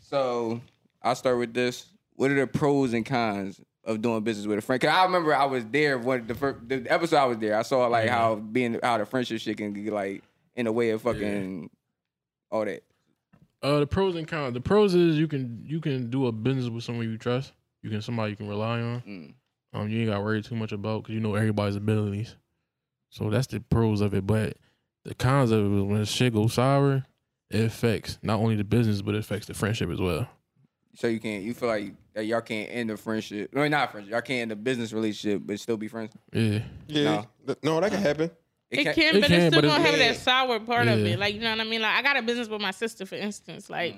Speaker 2: So I'll start with this. What are the pros and cons of doing business with a friend? Cause I remember I was there when the first the episode I was there. I saw like how being how the friendship shit can get like in the way of fucking all that.
Speaker 4: Uh, the pros and cons. The pros is you can you can do a business with someone you trust. You can somebody you can rely on.
Speaker 2: Mm.
Speaker 4: Um, you ain't got to worry too much about because you know everybody's abilities. So that's the pros of it. But the cons of it is when shit goes sour, it affects not only the business but it affects the friendship as well.
Speaker 2: So you can't you feel like that y'all can't end the friendship. No, not friendship. Y'all can't end the business relationship, but still be friends.
Speaker 4: Yeah.
Speaker 5: Yeah. No, that can happen.
Speaker 3: It,
Speaker 2: can't-
Speaker 3: can,
Speaker 4: it
Speaker 3: but
Speaker 4: can,
Speaker 3: it's still
Speaker 4: but it's-
Speaker 3: gonna have
Speaker 5: Yeah.
Speaker 3: that sour part of
Speaker 4: Yeah. Mm.
Speaker 3: it. Like you know what I mean? Like I got a business with my sister, for instance. Like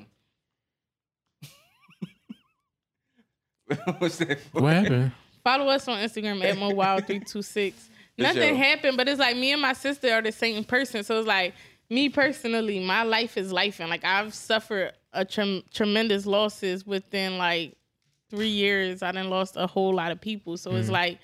Speaker 2: What's that for?
Speaker 4: What happened?
Speaker 3: Follow us on Instagram at MoWild326. Nothing
Speaker 2: show.
Speaker 3: happened, but it's like me and my sister are the same person. So it's like me personally, my life is life, and like I've suffered a trem- tremendous losses within like three years. I done lost a whole lot of people. So
Speaker 4: Mm.
Speaker 3: it's like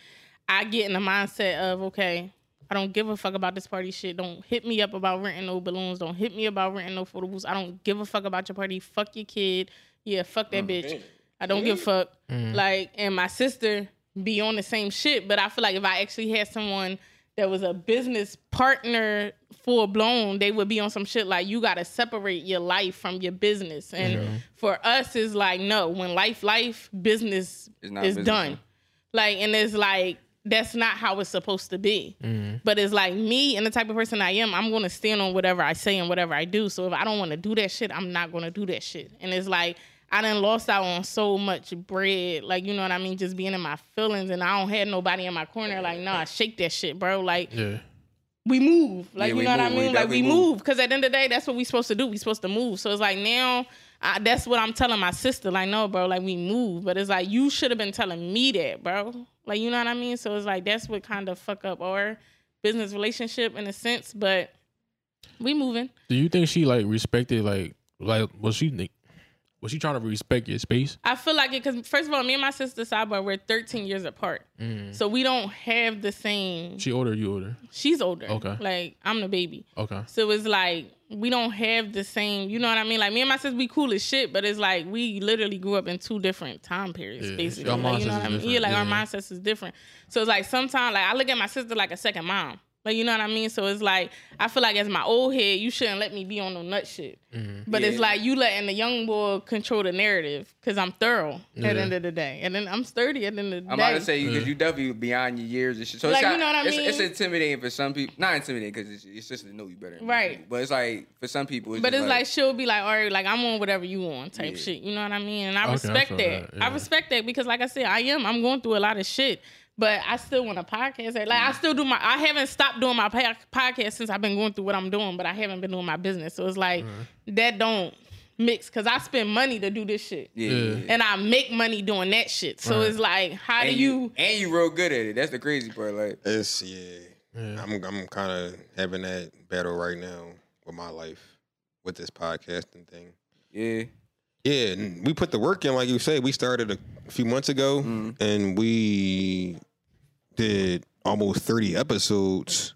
Speaker 3: I get in the mindset of okay. I don't give a fuck about this party shit. Don't hit me up about renting no balloons. Don't hit me about renting no photo booths. I don't give a fuck about your party. Fuck your kid. Yeah, fuck that bitch. I don't give a fuck. Like, and my sister be on the same shit, but I feel like if I actually had someone that was a business partner full blown, they would be on some shit like you gotta separate your life from your business. And for us, it's like no, when life, life, business
Speaker 2: It's
Speaker 3: is
Speaker 2: not business.
Speaker 3: done. Like, and it's like that's not how it's supposed to be. But it's like me and the type of person I am, I'm gonna stand on whatever I say and whatever I do. So if I don't wanna do that shit, I'm not gonna do that shit. And it's like I done lost out on so much bread, like you know what I mean, just being in my feelings and I don't have nobody in my corner, like, nah, shake that shit, bro. Like
Speaker 4: Yeah.
Speaker 3: we move. Like
Speaker 2: Yeah,
Speaker 3: you
Speaker 2: we
Speaker 3: know what I
Speaker 2: move. We
Speaker 3: mean? Like we
Speaker 2: definitely move.
Speaker 3: move. Cause at the end of the day, that's what we supposed to do. We supposed to move. So it's like now I, that's what I'm telling my sister. Like, no, bro, like we move. But it's like you should have been telling me that, bro. Like, you know what I mean? So it's like that's what kind of fuck up our business relationship in a sense, but we moving.
Speaker 4: Do you think she like respected like like was she was she trying to respect your space?
Speaker 3: I feel like it because first of all, me and my sister sidebar, we're 13 years apart.
Speaker 2: Mm.
Speaker 3: So we don't have the same
Speaker 4: She older, you older.
Speaker 3: she's older.
Speaker 4: Okay.
Speaker 3: Like I'm the baby.
Speaker 4: Okay.
Speaker 3: So it's like we don't have the same, you know what I mean? Like me and my sister, we cool as shit, but it's like we literally grew up in two different time periods,
Speaker 4: Yeah,
Speaker 3: basically.
Speaker 4: our
Speaker 3: like, you know
Speaker 4: mindsets
Speaker 3: what I
Speaker 4: is
Speaker 3: mean? Yeah,
Speaker 4: different,
Speaker 3: like our
Speaker 4: yeah.
Speaker 3: mindsets is different. So it's like sometimes, like I look at my sister like a second mom. Like you know what I mean? So it's like I feel like as my old head, you shouldn't let me be on no nut shit.
Speaker 4: Mm-hmm.
Speaker 3: But it's
Speaker 2: Yeah.
Speaker 3: like you letting the young boy control the narrative because I'm thorough
Speaker 4: Yeah.
Speaker 3: at the end of the day, and then I'm sturdy at the end of the
Speaker 2: I'm
Speaker 3: day.
Speaker 2: about to say because you definitely beyond your years and shit. So it's
Speaker 3: Like, you
Speaker 2: kind-
Speaker 3: know what I
Speaker 2: it's,
Speaker 3: mean?
Speaker 2: it's intimidating for some people. Not intimidating because it's, it's just to know you better, than most
Speaker 3: Right.
Speaker 2: people. But it's like for some people, it's
Speaker 3: But
Speaker 2: just
Speaker 3: it's like, she'll be like, all right, like I'm on whatever you on type
Speaker 2: Yeah.
Speaker 3: shit. You know what I mean? And I
Speaker 4: Okay, I
Speaker 3: respect
Speaker 4: feel
Speaker 3: that.
Speaker 4: that, yeah.
Speaker 3: I respect that because like I said, I am. I'm going through a lot of shit. But I still want a podcast. Like I still do my I haven't stopped doing my pa- podcast since I've been going through what I'm doing, but I haven't been doing my business. So it's like that don't mix cuz I spend money to do this shit.
Speaker 2: yeah, yeah, yeah.
Speaker 3: And I make money doing that shit. So
Speaker 4: Right.
Speaker 3: it's like how do
Speaker 2: and
Speaker 3: you
Speaker 2: and you real good at it. That's the crazy part. Like
Speaker 5: It's yeah. I'm I'm kind of having that battle right now with my life with this podcasting thing.
Speaker 2: Yeah.
Speaker 5: Yeah, and we put the work in, like you said. We started a few months ago,
Speaker 2: Mhm.
Speaker 5: and we did almost thirty episodes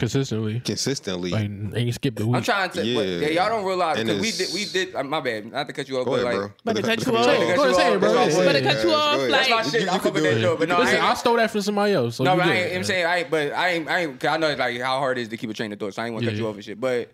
Speaker 4: consistently.
Speaker 5: consistently.
Speaker 4: Like ain't skipped a
Speaker 2: I'm
Speaker 4: week.
Speaker 2: trying to.
Speaker 5: Yeah.
Speaker 2: But, yeah, y'all don't realize
Speaker 5: And
Speaker 2: because we
Speaker 5: it's-
Speaker 2: did. We did. uh, my bad. Not to cut you off,
Speaker 5: Go
Speaker 2: but
Speaker 5: ahead,
Speaker 2: like.
Speaker 5: bro.
Speaker 3: But to
Speaker 5: Look at-
Speaker 3: cut you
Speaker 5: look at
Speaker 3: off.
Speaker 5: your-
Speaker 3: Go
Speaker 4: to say it, bro.
Speaker 5: That's what I'm
Speaker 3: But to
Speaker 5: saying.
Speaker 3: cut you
Speaker 5: Yeah,
Speaker 3: off,
Speaker 5: go ahead.
Speaker 2: That's my
Speaker 3: like
Speaker 5: You-
Speaker 2: shit.
Speaker 5: you
Speaker 2: I
Speaker 5: could
Speaker 2: fuck with
Speaker 5: do
Speaker 2: that
Speaker 5: it.
Speaker 2: joke, but no,
Speaker 4: Listen,
Speaker 2: I ain't,
Speaker 4: I'll throw that for somebody else. So
Speaker 2: No,
Speaker 4: you
Speaker 2: but I
Speaker 4: good,
Speaker 2: ain't, I'm
Speaker 4: man.
Speaker 2: saying I ain't, but I ain't, I ain't, 'cause I know like how hard it is to keep a train of thought, so I ain't want to
Speaker 4: Yeah,
Speaker 2: cut you
Speaker 4: yeah.
Speaker 2: off and shit. But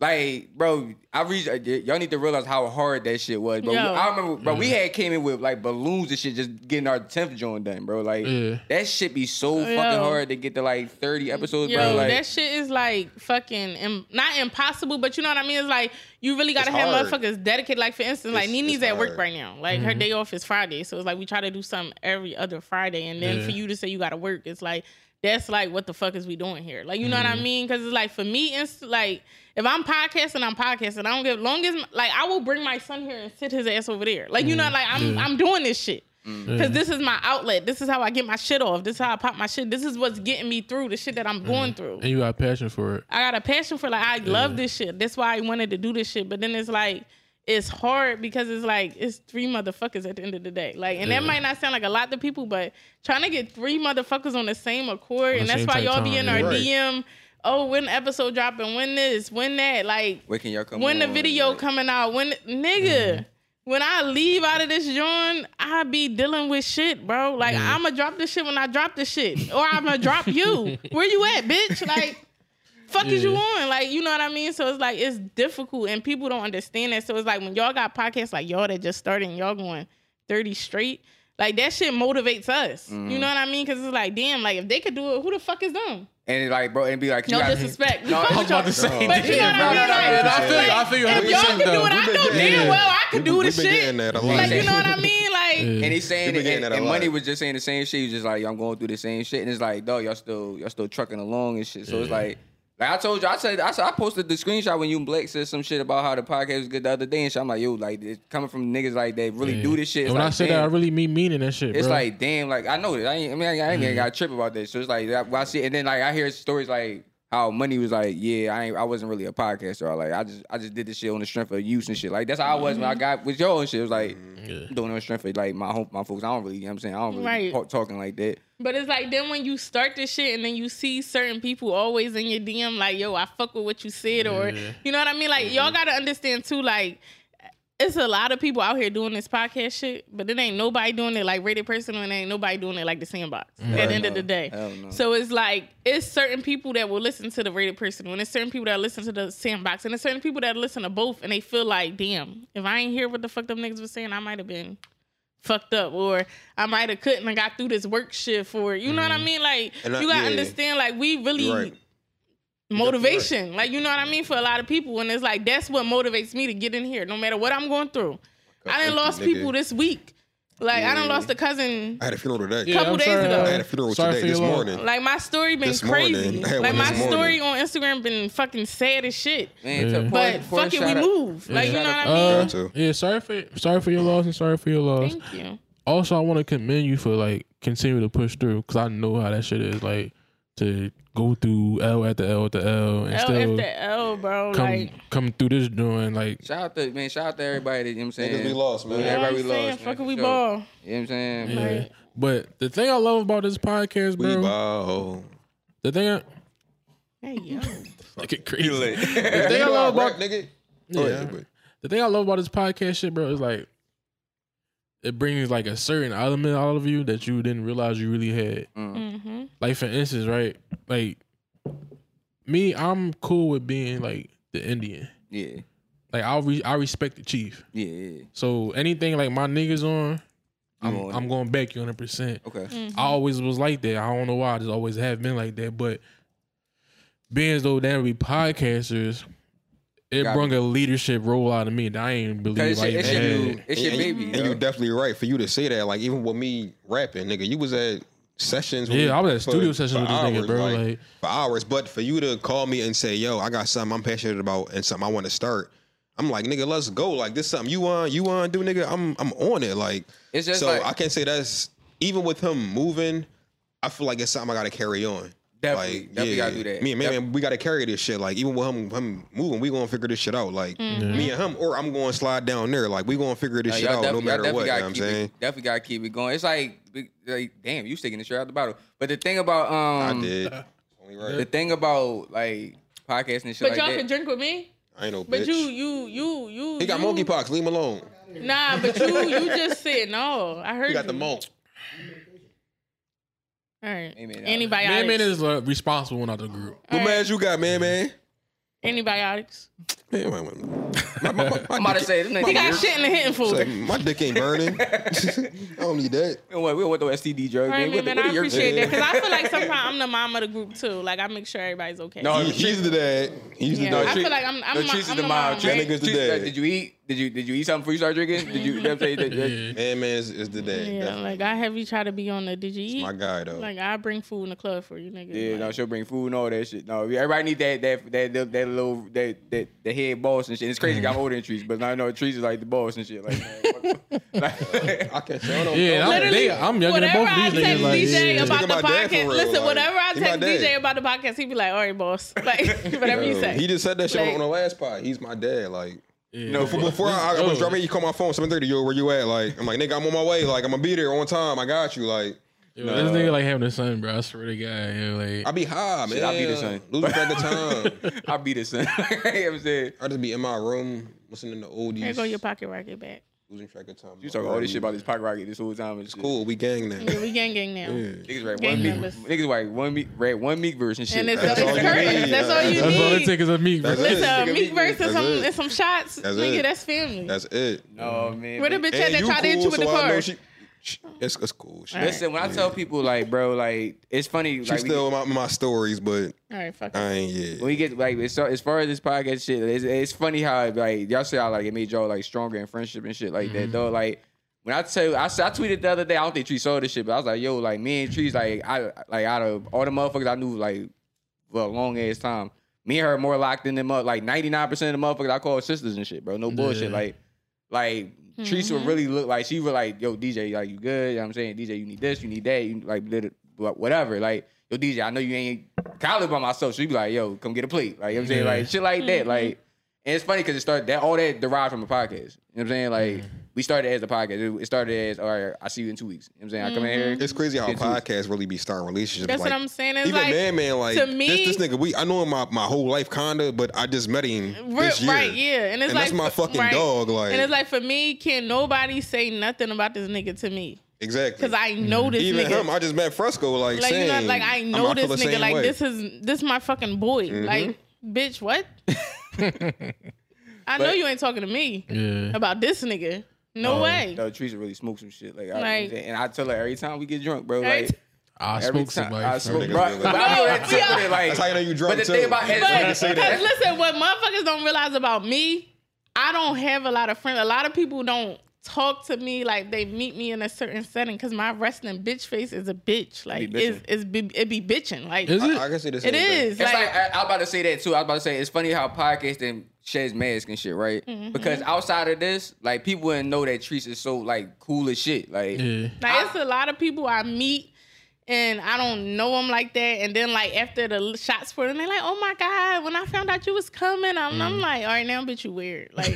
Speaker 2: like, bro, I reach y'all need to realize how hard that shit was, bro.
Speaker 3: Yo.
Speaker 2: I remember, bro, we had came in with like balloons and shit, just getting our tenth joint done, bro. Like
Speaker 4: Yeah.
Speaker 2: that shit be so fucking
Speaker 3: Yo.
Speaker 2: hard to get to like thirty episodes,
Speaker 3: Yo,
Speaker 2: bro. Like,
Speaker 3: that shit is like fucking Im- not impossible, but you know what I mean. It's like you really gotta
Speaker 5: It's
Speaker 3: have
Speaker 5: hard.
Speaker 3: motherfuckers dedicated. Like for instance, like
Speaker 5: It's-
Speaker 3: Nini's
Speaker 5: it's
Speaker 3: at work
Speaker 5: hard.
Speaker 3: right now. Like
Speaker 4: Mm-hmm.
Speaker 3: her day off is Friday, so it's like we try to do something every other Friday, and then
Speaker 4: Yeah.
Speaker 3: for you to say you gotta work, it's like that's like what the fuck is we doing here? Like you know
Speaker 4: Mm-hmm.
Speaker 3: what I mean? Because it's like for me, it's like if I'm podcasting, I'm podcasting. I don't give long as like I will bring my son here and sit his ass over there. Like you know, like I'm
Speaker 4: Mm-hmm. Yeah.
Speaker 3: I'm doing this shit.
Speaker 5: Mm.
Speaker 4: Yeah.
Speaker 3: Because this is my outlet. This is how I get my shit off. This is how I pop my shit. This is what's getting me through the shit that I'm going through.
Speaker 4: Mm. and you got passion for it.
Speaker 3: I got a passion for like I love this shit. That's why I wanted to do this shit. But then it's like it's hard because it's like it's three motherfuckers at the end of the day. Like, and that
Speaker 4: Yeah.
Speaker 3: might not sound like a lot to people, but trying to get three motherfuckers on the same accord,
Speaker 4: the
Speaker 3: and that's
Speaker 4: same
Speaker 3: why
Speaker 4: tight
Speaker 3: y'all be
Speaker 4: time,
Speaker 3: in
Speaker 4: yeah.
Speaker 3: our
Speaker 5: Right.
Speaker 3: DM. Oh, when episode dropping? When this? When that? Like,
Speaker 2: when can y'all come?
Speaker 3: when the
Speaker 2: on?
Speaker 3: video
Speaker 2: Like,
Speaker 3: coming out, when nigga, when I leave out of this joint, I be dealing with shit, bro. Like I'ma drop this shit when I drop this shit, or I'ma drop you. Where you at, bitch? Like. Fuck is you
Speaker 4: Yeah.
Speaker 3: on? Like, you know what I mean? So it's like it's difficult and people don't understand that. So it's like when y'all got podcasts like y'all that just started and y'all going 30 straight, like that shit motivates us. You know what I mean? Cause it's like, damn, like if they could do it, who the fuck is them?
Speaker 2: and like, bro, and be like,
Speaker 3: No
Speaker 2: you gotta-
Speaker 3: disrespect. We
Speaker 2: No, I
Speaker 3: fuck
Speaker 2: was
Speaker 3: with y'all.
Speaker 2: about to say,
Speaker 3: But you know what
Speaker 2: No, no, no,
Speaker 3: I mean?
Speaker 2: no,
Speaker 3: Like,
Speaker 2: I feel you, I
Speaker 3: like,
Speaker 4: feel you
Speaker 3: If y'all
Speaker 4: 100%
Speaker 3: can do
Speaker 4: though.
Speaker 3: it, I
Speaker 5: We've been
Speaker 3: know
Speaker 5: getting
Speaker 3: damn
Speaker 5: that.
Speaker 3: well I could
Speaker 5: We've
Speaker 3: do
Speaker 5: been-
Speaker 3: the
Speaker 5: we've been
Speaker 3: shit.
Speaker 5: getting that a lot.
Speaker 3: Like you
Speaker 2: Exactly.
Speaker 3: know what I mean? Like
Speaker 4: Yeah.
Speaker 2: And he's saying,
Speaker 5: People
Speaker 2: it, and,
Speaker 5: getting that a
Speaker 2: and
Speaker 5: lot.
Speaker 2: money was just saying the same shit. He was just like, "Yo, I'm going through the same shit, and it's like, dog, y'all still, y'all still trucking along and shit. So it's like, like I told you, I said, I said, I posted the screenshot when you and Blake said some shit about how the podcast was good the other day, and shit. I'm like, yo, like it's coming from niggas like they really
Speaker 4: Yeah.
Speaker 2: do this shit. It's
Speaker 4: And when
Speaker 2: like,
Speaker 4: I say that,
Speaker 2: damn.
Speaker 4: I really mean meaning that shit.
Speaker 2: It's
Speaker 4: bro.
Speaker 2: like, damn, like I know it. I, ain't, I mean, I, ain't- I ain't got a trip about this. So it's like, that, when I see, and then like I hear stories like how money was like, yeah, I ain't, I wasn't really a podcaster. Or like I just, I just did this shit on the strength of use and shit. Like that's how I was when I
Speaker 3: Mm-hmm.
Speaker 2: got with y'all and shit. It was like
Speaker 4: Yeah.
Speaker 2: doing it on strength of like my home, my folks. I don't really, you know what I'm saying, I don't really
Speaker 3: Right.
Speaker 2: talk, talking like that.
Speaker 3: But it's like then when you start this shit and then you see certain people always in your DM like, yo, I fuck with what you said, or
Speaker 4: Yeah.
Speaker 3: you know what I mean? Like y'all gotta understand too, like it's a lot of people out here doing this podcast shit, but it ain't nobody doing it like rated personal and ain't nobody doing it like the sandbox at the end of the day.
Speaker 2: Hell
Speaker 5: Mm.
Speaker 2: no.
Speaker 3: So it's like it's certain people that will listen to the rated personal and it's certain people that listen to the sandbox and it's certain people that listen to both and they feel like, damn, if I ain't hear what the fuck them niggas was saying, I might have been fucked up or I might have couldn't have got through this work shift or you know what I mean? Like
Speaker 5: Mm-hmm. And I-
Speaker 3: you gotta
Speaker 5: yeah.
Speaker 3: understand like we really
Speaker 5: You're right.
Speaker 3: motivation. Like you know what I mean for a lot of people and it's like that's what motivates me to get in here no matter what I'm going through. I done
Speaker 5: empty,
Speaker 3: lost
Speaker 5: nigga.
Speaker 3: people this week. Like I done lost a cousin
Speaker 5: I had a funeral today.
Speaker 3: Couple days ago.
Speaker 5: I had a funeral
Speaker 4: Sorry for
Speaker 5: today
Speaker 4: your
Speaker 5: this
Speaker 4: loss.
Speaker 5: morning.
Speaker 3: like my story been
Speaker 5: This morning.
Speaker 3: crazy.
Speaker 5: I had
Speaker 3: Like
Speaker 5: one
Speaker 3: my
Speaker 5: this morning.
Speaker 3: story on Instagram been fucking sad as shit.
Speaker 2: Man,
Speaker 4: Yeah.
Speaker 2: to
Speaker 3: But
Speaker 2: pour- pour
Speaker 3: fuck it, we
Speaker 2: shout out-
Speaker 3: move. Like you know
Speaker 2: Yeah.
Speaker 3: what I mean?
Speaker 4: Uh,
Speaker 5: Me too.
Speaker 4: yeah, sorry for sorry for your loss and sorry for your loss.
Speaker 3: Thank you.
Speaker 4: Also, I want to commend you for like continuing to push through because I know how that shit is like to go through L at the L at the L and
Speaker 3: L
Speaker 4: still
Speaker 3: after L, bro.
Speaker 4: come
Speaker 3: like
Speaker 4: come through this doing like
Speaker 2: Shout out to man, shout out to everybody. That, you know what I'm saying?
Speaker 5: Niggas be lost, man.
Speaker 3: you know what
Speaker 2: Everybody
Speaker 3: I'm
Speaker 2: we
Speaker 3: saying?
Speaker 2: lost. man,
Speaker 3: Fucking we
Speaker 2: for sure.
Speaker 3: ball.
Speaker 2: You know what I'm saying?
Speaker 4: yeah.
Speaker 3: Right.
Speaker 4: But the thing I love about this podcast,
Speaker 5: We
Speaker 4: bro,
Speaker 5: bow.
Speaker 4: the thing I,
Speaker 3: Hey yo.
Speaker 4: like it crazy.
Speaker 5: If
Speaker 4: they don't know
Speaker 5: rap,
Speaker 4: about-
Speaker 5: nigga.
Speaker 4: Yeah.
Speaker 5: Oh, yeah, but-
Speaker 4: the thing I love about this podcast shit, bro, is like it brings like a certain element out of you that you didn't realize you really had.
Speaker 3: Mm-hmm.
Speaker 4: Like for instance, right? Like me, I'm cool with being like the Indian.
Speaker 2: Yeah,
Speaker 4: Like I re- I respect the chief.
Speaker 2: yeah, yeah.
Speaker 4: So anything like my niggas on, I'm
Speaker 2: You on
Speaker 4: I'm going back you 100. percent
Speaker 2: Okay.
Speaker 3: Mm-hmm.
Speaker 4: I always was like that. I don't know why. I just always have been like that. But being as though that we podcasters, it
Speaker 2: Got
Speaker 4: brung a leadership role out of me that I ain't believe
Speaker 2: Cause
Speaker 4: I even
Speaker 2: it's your,
Speaker 4: had.
Speaker 2: it's your, it's your
Speaker 5: and,
Speaker 2: baby.
Speaker 5: And
Speaker 2: yo.
Speaker 5: you definitely right for you to say that. Like even with me rapping, nigga, you was at sessions. with
Speaker 4: Yeah,
Speaker 5: me
Speaker 4: I was at
Speaker 5: for-
Speaker 4: studio sessions
Speaker 5: for
Speaker 4: with this nigga, bro, like-
Speaker 5: for hours. But for you to call me and say, "Yo, I got something I'm passionate about and something I want to start," I'm like, "Nigga, let's go!" Like this, something you want, you want to do, nigga. I'm I'm on it. Like
Speaker 2: It's just
Speaker 5: so
Speaker 2: like-
Speaker 5: I can say that's even with him moving. I feel like it's something I gotta carry on.
Speaker 2: Definitely,
Speaker 5: Like,
Speaker 2: definitely
Speaker 5: yeah,
Speaker 2: gotta do that.
Speaker 5: Me and man, we gotta carry this shit. Like, even with him, him moving, we gonna figure this shit out. Like,
Speaker 3: Mm-hmm.
Speaker 5: me and him, or I'm gonna slide down there. Like, we gonna figure this
Speaker 2: Nah,
Speaker 5: shit
Speaker 2: y'all
Speaker 5: out
Speaker 2: definitely-
Speaker 5: no
Speaker 2: y'all
Speaker 5: matter
Speaker 2: definitely
Speaker 5: what. You know
Speaker 2: gotta
Speaker 5: what I'm
Speaker 2: keep it-
Speaker 5: saying?
Speaker 2: Definitely gotta keep it going. It's like, like damn, you sticking the shit out the bottle. But the thing about um,
Speaker 5: I did. Only right.
Speaker 2: the thing about like podcasting and shit
Speaker 3: But
Speaker 2: like
Speaker 3: y'all
Speaker 2: that.
Speaker 3: can drink with me.
Speaker 5: I ain't no bitch.
Speaker 3: But you, you, you, you.
Speaker 5: he got
Speaker 3: you-
Speaker 5: monkeypox. Leave him alone.
Speaker 3: Nah, but you, you just said no. I heard
Speaker 5: He got
Speaker 3: you.
Speaker 5: the monk.
Speaker 3: All right.
Speaker 2: Amen.
Speaker 3: Antibiotics.
Speaker 4: Man, man is uh, responsible one out the group.
Speaker 5: What meds you got, man, man?
Speaker 2: Mm-hmm.
Speaker 3: Antibiotics.
Speaker 5: Man, wait, wait, wait. My, my, my, my
Speaker 2: I'm about to
Speaker 5: dick-
Speaker 2: say this nigga.
Speaker 3: He got shit in the hitting
Speaker 5: It's
Speaker 3: folder.
Speaker 5: like, my dick ain't burning. I don't need that.
Speaker 2: Man, What, we don't want no STD drug.
Speaker 3: All right,
Speaker 2: man.
Speaker 3: man,
Speaker 2: What, the-
Speaker 3: man,
Speaker 2: what
Speaker 3: I
Speaker 2: are your
Speaker 3: appreciate that
Speaker 5: saying?
Speaker 3: because I feel like sometimes I'm the mom of the group too. Like I make sure everybody's okay.
Speaker 2: No, Oh,
Speaker 5: He- He's the dad. He's
Speaker 3: yeah.
Speaker 5: the
Speaker 3: I
Speaker 5: dad.
Speaker 3: feel like
Speaker 2: No,
Speaker 3: I'm, I'm, my, I'm
Speaker 2: Trees is
Speaker 3: the,
Speaker 2: the
Speaker 3: mom.
Speaker 2: mom.
Speaker 5: That
Speaker 3: right?
Speaker 2: Trees-
Speaker 5: nigga's the
Speaker 2: Trees-
Speaker 5: dad.
Speaker 2: Did you eat? Did you did you eat something before you started drinking? Did you? That's, that, that,
Speaker 4: Yeah.
Speaker 5: Man, man is, is the dad.
Speaker 3: Yeah,
Speaker 5: That's
Speaker 3: like I have you try to be on the did you eat?
Speaker 5: my guy though.
Speaker 3: Like I bring food in the club for you, nigga.
Speaker 2: yeah,
Speaker 3: Like,
Speaker 2: no, she'll bring food and all that shit. No, everybody need that that that that, that little that, that the head boss and shit. It's crazy. 'cause I'm older than trees, but now I know trees is like the boss and shit. Like, man, fuck- like
Speaker 5: I can't say. I don't
Speaker 4: Yeah,
Speaker 5: know.
Speaker 4: I'm,
Speaker 3: Literally,
Speaker 4: they, I'm younger than
Speaker 3: whatever
Speaker 4: both
Speaker 3: I
Speaker 4: of these
Speaker 3: text
Speaker 4: niggas. Like,
Speaker 3: DJ
Speaker 4: yeah.
Speaker 3: about
Speaker 5: Think
Speaker 3: the
Speaker 5: about that for
Speaker 3: podcast,
Speaker 5: real,
Speaker 3: listen,
Speaker 5: like,
Speaker 3: whatever I
Speaker 5: he my
Speaker 3: text
Speaker 5: dad.
Speaker 3: DJ about the podcast, he be like, "All right, boss," like whatever you
Speaker 5: Yo,
Speaker 3: say.
Speaker 5: He just said that shit
Speaker 3: Like-
Speaker 5: on the last pod. He's my dad. Like,
Speaker 4: Yeah.
Speaker 5: no, before, before I, I was
Speaker 4: Yo.
Speaker 5: driving, you call my phone seven thirty. Yo, where you at? Like, I'm like, nigga, I'm on my way. Like, I'm gonna be there on time. I got you. Like,
Speaker 4: Yo, this nigga like having a son, bro. I swear to God, yo, like
Speaker 5: I be high, man.
Speaker 2: Shit, I be the same.
Speaker 5: Losing track of time.
Speaker 2: I beat this. son. you know what I'm saying.
Speaker 5: I just be in my room listening to oldies.
Speaker 3: There go your pocket rocket back.
Speaker 5: Losing track of time.
Speaker 2: You talk all this shit about this pocket rocket this whole time. And shit.
Speaker 5: Cool, we gang now.
Speaker 3: Yeah, we gang gang now.
Speaker 2: Niggas right
Speaker 3: Gang
Speaker 2: one meek.
Speaker 3: members.
Speaker 2: Niggas right one meek. Right one meek verse and shit.
Speaker 3: And it's,
Speaker 5: That's
Speaker 3: it's
Speaker 5: all you
Speaker 3: curtains.
Speaker 5: need.
Speaker 3: That's all you
Speaker 4: that's all it
Speaker 3: need.
Speaker 4: takes is a meat. bro.
Speaker 5: That's it.
Speaker 3: Listen,
Speaker 5: Nigga,
Speaker 3: Meek verse and
Speaker 5: That's
Speaker 3: some
Speaker 5: it.
Speaker 3: and some shots.
Speaker 5: That's
Speaker 3: nigga,
Speaker 5: it.
Speaker 3: that's family.
Speaker 5: That's it.
Speaker 2: oh man.
Speaker 3: Where the
Speaker 2: but-
Speaker 3: bitch at
Speaker 5: And
Speaker 3: that tried to hit you with the
Speaker 5: so I know
Speaker 3: car?
Speaker 5: she- she- It's, it's cool. She,
Speaker 3: Alright.
Speaker 2: Listen, when I tell people like, bro, like it's funny.
Speaker 5: she's
Speaker 2: like, we
Speaker 5: still in my, my stories, but
Speaker 3: All right, fuck. it.
Speaker 5: I ain't yet.
Speaker 2: get, when we get like it's, as far as this podcast shit, it's, it's funny how it, like y'all say how like it made y'all like stronger in friendship and shit like that. Though like when I tell I said I tweeted the other day, I don't think Tree saw this shit, but I was like, yo, like me and Tree's like I like out of all the motherfuckers I knew like for a long ass time, me and her more locked in them up. Like ninety nine percent of the motherfuckers I call sisters and shit, bro. No bullshit.
Speaker 4: Yeah.
Speaker 2: Like like Treese would really look like she was like, yo, DJ, like you good? You know what I'm saying? DJ, you need this, you need that, you like lit- wha- whatever. Like, yo, DJ, I know you ain't college by myself. She'd be like, yo, come get a plate. Like, you know what I'm saying?
Speaker 4: Yeah.
Speaker 2: Like shit like that. Like, and it's funny because it started that all that derived from a podcast. You know what I'm saying? Like we started as a podcast. It, it started as all right, I see you in two weeks. You know what I'm saying? I come in here.
Speaker 5: It's crazy how
Speaker 2: It's-
Speaker 5: podcasts really be starting relationships.
Speaker 3: That's
Speaker 5: like,
Speaker 3: what I'm saying. It's
Speaker 5: Even
Speaker 3: like
Speaker 5: man, man, like
Speaker 3: to me-
Speaker 5: this, this nigga, we I know him my, my whole life, kinda, but I just met him
Speaker 3: Right,
Speaker 5: this year.
Speaker 3: right, yeah, and it's
Speaker 5: And
Speaker 3: like
Speaker 5: that's my fucking
Speaker 3: right.
Speaker 5: dog, like-
Speaker 3: and it's like for me, can nobody say nothing about this nigga to me
Speaker 5: exactly.
Speaker 3: because I know this
Speaker 5: Mm-hmm. even
Speaker 3: nigga.
Speaker 5: him, I just met Fresco, like,
Speaker 3: like you
Speaker 5: same.
Speaker 3: know, like I
Speaker 5: I'm-
Speaker 3: know
Speaker 5: I feel
Speaker 3: this
Speaker 5: the
Speaker 3: nigga.
Speaker 5: same
Speaker 3: Like
Speaker 5: way. Mm-hmm.
Speaker 3: this is this my fucking boy. Like bitch, what? I know you ain't talking to me
Speaker 4: Yeah.
Speaker 3: about this nigga. No
Speaker 5: Oh,
Speaker 3: way.
Speaker 2: No, Teresa really smokes some shit. Like,
Speaker 3: Like-
Speaker 2: I, and I tell her every time we get drunk, bro.
Speaker 3: Every
Speaker 2: Like
Speaker 3: ti-
Speaker 4: I
Speaker 2: every
Speaker 4: smoke
Speaker 2: time
Speaker 4: somebody.
Speaker 2: I
Speaker 4: bro.
Speaker 2: smoke,
Speaker 5: Niggas
Speaker 2: bro.
Speaker 5: be like-
Speaker 2: but I be on that
Speaker 3: Yeah.
Speaker 2: tip with it, like,
Speaker 5: That's how you know you drunk
Speaker 2: But the
Speaker 5: too.
Speaker 2: thing about it,
Speaker 3: But
Speaker 5: Niggas
Speaker 3: because
Speaker 5: say that.
Speaker 3: listen, what motherfuckers don't realize about me, I don't have a lot of friends. A lot of people don't talk to me like they meet me in a certain setting because my resting bitch face is a bitch. Like
Speaker 2: bitching.
Speaker 3: it's, it's be, it be bitching. Like
Speaker 4: Is
Speaker 5: I,
Speaker 4: it?
Speaker 5: I can say the same
Speaker 3: it
Speaker 2: It's
Speaker 3: is.
Speaker 2: like,
Speaker 3: Like,
Speaker 2: I, I was about to say that too. I was about to say it's funny how podcasting sheds mask and shit, right?
Speaker 3: Mm-hmm.
Speaker 2: Because outside of this, like people wouldn't know that Treese is so like cool as shit. Like
Speaker 4: Yeah.
Speaker 3: like, it's a lot of people I meet. And I don't know them like that. And then like after the l- shots were, and they're like, "Oh my god!" When I found out you was coming, I'm,
Speaker 2: Mm.
Speaker 3: I'm like, "All right, now, bitch, you weird." Like,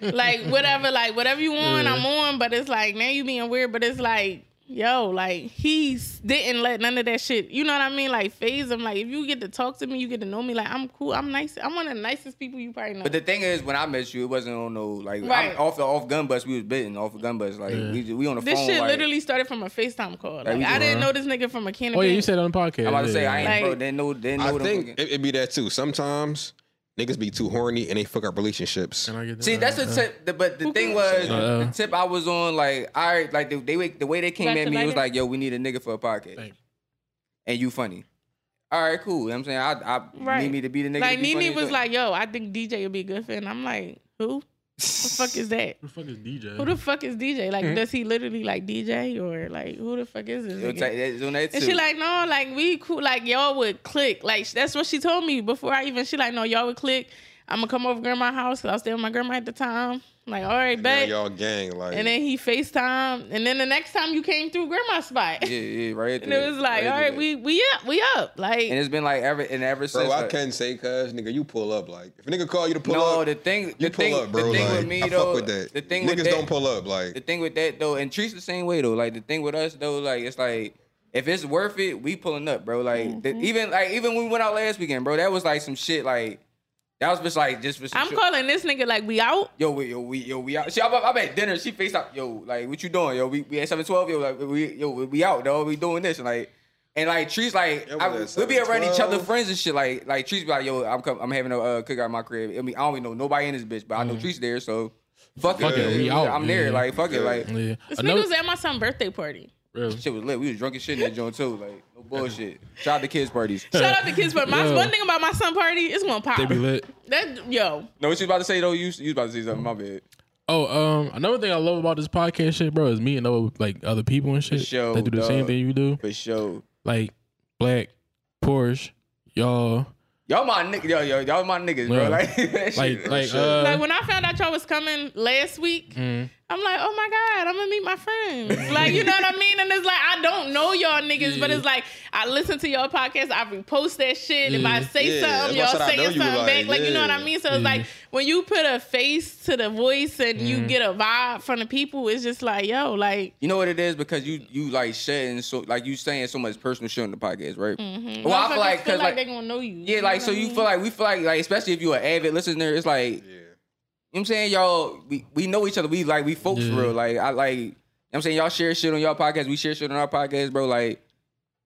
Speaker 3: like whatever, like whatever you on, I'm on. But it's like now you being weird. But it's like, yo, like he's didn't let none of that shit. You know what I mean? Like phase him. Like if you get to talk to me, you get to know me. Like I'm cool. I'm nice. I'm one of the nicest people you probably know.
Speaker 2: But the thing is, when I met you, it wasn't on no like
Speaker 3: Right.
Speaker 2: I'm off off gun bus. We was bitten off of gun bus. Like we we on the
Speaker 3: this
Speaker 2: phone.
Speaker 3: shit
Speaker 2: like,
Speaker 3: literally started from a Facetime call. Like,
Speaker 2: we
Speaker 3: I
Speaker 2: just-
Speaker 3: didn't know this nigga from a can. of
Speaker 4: Oh yeah, you
Speaker 3: beans.
Speaker 4: said on the podcast.
Speaker 2: I'm about to say I ain't
Speaker 3: Like-
Speaker 2: bro. Didn't know didn't know
Speaker 5: I
Speaker 2: them
Speaker 5: think
Speaker 2: fucking-
Speaker 5: it, it be that too. Sometimes niggas be too horny and they fuck up relationships.
Speaker 4: Can I get uh,
Speaker 2: See, that's the
Speaker 4: Uh-huh.
Speaker 2: tip. The, but the thing was,
Speaker 4: Uh-uh.
Speaker 2: the tip I was on, like, all right, like the, they wait- the way they came
Speaker 3: Back
Speaker 2: at
Speaker 3: to
Speaker 2: me, it was
Speaker 3: back.
Speaker 2: like, yo, we need a nigga for a podcast,
Speaker 4: Thank you.
Speaker 2: and you funny. All right, cool. You know what I'm saying, I, I
Speaker 3: Right.
Speaker 2: need me to be the nigga.
Speaker 3: Like
Speaker 2: to be funny
Speaker 3: Nene
Speaker 2: as
Speaker 3: was
Speaker 2: hell.
Speaker 3: like, "Yo, I think DJ would be good for," it. and I'm like, "Who? the fuck is that?
Speaker 4: Who the fuck is DJ?
Speaker 2: Mm-hmm.
Speaker 3: Who the fuck is DJ? Like, does he literally like DJ or like who the fuck is this?"
Speaker 2: It was
Speaker 3: nigga?
Speaker 2: like, that's on that
Speaker 3: And
Speaker 2: too.
Speaker 3: she like, no, like we cool, like y'all would click. Like that's what she told me before I even. She like, no, y'all would click. I'm gonna come over to grandma's house 'cause I was staying with my grandma at the time. I'm like, all right,
Speaker 5: And now
Speaker 3: bet.
Speaker 5: y'all gang like
Speaker 3: And then he FaceTime. And then the next time you came through grandma's spot.
Speaker 2: Yeah, yeah, right.
Speaker 3: and it was like, all right, we we up, we up. Like
Speaker 2: And it's been like ever and ever since.
Speaker 5: Bro, I
Speaker 2: like-
Speaker 5: can't say cuz nigga, you pull up like if a nigga call you to pull
Speaker 2: no,
Speaker 5: up,
Speaker 2: the thing, the
Speaker 5: you pull
Speaker 2: thing,
Speaker 5: up, bro.
Speaker 2: the thing
Speaker 5: like,
Speaker 2: with me
Speaker 5: I
Speaker 2: though,
Speaker 5: fuck with that.
Speaker 2: the thing
Speaker 5: niggas
Speaker 2: with that,
Speaker 5: don't pull up like
Speaker 2: the thing with that though, and treats the same way though. Like the thing with us though, like it's like if it's worth it, we pulling up, bro. Like the,
Speaker 4: Mm-hmm.
Speaker 2: even like even when we went out last weekend, bro, that was like some shit. Like that was just like just for some
Speaker 3: I'm
Speaker 2: shit.
Speaker 3: calling this nigga like we out.
Speaker 2: Yo, we, yo, we, yo, we out. She, I'm, I'm at dinner. She face up. Yo, like, what you doing? Yo, we, we at seven twelve. Yo, like, we, yo, we, we out, though. We doing this, and like, and like, trees like,
Speaker 5: Yeah, we
Speaker 2: I,
Speaker 5: at
Speaker 2: we be around each other
Speaker 5: 7:12.
Speaker 2: friends and shit. Like, like trees be like, yo, I'm, com- I'm having a uh, cookout in my crib. I mean, I don't even know nobody in this bitch, but I know trees there, so fuck,
Speaker 4: Mm-hmm. Fuck
Speaker 2: it,
Speaker 4: it, we out,
Speaker 2: I'm there.
Speaker 4: yeah.
Speaker 2: Like, fuck it, like,
Speaker 4: Yeah.
Speaker 3: This
Speaker 4: Another-
Speaker 3: nigga was at my son's birthday party.
Speaker 4: Really?
Speaker 2: shit was lit. We was drunk as shit in that joint too. Like, no bullshit. Shout out to kids parties.
Speaker 3: Shout out to kids, but my
Speaker 4: Yo.
Speaker 3: one thing about my son party is gonna pop.
Speaker 4: They be lit.
Speaker 3: That yo,
Speaker 2: No, what you was about to say though? You, you was about to say something? My bad.
Speaker 4: Oh, um, another thing I love about this podcast shit, bro, is meeting other like other people and shit.
Speaker 2: sure,
Speaker 4: they do the same
Speaker 2: dog.
Speaker 4: thing you do.
Speaker 2: For sure.
Speaker 4: Like black, Porsche, y'all.
Speaker 2: Y'all my nigga, yo, yo, y'all my niggas, bro.
Speaker 4: Yeah.
Speaker 2: Like, that shit-
Speaker 4: Like like
Speaker 5: sure.
Speaker 4: uh
Speaker 3: like when I found out y'all was coming last week,
Speaker 4: mm,
Speaker 3: I'm like, oh my god, I'm gonna meet my friends. Like you know what I mean? And it's like I don't know y'all niggas, but it's like I listen to y'all podcast, I repost that shit. If I
Speaker 4: Yeah.
Speaker 3: say
Speaker 5: Yeah,
Speaker 3: something,
Speaker 5: that's
Speaker 3: y'all
Speaker 5: what I know
Speaker 3: saying
Speaker 5: you
Speaker 3: something
Speaker 5: like,
Speaker 3: back. Like you know what I
Speaker 5: yeah.
Speaker 3: mean? So it's
Speaker 4: Yeah.
Speaker 3: like when you put a face to the voice and you get a vibe from the people, it's just like yo, like
Speaker 2: You know what it is because you you like shedding so like you saying so much personal shit on the podcast, right?
Speaker 4: Mm.
Speaker 2: Well, I
Speaker 3: mm-hmm. motherfuckers
Speaker 2: feel like
Speaker 3: feel
Speaker 2: because
Speaker 3: like
Speaker 2: like,
Speaker 3: they gonna know you.
Speaker 2: yeah,
Speaker 3: know
Speaker 2: like
Speaker 3: what
Speaker 2: so
Speaker 3: I
Speaker 2: you
Speaker 3: mean?
Speaker 2: feel like we feel like like especially if you're an avid listener, it's like you know
Speaker 5: yeah.
Speaker 2: what I'm saying y'all we, we know each other, we like we folks
Speaker 4: Yeah.
Speaker 2: for real. Like I like you know what I'm saying y'all share shit on y'all podcast, we share shit on our podcast, bro. Like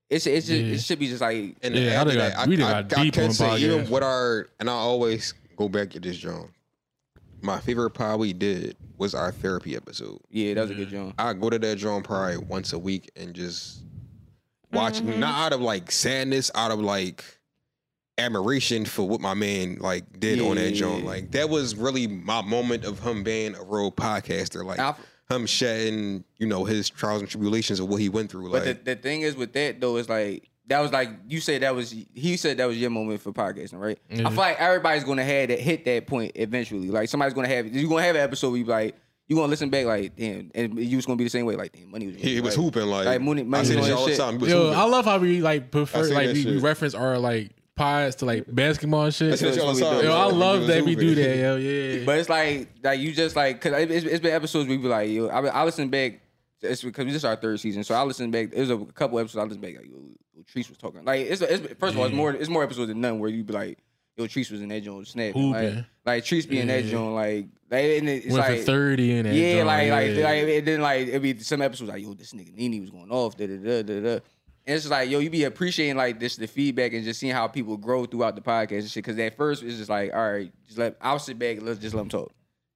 Speaker 2: it's it's just,
Speaker 4: Yeah.
Speaker 2: it should be just like
Speaker 5: And
Speaker 4: Yeah, I
Speaker 5: after
Speaker 4: done got-
Speaker 5: that, I,
Speaker 4: we done
Speaker 5: I,
Speaker 4: got
Speaker 5: I
Speaker 4: deep
Speaker 5: can
Speaker 4: on
Speaker 5: say even
Speaker 4: podcast.
Speaker 5: what our and I always go back to this John. My favorite pod we did was our therapy episode.
Speaker 2: yeah, that was a good joint.
Speaker 5: I go to that drum probably once a week and just watch
Speaker 4: Mm-hmm.
Speaker 5: not out of like sadness, out of like admiration for what my man like did on that drum.
Speaker 2: Yeah.
Speaker 5: Like that was really my moment of him being a real podcaster. Like
Speaker 2: I-
Speaker 5: him shedding, you know, his trials and tribulations of what he went through. Like
Speaker 2: But the, the thing is with that though is like that was like you said that was he said that was your moment for podcasting, right? I
Speaker 4: Yeah.
Speaker 2: feel like everybody's gonna have that hit that point eventually. Like somebody's gonna have you're gonna have an episode where you be like you gonna listen back like damn, and you was gonna be the same way like damn, money was
Speaker 5: he, he was
Speaker 2: like,
Speaker 5: hooping like,
Speaker 2: like, money-
Speaker 5: I
Speaker 2: money
Speaker 5: say
Speaker 2: was
Speaker 5: this
Speaker 2: on
Speaker 5: all the
Speaker 2: shit.
Speaker 5: time. He was
Speaker 4: Yo,
Speaker 5: hooping.
Speaker 4: I love how we like
Speaker 5: I
Speaker 4: prefer
Speaker 5: see
Speaker 4: like
Speaker 5: that
Speaker 4: we, we
Speaker 5: shit.
Speaker 4: reference our like pods to like basketball and shit.
Speaker 5: That's what y'all
Speaker 2: what we
Speaker 5: saw,
Speaker 2: do.
Speaker 4: Yo,
Speaker 5: bro.
Speaker 4: I
Speaker 5: He
Speaker 4: love
Speaker 5: was
Speaker 4: that we do
Speaker 5: hooping.
Speaker 4: that. Yo, yeah.
Speaker 2: But it's like like you just like because it's, it's been episodes we be like yo I, I listen back it's because this is our third season so I listen back it was a couple episodes I listened back like yo, yo Treese was talking like it's, it's first of all it's more it's more episodes than none where you be like yo Treese was in that zone snapping like
Speaker 4: Hooping.
Speaker 2: like Treese be in that
Speaker 4: Yeah.
Speaker 2: zone like like, and it's
Speaker 4: Went
Speaker 2: like
Speaker 4: for thirty and that
Speaker 2: yeah
Speaker 4: joint,
Speaker 2: like like
Speaker 4: yeah.
Speaker 2: like and then like it'd be some episodes like yo this nigga Nene was going off da da da da da. And it's just like yo, you be appreciating like this the feedback and just seeing how people grow throughout the podcast and shit. Because at first it's just like, all right, just let I'll sit back, let's just let them talk.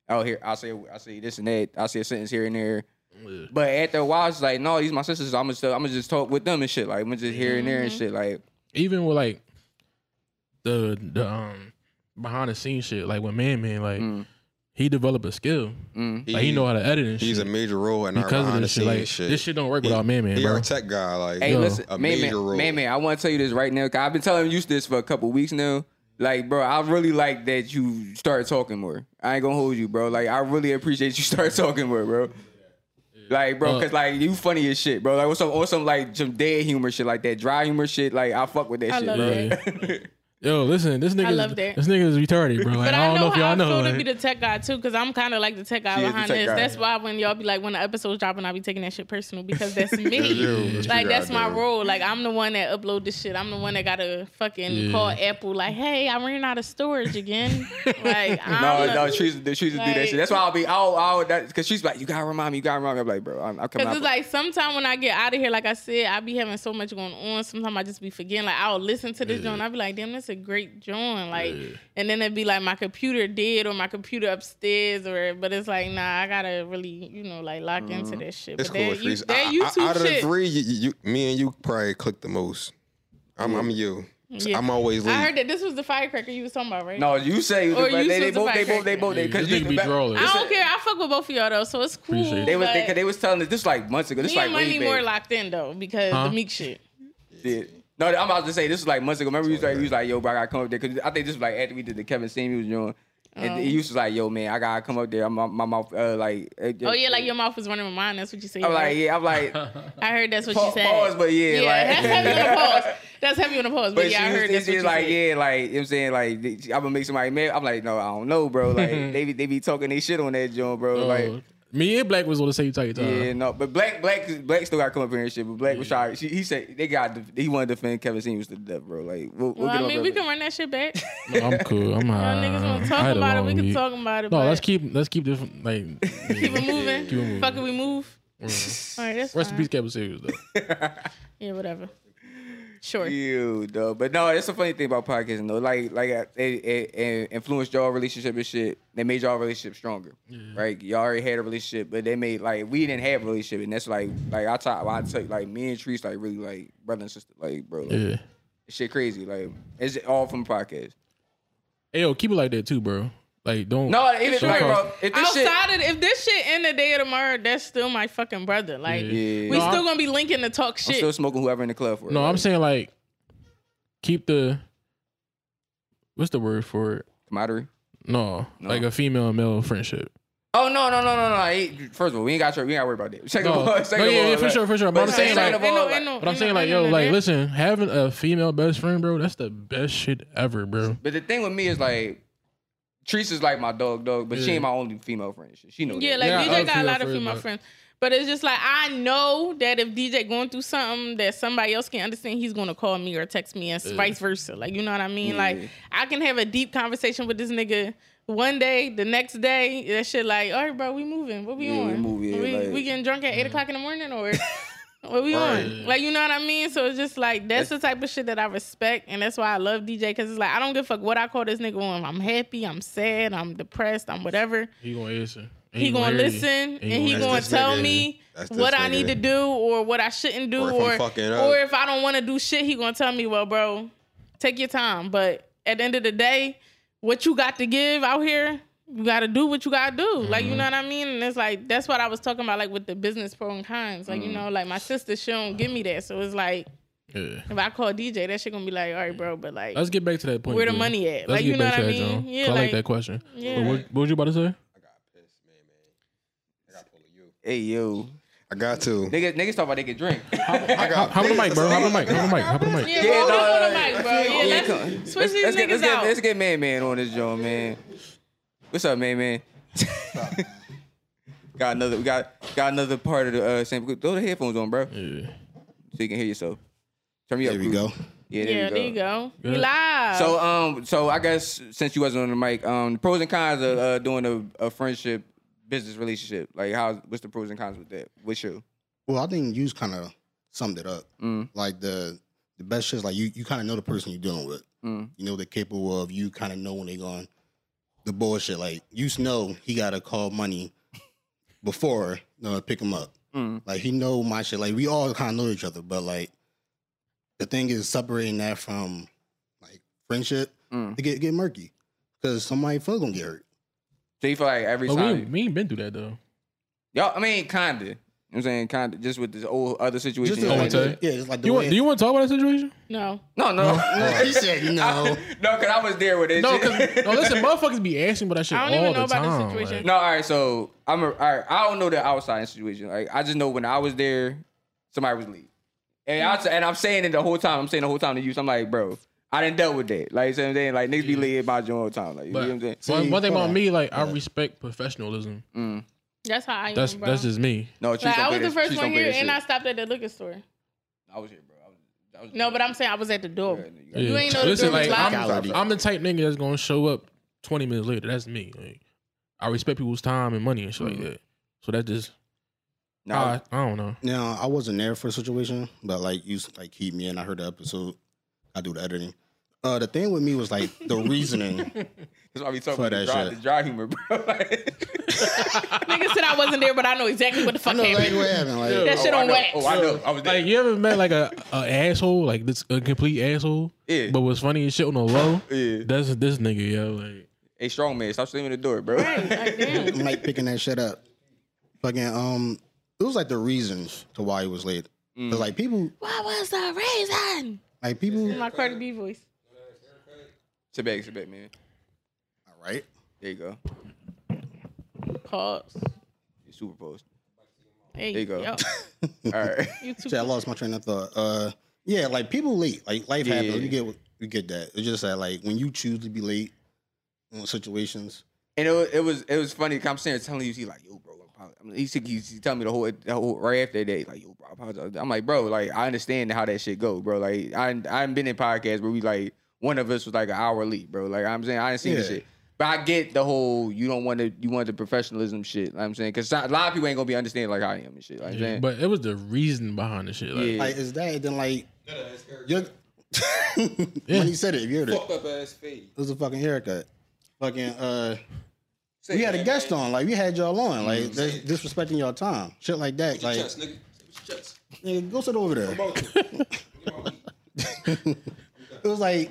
Speaker 2: I'll hear, I'll say, I'll say this and that, I'll say a sentence here and there.
Speaker 4: Yeah.
Speaker 2: But after a while, it's like, no, these my sisters. I'm gonna, still, I'm gonna just talk with them and shit. Like I'm gonna just here and there and shit. Like
Speaker 4: even with like the the um behind the scenes shit, like with Man Man, like
Speaker 2: Mm.
Speaker 4: he developed a skill.
Speaker 2: mm,
Speaker 4: Like he know how to edit and
Speaker 5: He's
Speaker 4: shit.
Speaker 5: a major role in our
Speaker 4: because of
Speaker 5: behind the
Speaker 4: this shit. Like
Speaker 5: scenes shit.
Speaker 4: this shit don't work
Speaker 5: He-
Speaker 4: without Man Man,
Speaker 5: He
Speaker 4: bro.
Speaker 5: our tech guy. Like,
Speaker 2: hey,
Speaker 4: Yo,
Speaker 2: listen,
Speaker 5: a
Speaker 2: man,
Speaker 5: major
Speaker 2: man,
Speaker 5: role.
Speaker 2: man, man, I want to tell you this right now. Cause I've been telling you this for a couple weeks now. Like, bro, I really like that you start talking more. I ain't gonna hold you, bro. Like, I really appreciate you start talking more, bro. Like, bro,
Speaker 4: Uh,
Speaker 2: cause like you funny as shit, bro. Like, what's some or some like some dead humor shit, like that dry humor shit. Like, I fuck with that
Speaker 3: I
Speaker 2: shit,
Speaker 3: love
Speaker 2: bro.
Speaker 4: Yeah. Yo, listen, this nigga,
Speaker 3: love that.
Speaker 4: this nigga is retarded, bro. Like
Speaker 3: But
Speaker 4: I
Speaker 3: I,
Speaker 4: don't
Speaker 3: know,
Speaker 4: know, if
Speaker 3: how
Speaker 4: y'all
Speaker 3: I
Speaker 4: know.
Speaker 3: feel
Speaker 4: Like,
Speaker 3: to be the tech guy too, because I'm kind of like the tech guy
Speaker 2: She is the
Speaker 3: behind
Speaker 2: tech
Speaker 3: this.
Speaker 2: guy.
Speaker 3: That's why when y'all be like, when the episode's dropping, I be taking that shit personal because that's
Speaker 5: Yeah,
Speaker 3: me.
Speaker 5: that's
Speaker 3: like
Speaker 5: what I
Speaker 3: that's my
Speaker 5: do.
Speaker 3: role. Like I'm the one that upload this shit. I'm the one that gotta fucking
Speaker 4: Yeah.
Speaker 3: call Apple. Like, hey, I ran out of storage again. like,
Speaker 2: No,
Speaker 3: I'm
Speaker 2: no, she's she's do that shit. That's why I'll be I'll I'll that because she's like you gotta remind me, you gotta remind me. I'm like, bro, I'm, I'm coming
Speaker 3: Cause
Speaker 2: out.
Speaker 3: it's like sometime when I get out of here, like I said, I be having so much going on. Sometimes I just be forgetting. Like I'll listen to this joint, I'll be like, "Damn, that's a great joint." Like, and then it'd be like my computer dead or my computer upstairs, or but it's like, nah, I gotta really, you know, like lock into
Speaker 2: Mm-hmm.
Speaker 3: this shit.
Speaker 5: It's
Speaker 3: but
Speaker 5: cool.
Speaker 3: that,
Speaker 5: it's
Speaker 3: you,
Speaker 5: freeze.
Speaker 3: that
Speaker 5: I- I-
Speaker 3: YouTube
Speaker 5: out of the
Speaker 3: shit,
Speaker 5: three, you, you, you- me and you probably click the most. I'm, I'm you.
Speaker 3: Yeah.
Speaker 5: I'm always late.
Speaker 3: I heard that this was the firecracker you was talking about, right?
Speaker 2: no, you say
Speaker 3: Or
Speaker 2: they,
Speaker 3: you
Speaker 2: they
Speaker 3: supposed to
Speaker 2: both they
Speaker 3: fight
Speaker 2: both they both they
Speaker 4: Yeah,
Speaker 2: because
Speaker 4: this nigga be drolling.
Speaker 3: I don't care. I fuck with both of y'all though, so it's cool.
Speaker 4: Appreciate it.
Speaker 2: They was
Speaker 3: but
Speaker 2: they, 'cause they was telling us this like months ago. This
Speaker 3: me
Speaker 2: like
Speaker 3: and
Speaker 2: way
Speaker 3: money
Speaker 2: back.
Speaker 3: more locked in though because
Speaker 4: Huh?
Speaker 3: the meek shit.
Speaker 2: Yeah. No, I'm about to say this was like months ago. Remember, you was, like, you was like, "Yo, bro, I gotta come up there." Because I think this was like after we did the Kevin Samuels joint, and
Speaker 3: Oh.
Speaker 2: he was like, "Yo, man, I gotta come up there." My, my mouth, uh, like,
Speaker 3: Oh yeah, like your mouth was running with mine. That's what you said.
Speaker 2: I'm
Speaker 3: right?
Speaker 2: like, yeah, I'm like,
Speaker 3: I heard that's what
Speaker 2: pa-
Speaker 3: you said.
Speaker 2: pause, but yeah,
Speaker 3: yeah, that's heavy on
Speaker 2: like,
Speaker 3: the pause. That's heavy on the pause. But,
Speaker 2: But
Speaker 3: yeah, I
Speaker 2: she was,
Speaker 3: heard that's
Speaker 2: she
Speaker 3: what you
Speaker 2: was like,
Speaker 3: said.
Speaker 2: yeah, like, you know what I'm saying? Like, I'm gonna make somebody mad. I'm like, no, I don't know, bro. Like, they be, they be talking they shit on that joint, bro. Like,
Speaker 4: Oh, me and Black was on the same type of time.
Speaker 2: yeah, no. But Black, Black, Black still gotta come up here and shit. But Black was trying, she, he said, they got, he wanted to defend Kevin Samuels to death, bro. Like, we'll, we'll
Speaker 3: Well,
Speaker 2: get on
Speaker 3: I mean,
Speaker 2: that
Speaker 3: we
Speaker 2: later.
Speaker 3: can run that shit back.
Speaker 4: No, I'm cool.
Speaker 3: Y'all
Speaker 4: I'm not.
Speaker 3: niggas want to
Speaker 4: I
Speaker 3: talk
Speaker 4: had a
Speaker 3: about it? We
Speaker 4: long
Speaker 3: can
Speaker 4: week.
Speaker 3: talk about it.
Speaker 4: No,
Speaker 3: but
Speaker 4: let's keep let's keep this like
Speaker 3: keep it moving.
Speaker 4: Keep it moving.
Speaker 3: Fuck it, we move. All right, that's
Speaker 4: Rest in
Speaker 3: fine.
Speaker 4: peace, Kevin Samuels. Though
Speaker 3: Yeah, whatever. Sure.
Speaker 2: You though, but no, that's the funny thing about podcasting though. Like, like uh, it, it, it influenced y'all relationship and shit. They made y'all relationship stronger, right? Y'all already had a relationship, but they made like we didn't have a relationship, and that's like, like I talk, I took like me and Trees like really like brother and sister, like bro, like,
Speaker 4: yeah.
Speaker 2: shit crazy, like it's all from podcast.
Speaker 4: Hey, yo, keep it like that too, bro. Like, don't.
Speaker 2: No, even
Speaker 4: don't
Speaker 2: like
Speaker 4: cause-
Speaker 2: bro, if this shit,
Speaker 3: Outside of if this shit end the day of tomorrow, that's still my fucking brother. Like
Speaker 2: Yeah.
Speaker 3: we
Speaker 4: No,
Speaker 3: still
Speaker 4: I'm-
Speaker 3: gonna be linking to talk
Speaker 2: I'm
Speaker 3: shit.
Speaker 2: still smoking whoever in the club for. it,
Speaker 4: No, I'm
Speaker 2: like,
Speaker 4: saying like keep the. What's the word for it?
Speaker 2: camaraderie.
Speaker 4: No, like a female and male friendship.
Speaker 2: Oh no, no, no, no, no! I ain't- First of all, we ain't got to we ain't got to worry about that. Second
Speaker 4: No,
Speaker 2: of all,
Speaker 4: no,
Speaker 2: second of
Speaker 4: yeah,
Speaker 2: all,
Speaker 4: yeah, for
Speaker 2: like-
Speaker 4: sure, for sure. But I'm
Speaker 2: but
Speaker 4: saying
Speaker 2: second
Speaker 4: like,
Speaker 2: of all, like-
Speaker 4: but I'm saying like, yo, like, listen, having a female best friend, bro, that's the best shit ever, bro.
Speaker 2: But the thing with me is like, Treese is like my dog, dog, but she
Speaker 4: Yeah.
Speaker 2: ain't my only female friend. She- She know.
Speaker 3: Yeah,
Speaker 2: that.
Speaker 3: like
Speaker 4: Yeah, I
Speaker 3: DJ got a
Speaker 4: feel
Speaker 3: lot of
Speaker 4: for you,
Speaker 3: female
Speaker 4: but-
Speaker 3: friends. But it's just like I know that if DJ going through something that somebody else can understand, he's gonna call me or text me and vice versa. Like you know what I mean? Like I can have a deep conversation with this nigga one day, the next day, that shit like, all right, bro, we moving. What we
Speaker 2: Yeah,
Speaker 3: on?
Speaker 2: we moving, yeah,
Speaker 3: we,
Speaker 2: like-
Speaker 3: we getting drunk at eight o'clock in the morning or what we on?
Speaker 4: Right.
Speaker 3: Like you know what I mean? So it's just like that's the type of shit that I respect, and that's why I love DJ because it's like I don't give a fuck what I call this nigga on. I'm happy, I'm sad, I'm depressed, I'm whatever
Speaker 4: He gonna listen.
Speaker 3: he gonna
Speaker 4: hear you.
Speaker 3: listen and,
Speaker 4: gonna
Speaker 3: he
Speaker 4: hear
Speaker 5: That's
Speaker 4: you.
Speaker 3: gonna
Speaker 5: this
Speaker 3: tell
Speaker 5: nigga.
Speaker 3: me
Speaker 5: That's this
Speaker 3: what I
Speaker 5: nigga.
Speaker 3: need to do or what I shouldn't do
Speaker 5: Or
Speaker 3: or
Speaker 5: if I'm fucking up.
Speaker 3: or if I don't want to do shit, he gonna tell me, well, bro, take your time. But at the end of the day, what you got to give out here, you gotta do what you gotta do. Like you know what I mean? And it's like that's what I was talking about, like with the business pro and cons. Like you know, like my sister, she don't give me that, so it's like
Speaker 4: Yeah.
Speaker 3: if I call DJ, that shit gonna be like, all right, bro, but like.
Speaker 4: Let's get back to that point.
Speaker 3: Where the
Speaker 4: Jay.
Speaker 3: money at?
Speaker 4: Let's
Speaker 3: Like, you
Speaker 4: get
Speaker 3: know
Speaker 4: back
Speaker 3: what
Speaker 4: to
Speaker 3: I
Speaker 4: that, John.
Speaker 3: mean? Yeah,
Speaker 4: 'Cause I like
Speaker 3: like-
Speaker 4: that question.
Speaker 3: Yeah.
Speaker 4: But what, what was you about to say?
Speaker 2: Hey yo,
Speaker 5: I got to.
Speaker 2: niggas, niggas talk about they can drink.
Speaker 5: I got.
Speaker 4: Hop on the mic, bro. Hop on the mic. Hop on the mic. Hop on the mic.
Speaker 3: yeah, roll
Speaker 2: no,
Speaker 3: up on the
Speaker 2: no,
Speaker 3: mic, bro. Yeah,
Speaker 2: Yeah,
Speaker 3: let's
Speaker 2: come-
Speaker 3: switch
Speaker 2: let's,
Speaker 3: these
Speaker 2: let's get,
Speaker 3: niggas
Speaker 2: let's get,
Speaker 3: out.
Speaker 2: Let's get man, man on this joint, man. What's up, man, man? got another, we got got another part of the uh, sample. Throw the headphones on, bro, so
Speaker 4: Yeah.
Speaker 2: you can hear yourself. Turn me up.
Speaker 5: There we
Speaker 2: Coop.
Speaker 5: go.
Speaker 2: Yeah, there
Speaker 3: yeah,
Speaker 2: you go.
Speaker 3: there you go. We
Speaker 4: Good.
Speaker 3: live.
Speaker 2: So um, so I guess since you wasn't on the mic, um, the pros and cons of uh, doing a, a friendship business relationship. Like, how what's the pros and cons with that? What's you?
Speaker 7: Well, I think you kind of summed it up. Like the the best shit is like you you kind of know the person you're dealing with. You know what they're capable of. You kind of know when they're going the bullshit. Like you s- know he got to call money before you know, to pick him up. Like he know my shit. Like we all kind of know each other, but like the thing is separating that from like friendship. It get get murky because somebody phone gonna get hurt.
Speaker 2: So you feel like every
Speaker 4: But we,
Speaker 2: time,
Speaker 4: we ain't been through that though.
Speaker 2: y'all, I mean, kinda. You know what I'm saying kinda, just with this old other situation.
Speaker 7: Just the,
Speaker 4: Oh,
Speaker 7: like,
Speaker 4: it's a-
Speaker 7: yeah, just like the
Speaker 4: You
Speaker 7: way
Speaker 4: want? Do you want to talk about that situation?
Speaker 3: no.
Speaker 2: no, no,
Speaker 7: he said
Speaker 2: no,
Speaker 7: no.
Speaker 2: because I was there with it.
Speaker 4: No, cause no. Listen, motherfuckers be asking about that shit
Speaker 3: I
Speaker 4: all
Speaker 3: don't even know
Speaker 4: the
Speaker 3: about this
Speaker 4: time.
Speaker 3: situation.
Speaker 2: No, all right. So I'm a, all right. I don't know the outside situation. Like I just know when I was there, somebody was leaving, and I and I'm saying it the whole time. I'm saying the whole time to you. So I'm like, bro, I didn't dealt with that. Like you know what I'm saying, like niggas be leaving by joint all the time. Like you know what I'm saying.
Speaker 4: But one, one thing
Speaker 7: hold
Speaker 4: about
Speaker 7: on.
Speaker 4: me, like I respect professionalism.
Speaker 2: Mm.
Speaker 3: That's how I
Speaker 4: That's
Speaker 3: am, bro.
Speaker 4: that's just me.
Speaker 2: No, Trees
Speaker 3: like,
Speaker 2: don't
Speaker 3: I
Speaker 2: play
Speaker 3: was
Speaker 2: that-
Speaker 3: the first
Speaker 2: Trees
Speaker 3: one
Speaker 2: don't play
Speaker 3: here,
Speaker 2: that
Speaker 3: and
Speaker 2: shit.
Speaker 3: I stopped at the liquor store.
Speaker 2: I was here, bro. I was, I was,
Speaker 3: No, but I'm saying I was at the door.
Speaker 4: Yeah.
Speaker 3: You ain't know the
Speaker 4: Listen,
Speaker 3: door was
Speaker 4: like
Speaker 7: locked.
Speaker 4: I'm, I'm the type nigga that's gonna show up 20 minutes later. That's me. Like, I respect people's time and money and shit
Speaker 7: Hmm.
Speaker 4: like that. So that just
Speaker 2: No,
Speaker 4: I, I don't know.
Speaker 7: Now I wasn't there for a situation, but like you like keep me in. I heard the episode. I do the editing. Uh, the thing with me was like the reasoning.
Speaker 2: that's why we talking
Speaker 7: For
Speaker 2: about the
Speaker 7: that
Speaker 2: dry,
Speaker 7: shit.
Speaker 2: the dry humor, bro. Like,
Speaker 3: Nigga said I wasn't there, but I know exactly what the
Speaker 7: I
Speaker 3: fuck
Speaker 7: know like
Speaker 3: happened.
Speaker 7: what happened. Like
Speaker 3: that shit
Speaker 2: oh, I
Speaker 3: on
Speaker 2: know.
Speaker 3: wax.
Speaker 2: Oh, I know. I was there.
Speaker 4: Like you ever met like a, a asshole like this a complete asshole?
Speaker 2: Yeah.
Speaker 4: But was funny and shit on the low.
Speaker 2: Yeah.
Speaker 4: That's this nigga. Yeah. Like
Speaker 2: hey, strong man, stop slamming the door, bro.
Speaker 3: Right, like, damn.
Speaker 7: I'm like picking that shit up. Fucking um, it was like the reasons to why he was late. Cause like people,
Speaker 3: What was the reason?
Speaker 7: Like people, all
Speaker 3: My Cardi B voice.
Speaker 2: Sit back, sit back, man.
Speaker 7: right.
Speaker 2: There you go.
Speaker 3: Pause.
Speaker 2: You super post.
Speaker 3: Hey,
Speaker 2: There you go.
Speaker 3: Yo,
Speaker 2: All right.
Speaker 3: you too.
Speaker 7: Shit, I lost my train of thought. Uh, yeah, like people late. Like life
Speaker 2: Yeah.
Speaker 7: happens. We get we get that. It's just that like when you choose to be late on situations.
Speaker 2: And it was, it was it was funny. 'cause I'm sitting there telling you, he's like, "Yo, bro, I apologize." I mean, he said he, he telling me the whole, the whole right after that, like, "Yo, bro, I apologize." I'm like, "Bro, like, I understand how that shit go, bro. Like, I I ain't been in podcasts where we like one of us was like an hour late, bro. Like, I'm saying I didn't see this
Speaker 7: Yeah.
Speaker 2: shit, but I get the whole you don't want to you want the professionalism shit. I'm saying because a lot of people ain't gonna be understanding like I am and shit. Like,
Speaker 4: Yeah,
Speaker 2: saying,
Speaker 4: but it was the reason behind the shit. Like,
Speaker 2: yeah,
Speaker 7: Like is that then like you're, when he said it, you heard it.
Speaker 6: Fucked up ass feet.
Speaker 7: It was a fucking haircut. Fucking uh we had a guest on, like we had y'all on, like that's disrespecting y'all time, shit like that. Like,
Speaker 6: Chest, nigga. Chest.
Speaker 7: nigga, go sit over there. it was like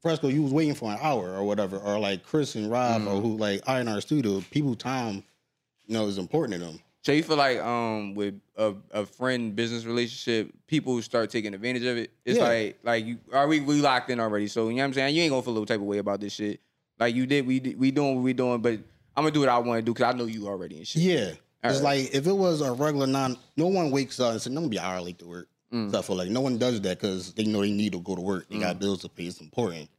Speaker 7: Fresco, you was waiting for an hour or whatever, or like Chris and Rob or who like I in our studio, people time, you know, is important to them.
Speaker 2: so you feel like um with a, a friend business relationship, people start taking advantage of it. It's
Speaker 7: Yeah.
Speaker 2: like like you are we we locked in already. So you know what I'm saying you ain't gonna feel no type of way about this shit. Like you did, we did, we doing what we doing, but I'm gonna do what I want to do because I know you already and shit.
Speaker 7: Yeah. it's
Speaker 2: Alright.
Speaker 7: like if it was a regular non, no one wakes up and says, "I'm gonna be an hour late to work."
Speaker 2: Mm.
Speaker 7: So I feel like no one does that because they know they need to go to work. They got bills to pay. It's important.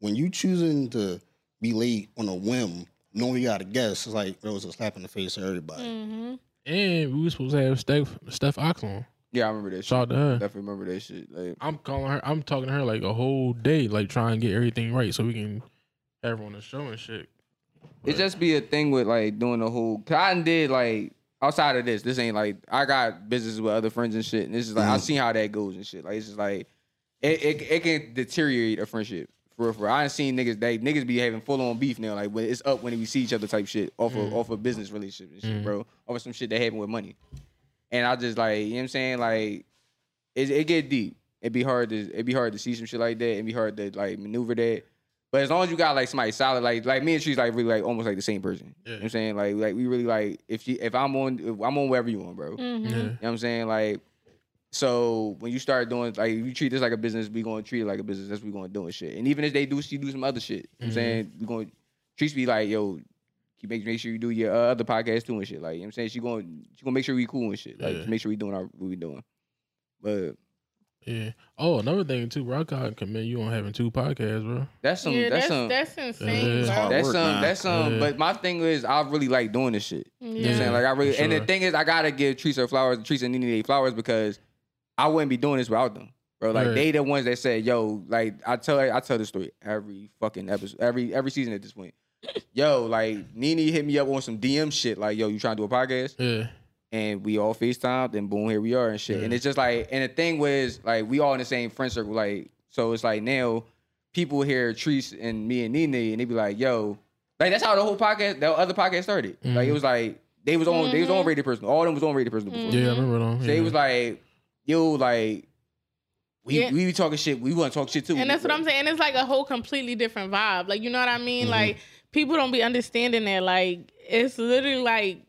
Speaker 7: When you choosing to be late on a whim, knowing you got a guest, it's like it was a slap in the face to everybody.
Speaker 3: Mm. Mm-hmm,
Speaker 4: and we were supposed to have Steph Steph Ox on.
Speaker 2: Yeah, I remember that. shit.
Speaker 4: Shout out to her.
Speaker 2: Definitely remember that shit. Like
Speaker 4: I'm calling her. I'm talking to her like a whole day, like trying to get everything right so we can have her on the show and shit.
Speaker 2: it just be a thing with like doing the whole. Cause I done did like outside of this, this ain't like I got business with other friends and shit, and this is like I seen how that goes and shit. Like it's just like it it, it can deteriorate a friendship. For real, for real. I done seen niggas they niggas be having full on beef now. Like when it's up when we see each other type shit off of off of business relationship and shit, bro. Off of some shit that happened with money. And I just like, you know what I'm saying? Like it, it get deep. It'd be hard to it'd be hard to see some shit like that. It'd be hard to like maneuver that. But as long as you got like somebody solid, like like me and she's like really like almost like the same person. You know what I'm saying? Like like we really like if she if I'm on if I'm on wherever you on, bro.
Speaker 3: mm-hmm.
Speaker 2: You know
Speaker 4: Yeah.
Speaker 2: what I'm saying? Like so when you start doing like if you treat this like a business, we gonna treat it like a business. That's what we gonna do and shit. And even if they do she do some other shit. You know what I'm saying we gonna treats be like, yo, you make make sure you do your uh, other podcast too and shit. Like you know what I'm saying? She gonna she gonna make sure we cool and shit. Like
Speaker 4: Yeah.
Speaker 2: make sure we doing our what we doing. But
Speaker 4: Yeah. Oh, another thing too, bro. I gotta commend you on having two podcasts, bro.
Speaker 2: That's some.
Speaker 3: yeah,
Speaker 2: that's,
Speaker 3: that's
Speaker 2: some. That's,
Speaker 3: that's insane.
Speaker 4: It's
Speaker 3: bro.
Speaker 7: hard. work,
Speaker 2: some.
Speaker 7: man.
Speaker 2: That's some.
Speaker 4: Yeah.
Speaker 2: But my thing is, I really like doing this shit. You know what I'm
Speaker 4: Yeah,
Speaker 2: saying? Like I really.
Speaker 4: for
Speaker 2: And the
Speaker 4: sure.
Speaker 2: thing is, I gotta give Teresa flowers, Teresa and Nene they flowers because I wouldn't be doing this without them, bro. Like
Speaker 4: Right.
Speaker 2: they the ones that said, "Yo," like I tell I tell this story every fucking episode, every every season at this point. Yo, like Nene hit me up on some DM shit, like, "Yo, you trying to do a podcast?"
Speaker 4: Yeah.
Speaker 2: and we all FaceTimed and boom, here we are and shit. And it's just like, and the thing was like, we all in the same friend circle. Like, so it's like now people hear Treese and me and Nene and they be like, yo, like that's how the whole podcast, the other podcast started. Like it was like, they was on, they was
Speaker 3: Mm-hmm.
Speaker 2: on radio personal. All of them was on radio personal before.
Speaker 4: Yeah, I remember it on.
Speaker 2: So
Speaker 4: Mm-hmm. yeah.
Speaker 2: Mm-hmm. it was like, yo, like, we,
Speaker 3: Yeah.
Speaker 2: we be talking shit. We want to talk shit too.
Speaker 3: And that's what I'm saying. It's like a whole completely different vibe. Like, you know what I mean?
Speaker 2: Mm-hmm.
Speaker 3: Like, people don't be understanding that. Like, it's literally like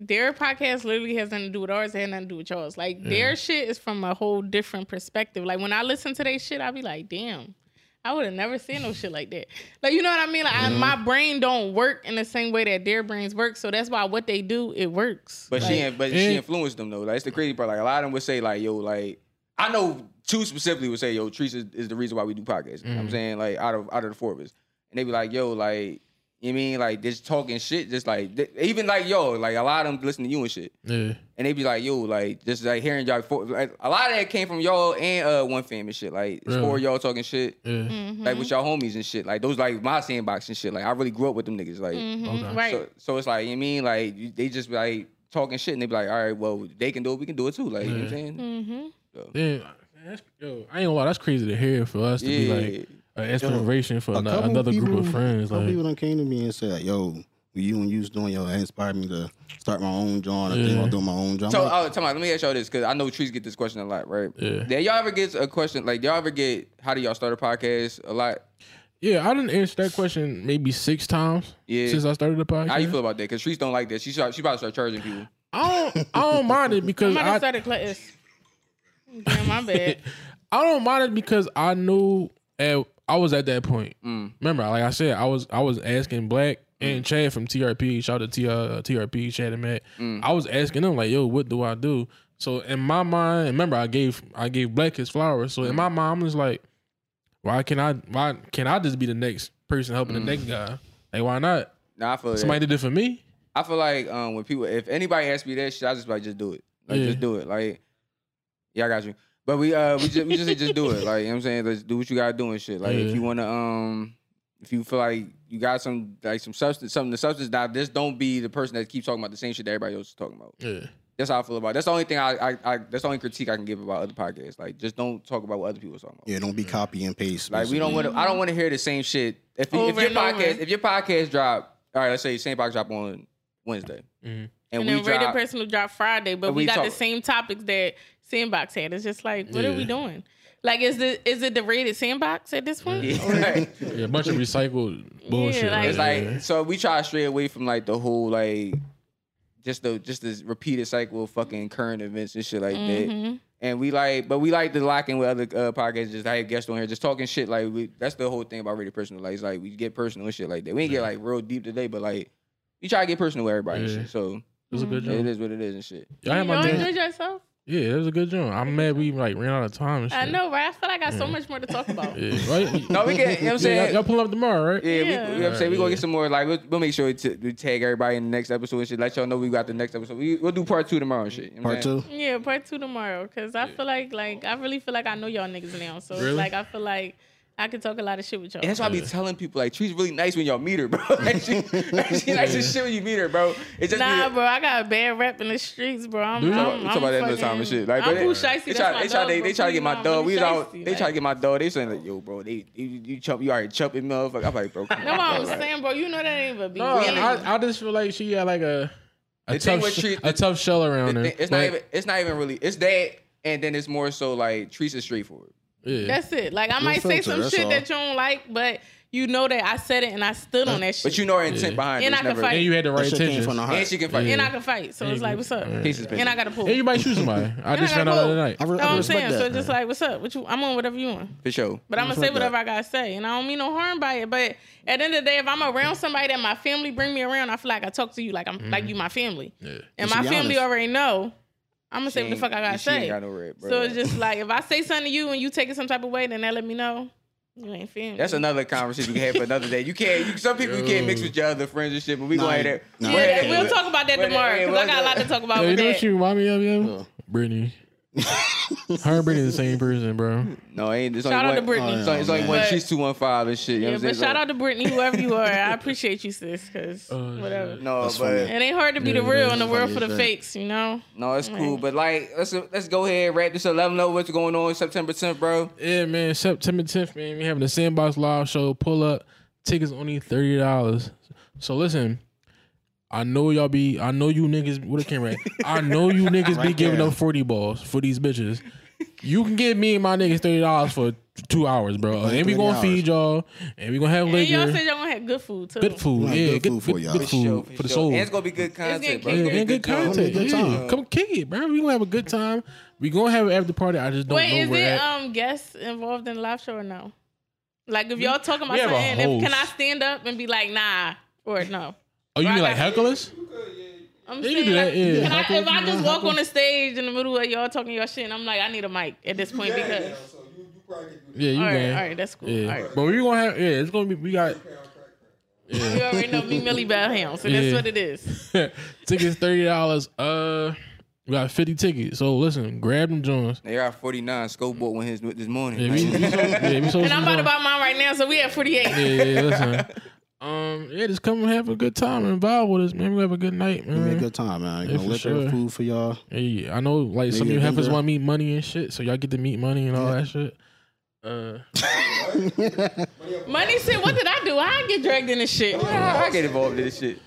Speaker 3: their podcast literally has nothing to do with ours. It had nothing to do with yours. Like, their shit is from a whole different perspective. Like, when I listen to their shit, I be like, damn. I would have never seen no shit like that. Like you know what I mean? Like I,
Speaker 2: Mm-hmm.
Speaker 3: my brain don't work in the same way that their brains work. So that's why what they do it works.
Speaker 2: But she,
Speaker 3: Like,
Speaker 2: in- but
Speaker 4: Yeah.
Speaker 2: she influenced them though. Like it's the crazy part. Like a lot of them would say like, "Yo, like I know two specifically would say, yo, Treese is, is the reason why we do podcasts." You know what I'm saying like out of out of the four of us, and they be like, "Yo, like you mean like just talking shit, just like th- even like yo, like a lot of them listen to you and shit,
Speaker 4: Yeah.
Speaker 2: and they be like, yo, like just like hearing y'all, for, like, a lot of that came from y'all and uh one fam and shit. Like it's
Speaker 4: Really?
Speaker 2: four of y'all talking shit."
Speaker 4: Yeah.
Speaker 3: mm-hmm,
Speaker 2: Like with y'all homies and shit, like those like my sandbox and shit. Like I really grew up with them niggas. Like
Speaker 3: mhm,
Speaker 4: Okay.
Speaker 3: right.
Speaker 2: so, so it's like, you mean like you- they just be like talking shit and they be like, all right, well, they can do it, we can do it too. Like, you know what I'm saying?
Speaker 3: mm-hmm.
Speaker 4: Then that's, yo, I ain't gonna lie, that's crazy to hear for us to
Speaker 2: Yeah.
Speaker 4: be like an inspiration for
Speaker 7: A
Speaker 4: an-
Speaker 7: couple
Speaker 4: another group
Speaker 7: people-
Speaker 4: of friends.
Speaker 7: Some
Speaker 4: Like,
Speaker 7: people done came to me and said, "Yo, you and you was doing yo, it inspired me to start my own job. I think
Speaker 4: Yeah.
Speaker 7: I'll do my own job."
Speaker 2: So, oh, tell me, let me ask y'all this because I know trees get this question a lot, right?
Speaker 4: Yeah.
Speaker 2: Did y'all ever get a question like, y'all ever get how do y'all start a podcast a lot?
Speaker 4: yeah, I didn't answer that question maybe six times
Speaker 2: Yeah.
Speaker 4: since I started the podcast.
Speaker 2: How you feel about that? Because trees don't like that. She start, she about to start charging people.
Speaker 4: I don't, I don't mind it because
Speaker 3: I'm about to
Speaker 4: I,
Speaker 3: start a class. Damn, my bad.
Speaker 4: I don't mind it because I knew at, I was at that point.
Speaker 2: Mm.
Speaker 4: Remember, like I said, I was I was asking Black and Chad from TRP, shout out to T- uh, TRP, Chad and Matt.
Speaker 2: Mm.
Speaker 4: I was asking them like, "Yo, what do I do?" So in my mind, remember, I gave I gave Black his flowers.
Speaker 2: Mm.
Speaker 4: So in my mind, I'm just like, "Why can I? Why can I just be the next person helping the
Speaker 2: Mm.
Speaker 4: next guy? Like, why not?
Speaker 2: Nah, I feel that.
Speaker 4: Somebody did it for me.
Speaker 2: I feel like um when people if anybody asks me that shit, I just be like just do it. Like
Speaker 4: Yeah.
Speaker 2: just do it. Like yeah, I got you. But we uh we just we just say just do it. Like you know what I'm saying, let's do what you gotta do and shit. Like
Speaker 4: Yeah.
Speaker 2: if you wanna um if you feel like you got some like some substance something the substance dive, just don't be the person that keeps talking about the same shit that everybody else is talking about.
Speaker 4: Yeah,
Speaker 2: That's how I feel about it. That's the only thing I, I, I that's the only critique I can give about other podcasts. Like just don't talk about what other people are talking about.
Speaker 7: Yeah, don't be copy and paste.
Speaker 2: Mm. Like we don't
Speaker 7: basically.
Speaker 2: want to. I don't want to hear the same shit. If, you, if
Speaker 3: Over
Speaker 2: your
Speaker 3: and over.
Speaker 2: podcast, if your podcast drop, all right, let's say same podcast drop on Wednesday,
Speaker 4: Mhm.
Speaker 2: and,
Speaker 3: and
Speaker 2: we
Speaker 3: then rated
Speaker 2: drop,
Speaker 3: person who dropped Friday, but
Speaker 2: And
Speaker 3: we,
Speaker 2: we
Speaker 3: got the
Speaker 2: talk-
Speaker 3: same topics that Sandbox had. It's just like, what are we
Speaker 4: Yeah.
Speaker 3: doing? Like, is the is it the rated Sandbox at this point?
Speaker 2: Yeah.
Speaker 4: yeah a bunch of recycled bullshit.
Speaker 3: like-
Speaker 2: it's like so we try to stray away from like the whole like just the just this repeated cycle of fucking current events and shit like that.
Speaker 3: Mhm.
Speaker 2: And we like, but we like to lock in with other uh, podcasts. Just have guests on here, just talking shit. Like we, that's the whole thing about rated personal. Like it's like we get personal and shit like that. We ain't get like real deep today, but like we try to get personal with everybody. And
Speaker 4: Yeah.
Speaker 2: shit, so
Speaker 4: it was a good
Speaker 2: mm, it
Speaker 4: job.
Speaker 2: is what it is and shit.
Speaker 4: Y'all had
Speaker 3: Y'all
Speaker 4: my day.
Speaker 3: enjoyed yourself?
Speaker 4: Yeah, it was a good job. I'm mad we like ran out of time. And shit.
Speaker 3: I know, right? I feel like I got so much more to talk about.
Speaker 4: Yeah, right.
Speaker 2: No, we can. You know what I'm
Speaker 4: Yeah, y'all-
Speaker 2: saying?
Speaker 4: y'all pull up tomorrow, right?
Speaker 2: Yeah, we,
Speaker 3: Yeah.
Speaker 2: you know what I'm saying? We're going to
Speaker 4: Yeah.
Speaker 2: get some more. Like, we'll, we'll make sure to, we tag everybody in the next episode and shit. Let y'all know we got the next episode. We, we'll do part two tomorrow and shit. You know what
Speaker 7: Part
Speaker 2: I'm
Speaker 7: two.
Speaker 3: Yeah, part two tomorrow. Cause I feel like like I really feel like I know y'all niggas now. So
Speaker 4: Really?
Speaker 3: it's like I feel like I could talk a lot of shit with y'all.
Speaker 2: And that's why I be
Speaker 4: Yeah.
Speaker 2: telling people, like, she's really nice when y'all meet her, bro. Like, she, like, she nice as shit when you meet her, bro. It's just
Speaker 3: Nah,
Speaker 2: be,
Speaker 3: bro, I got a bad rep in the streets, bro. I'm,
Speaker 4: Do you?
Speaker 3: I'm,
Speaker 4: Talk
Speaker 3: I'm,
Speaker 2: talk about that another
Speaker 3: fucking-
Speaker 2: time and shit. Like,
Speaker 3: I'm
Speaker 2: but
Speaker 3: Pooh
Speaker 2: they,
Speaker 3: Shiesty,
Speaker 2: they
Speaker 3: that's
Speaker 2: try,
Speaker 3: my
Speaker 2: they try,
Speaker 3: dog,
Speaker 2: they,
Speaker 3: bro.
Speaker 2: they try to
Speaker 3: Please,
Speaker 2: get my
Speaker 3: mom,
Speaker 2: dog.
Speaker 3: I'm
Speaker 2: We was out,
Speaker 3: Shiesty,
Speaker 2: they try to
Speaker 3: like-
Speaker 2: get my dog. They saying like, yo, bro, they you, you chump, you already chump him up. I'm like, bro, come
Speaker 3: No,
Speaker 2: on, bro,
Speaker 3: I'm
Speaker 2: like-
Speaker 3: saying, bro, you know that ain't even be.
Speaker 4: No, I, I just feel like she had like a a
Speaker 2: The thing
Speaker 4: tough
Speaker 2: with
Speaker 4: sh-
Speaker 2: Treat-
Speaker 4: a tough shell around her.
Speaker 2: It's not
Speaker 4: Like,
Speaker 2: even. It's not even really. It's that, and then it's more so like treats it straightforward.
Speaker 4: yeah.
Speaker 3: That's it. Like I might say
Speaker 7: filter,
Speaker 3: some
Speaker 7: that's
Speaker 3: shit
Speaker 7: all.
Speaker 3: that you don't like, but you know that I said it and I stood on that shit.
Speaker 2: But you know her intent
Speaker 4: Yeah.
Speaker 2: behind
Speaker 3: And
Speaker 2: it. It's
Speaker 3: I can
Speaker 2: never,
Speaker 3: fight.
Speaker 4: and you had the
Speaker 7: That
Speaker 4: right
Speaker 7: shit came
Speaker 4: intentions.
Speaker 7: from the
Speaker 2: and
Speaker 7: heart.
Speaker 2: she can fight.
Speaker 4: Yeah.
Speaker 3: and I can fight. So it's like, what's up?
Speaker 4: Yeah.
Speaker 2: Pieces,
Speaker 3: And I got a pull.
Speaker 4: And you might shoot somebody. I
Speaker 3: gotta
Speaker 4: just found out
Speaker 3: go.
Speaker 4: other night.
Speaker 7: I, re-
Speaker 3: know
Speaker 7: I
Speaker 3: what I'm
Speaker 7: respect
Speaker 3: saying? So
Speaker 7: that.
Speaker 3: it's just like, what's up? What you? I'm on whatever you want.
Speaker 2: For sure.
Speaker 3: But I'm gonna say
Speaker 7: respect
Speaker 3: whatever I gotta say, and I don't mean no harm by it. But at the end of the day, if I'm around somebody that my family bring me around, I feel like I talk to you like I'm like you my family,
Speaker 4: Yeah.
Speaker 3: and
Speaker 7: You should
Speaker 3: my
Speaker 7: be
Speaker 3: family
Speaker 7: honest.
Speaker 3: already know. I'm gonna say what the fuck I gotta
Speaker 2: She
Speaker 3: say.
Speaker 2: ain't got no red, bro.
Speaker 3: so it's just like if I say something to you and you take it some type of way, then that let me know you ain't feeling.
Speaker 2: that's
Speaker 3: me.
Speaker 2: another conversation we can have for another day. You can't. You, some people you can't mix with your other friends and shit. But we
Speaker 7: Nah,
Speaker 2: gonna have that.
Speaker 7: nah.
Speaker 2: we'll have
Speaker 3: Yeah,
Speaker 2: that-
Speaker 3: we'll talk about that
Speaker 2: wait,
Speaker 3: tomorrow
Speaker 2: wait,
Speaker 3: because I
Speaker 2: wait,
Speaker 3: got a lot
Speaker 2: wait.
Speaker 3: to talk about
Speaker 4: Yo, you
Speaker 3: with
Speaker 4: know what
Speaker 3: that.
Speaker 4: she remind me of, yo? Brittany. Her and Brittany the same person, bro.
Speaker 2: No, ain't. It's
Speaker 3: Shout out
Speaker 2: only
Speaker 3: to
Speaker 2: one,
Speaker 3: Brittany.
Speaker 2: It's only, it's only
Speaker 7: Yeah.
Speaker 2: one.
Speaker 3: But-
Speaker 2: She's two one five and shit. You
Speaker 3: Yeah,
Speaker 2: know what I'm
Speaker 3: but
Speaker 2: saying?
Speaker 3: shout out to Brittany, whoever you are. I appreciate you, sis, because
Speaker 4: Oh,
Speaker 3: whatever.
Speaker 4: shit.
Speaker 2: No,
Speaker 7: That's
Speaker 2: but
Speaker 3: It ain't hard to be the
Speaker 4: Yeah,
Speaker 3: real
Speaker 4: that's
Speaker 3: in the world
Speaker 7: funny
Speaker 3: for
Speaker 7: as
Speaker 3: the
Speaker 7: shit.
Speaker 3: fakes, you know?
Speaker 2: no, it's cool. But like, let's let's go ahead wrap this up. Let them know what's going on September 10th, bro.
Speaker 4: Yeah, man. September 10th, man. We having the Sandbox Live show. Pull up. Tickets only thirty dollars. So listen, I know y'all be. I know you niggas. What a camera. at? I know you niggas be
Speaker 7: Right
Speaker 4: giving
Speaker 7: there.
Speaker 4: up forty balls for these bitches. You can give me and my niggas thirty dollars for two hours, bro. And we gonna
Speaker 7: $30.
Speaker 4: feed y'all, and we gonna have
Speaker 3: And y'all
Speaker 4: liquor,
Speaker 3: said y'all gonna have good food, too.
Speaker 4: good food,
Speaker 7: Right,
Speaker 4: yeah,
Speaker 7: good food for y'all.
Speaker 4: good food for the
Speaker 2: sure.
Speaker 4: soul.
Speaker 2: And it's gonna be good content, bro. It's
Speaker 3: gonna
Speaker 4: Yeah,
Speaker 2: gonna
Speaker 3: keep-
Speaker 2: be
Speaker 4: and good
Speaker 2: content.
Speaker 4: content.
Speaker 7: Good
Speaker 4: Yeah.
Speaker 7: time.
Speaker 4: Come kick it, bro. We gonna have a good time. We gonna have an after party. I just don't
Speaker 3: Wait,
Speaker 4: know
Speaker 3: is
Speaker 4: where.
Speaker 3: it
Speaker 4: at.
Speaker 3: um guests involved in the live show or no? Like if y'all talking about
Speaker 4: we have a
Speaker 3: something, if, can I
Speaker 4: host.
Speaker 3: stand up and be like, nah, or no?
Speaker 4: oh, you mean
Speaker 3: I
Speaker 4: like
Speaker 3: got-
Speaker 4: hecklers?
Speaker 3: I'm
Speaker 4: Yeah, you
Speaker 3: saying,
Speaker 4: do that,
Speaker 3: like,
Speaker 4: yeah.
Speaker 3: can I,
Speaker 4: Heckle,
Speaker 3: if I
Speaker 4: you
Speaker 3: just
Speaker 4: know,
Speaker 3: walk
Speaker 4: heckle.
Speaker 3: on the stage in the middle of y'all talking your shit, and I'm like, I need a mic at this point because.
Speaker 4: Yeah, you
Speaker 3: All right,
Speaker 4: can.
Speaker 3: all right, that's cool.
Speaker 4: Yeah.
Speaker 3: All right.
Speaker 4: But we gonna have yeah, it's gonna be we got
Speaker 3: You already know me, Millie Bellhound, so that's
Speaker 4: Yeah.
Speaker 3: what it is.
Speaker 4: tickets thirty dollars. Uh we got fifty tickets. So listen, grab them joints.
Speaker 2: They got 49. Scope bought one his this morning.
Speaker 4: Yeah, we, we sold, yeah, we sold
Speaker 3: And I'm
Speaker 4: some
Speaker 3: about to
Speaker 4: joints.
Speaker 3: buy mine right now, so we at 48.
Speaker 4: Yeah, yeah, listen. Um, yeah, just come and have a good time and vibe with us, man. We have a good night,
Speaker 7: Give me a
Speaker 4: man.
Speaker 7: good time, man. You
Speaker 4: Yeah,
Speaker 7: know,
Speaker 4: for
Speaker 7: liquor,
Speaker 4: sure.
Speaker 7: food for y'all.
Speaker 4: Yeah, I know like some of
Speaker 7: Nigga,
Speaker 4: you heifers
Speaker 7: Denver.
Speaker 4: want to meet money and shit, so y'all get to meet money and all that shit. Uh,
Speaker 3: Money said, "What did I do? I get dragged in this shit."
Speaker 2: I get involved in this shit.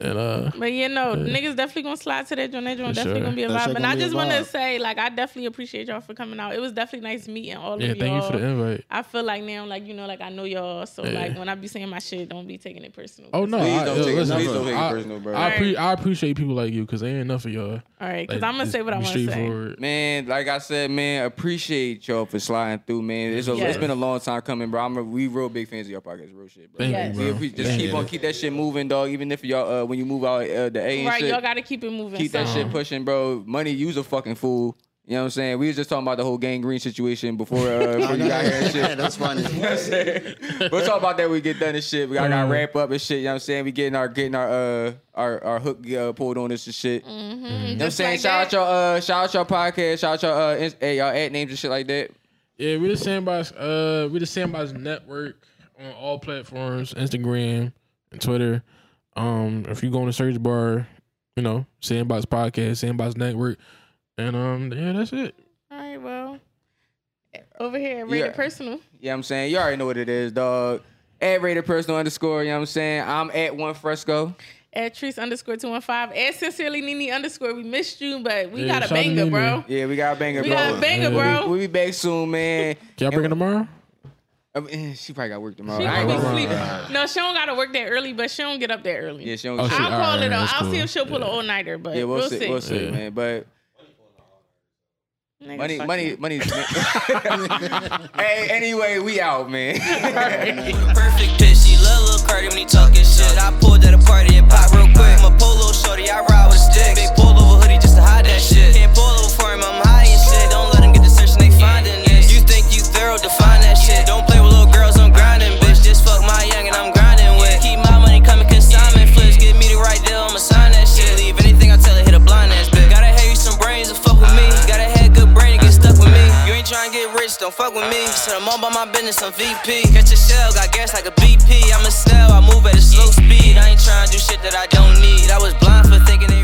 Speaker 4: and uh,
Speaker 3: But you know, niggas definitely gonna slide to that joint. That joint
Speaker 4: For
Speaker 3: definitely
Speaker 4: sure.
Speaker 3: gonna be a
Speaker 7: That
Speaker 3: vibe. And
Speaker 7: shit gonna
Speaker 3: I
Speaker 7: be a
Speaker 3: just wanna
Speaker 7: vibe.
Speaker 3: say, like, I definitely appreciate y'all for coming out. It was definitely nice meeting all
Speaker 4: yeah,
Speaker 3: of y'all.
Speaker 4: thank you for the invite.
Speaker 3: I feel like now, like you know, like I know y'all. So
Speaker 4: Yeah.
Speaker 3: like when I be saying my shit, don't be taking it personal.
Speaker 4: Oh no,
Speaker 2: Please
Speaker 4: I,
Speaker 2: don't
Speaker 4: yo,
Speaker 2: take it-
Speaker 4: listen,
Speaker 2: please don't take it
Speaker 4: I-
Speaker 2: personal, bro.
Speaker 4: I, appre- I appreciate people like you because ain't enough of y'all.
Speaker 3: All right, because I'm gonna say what I want to say.
Speaker 2: Man, like I said, man, appreciate y'all for sliding through, man. It's, a,
Speaker 3: Yes.
Speaker 2: it's been a long time coming, bro. I'm a, we real big fans of your podcast, real shit, bro.
Speaker 4: Thank
Speaker 3: Yes.
Speaker 4: you,
Speaker 2: We
Speaker 4: bro.
Speaker 2: appre- just
Speaker 4: Thank
Speaker 2: keep
Speaker 4: you.
Speaker 2: on keep that shit moving, dog. Even if y'all uh, when you move out uh, the A and
Speaker 3: Right,
Speaker 2: shit,
Speaker 3: y'all gotta keep it moving.
Speaker 2: keep that
Speaker 3: so-
Speaker 2: shit pushing, bro. Money, you's a fucking fool. You know what I'm saying? We was just talking about the whole gang green situation before, uh, before you got here and shit.
Speaker 7: That's funny.
Speaker 2: We'll talk about that when we get done and shit. We gotta, gotta wrap up and shit. You know what I'm saying? We getting our getting our uh our, our hook uh, pulled on this and shit. You know what I'm
Speaker 3: Mm-hmm. Just
Speaker 2: Mm-hmm. saying?
Speaker 3: like
Speaker 2: shout
Speaker 3: that.
Speaker 2: out your uh shout out your podcast, shout out your uh ins- hey, y'all ad names and shit like that.
Speaker 4: Yeah, we're the Sandbox. Uh, we're the Sandbox Network on all platforms: Instagram and Twitter. Um, if you go in the search bar, you know Sandbox Podcast, Sandbox Network, and um, yeah, that's it.
Speaker 3: All right, well, over here, rated
Speaker 2: Yeah.
Speaker 3: personal.
Speaker 2: You know what I'm saying? You already know what it is, dog. At rated personal underscore, you know what I'm saying? I'm at one fresco.
Speaker 3: At Trees underscore two one five. At sincerely Nini underscore. We missed you, but we
Speaker 4: Yeah,
Speaker 3: got
Speaker 4: shout
Speaker 3: a
Speaker 4: out
Speaker 3: banger,
Speaker 4: Nene.
Speaker 3: bro.
Speaker 2: Yeah, we got a banger,
Speaker 3: We
Speaker 2: bro.
Speaker 3: got a banger,
Speaker 4: Yeah.
Speaker 3: bro.
Speaker 2: We'll be back soon, man.
Speaker 4: Y'all bring it tomorrow?
Speaker 2: I mean, eh, she probably got work tomorrow.
Speaker 3: She
Speaker 2: I ain't
Speaker 3: gonna be
Speaker 2: gonna-
Speaker 3: sleeping. No, she don't gotta work that early, but she don't get up that early.
Speaker 2: Yeah, she don't
Speaker 4: Oh,
Speaker 2: get
Speaker 4: shit.
Speaker 2: shit.
Speaker 3: I'll
Speaker 4: All
Speaker 3: call
Speaker 4: right,
Speaker 3: it.
Speaker 4: that's
Speaker 3: I'll see
Speaker 4: cool.
Speaker 3: if she'll pull an all nighter, but
Speaker 2: Yeah,
Speaker 3: we'll,
Speaker 2: we'll, see.
Speaker 3: see.
Speaker 2: We'll see,
Speaker 4: Yeah.
Speaker 2: man. But
Speaker 3: Nigga,
Speaker 2: money,
Speaker 3: fuck
Speaker 2: money,
Speaker 3: you.
Speaker 2: money. hey, anyway, we out, man.
Speaker 1: Perfect pitch, she love Lil Cardi when he talking shit. I pulled at a party and pop real quick. My polo shorty, I ride with sticks. Big pullover hoodie just to hide that shit. Can't pull over for him, I'm high and shit. Don't let him get to searching, they finding this. You think you thorough, define that shit. Don't play with little girls, I'm grinding, bitch. Just fuck my young and I'm grinding with. Keep my money coming, consignment flips. Give me the right deal, I'ma sign that shit. Leave anything I tell her, hit a blind ass bitch. Gotta have you some brains to fuck with me. Gotta have good brain to get stuck with me. You ain't tryna get rich, don't fuck with me. So I'm on by my business, I'm VP. Catch a shell, got gas like a BP. I'm a snail, I move at a slow speed. I ain't tryna do shit that I don't need. I was blind for thinking it.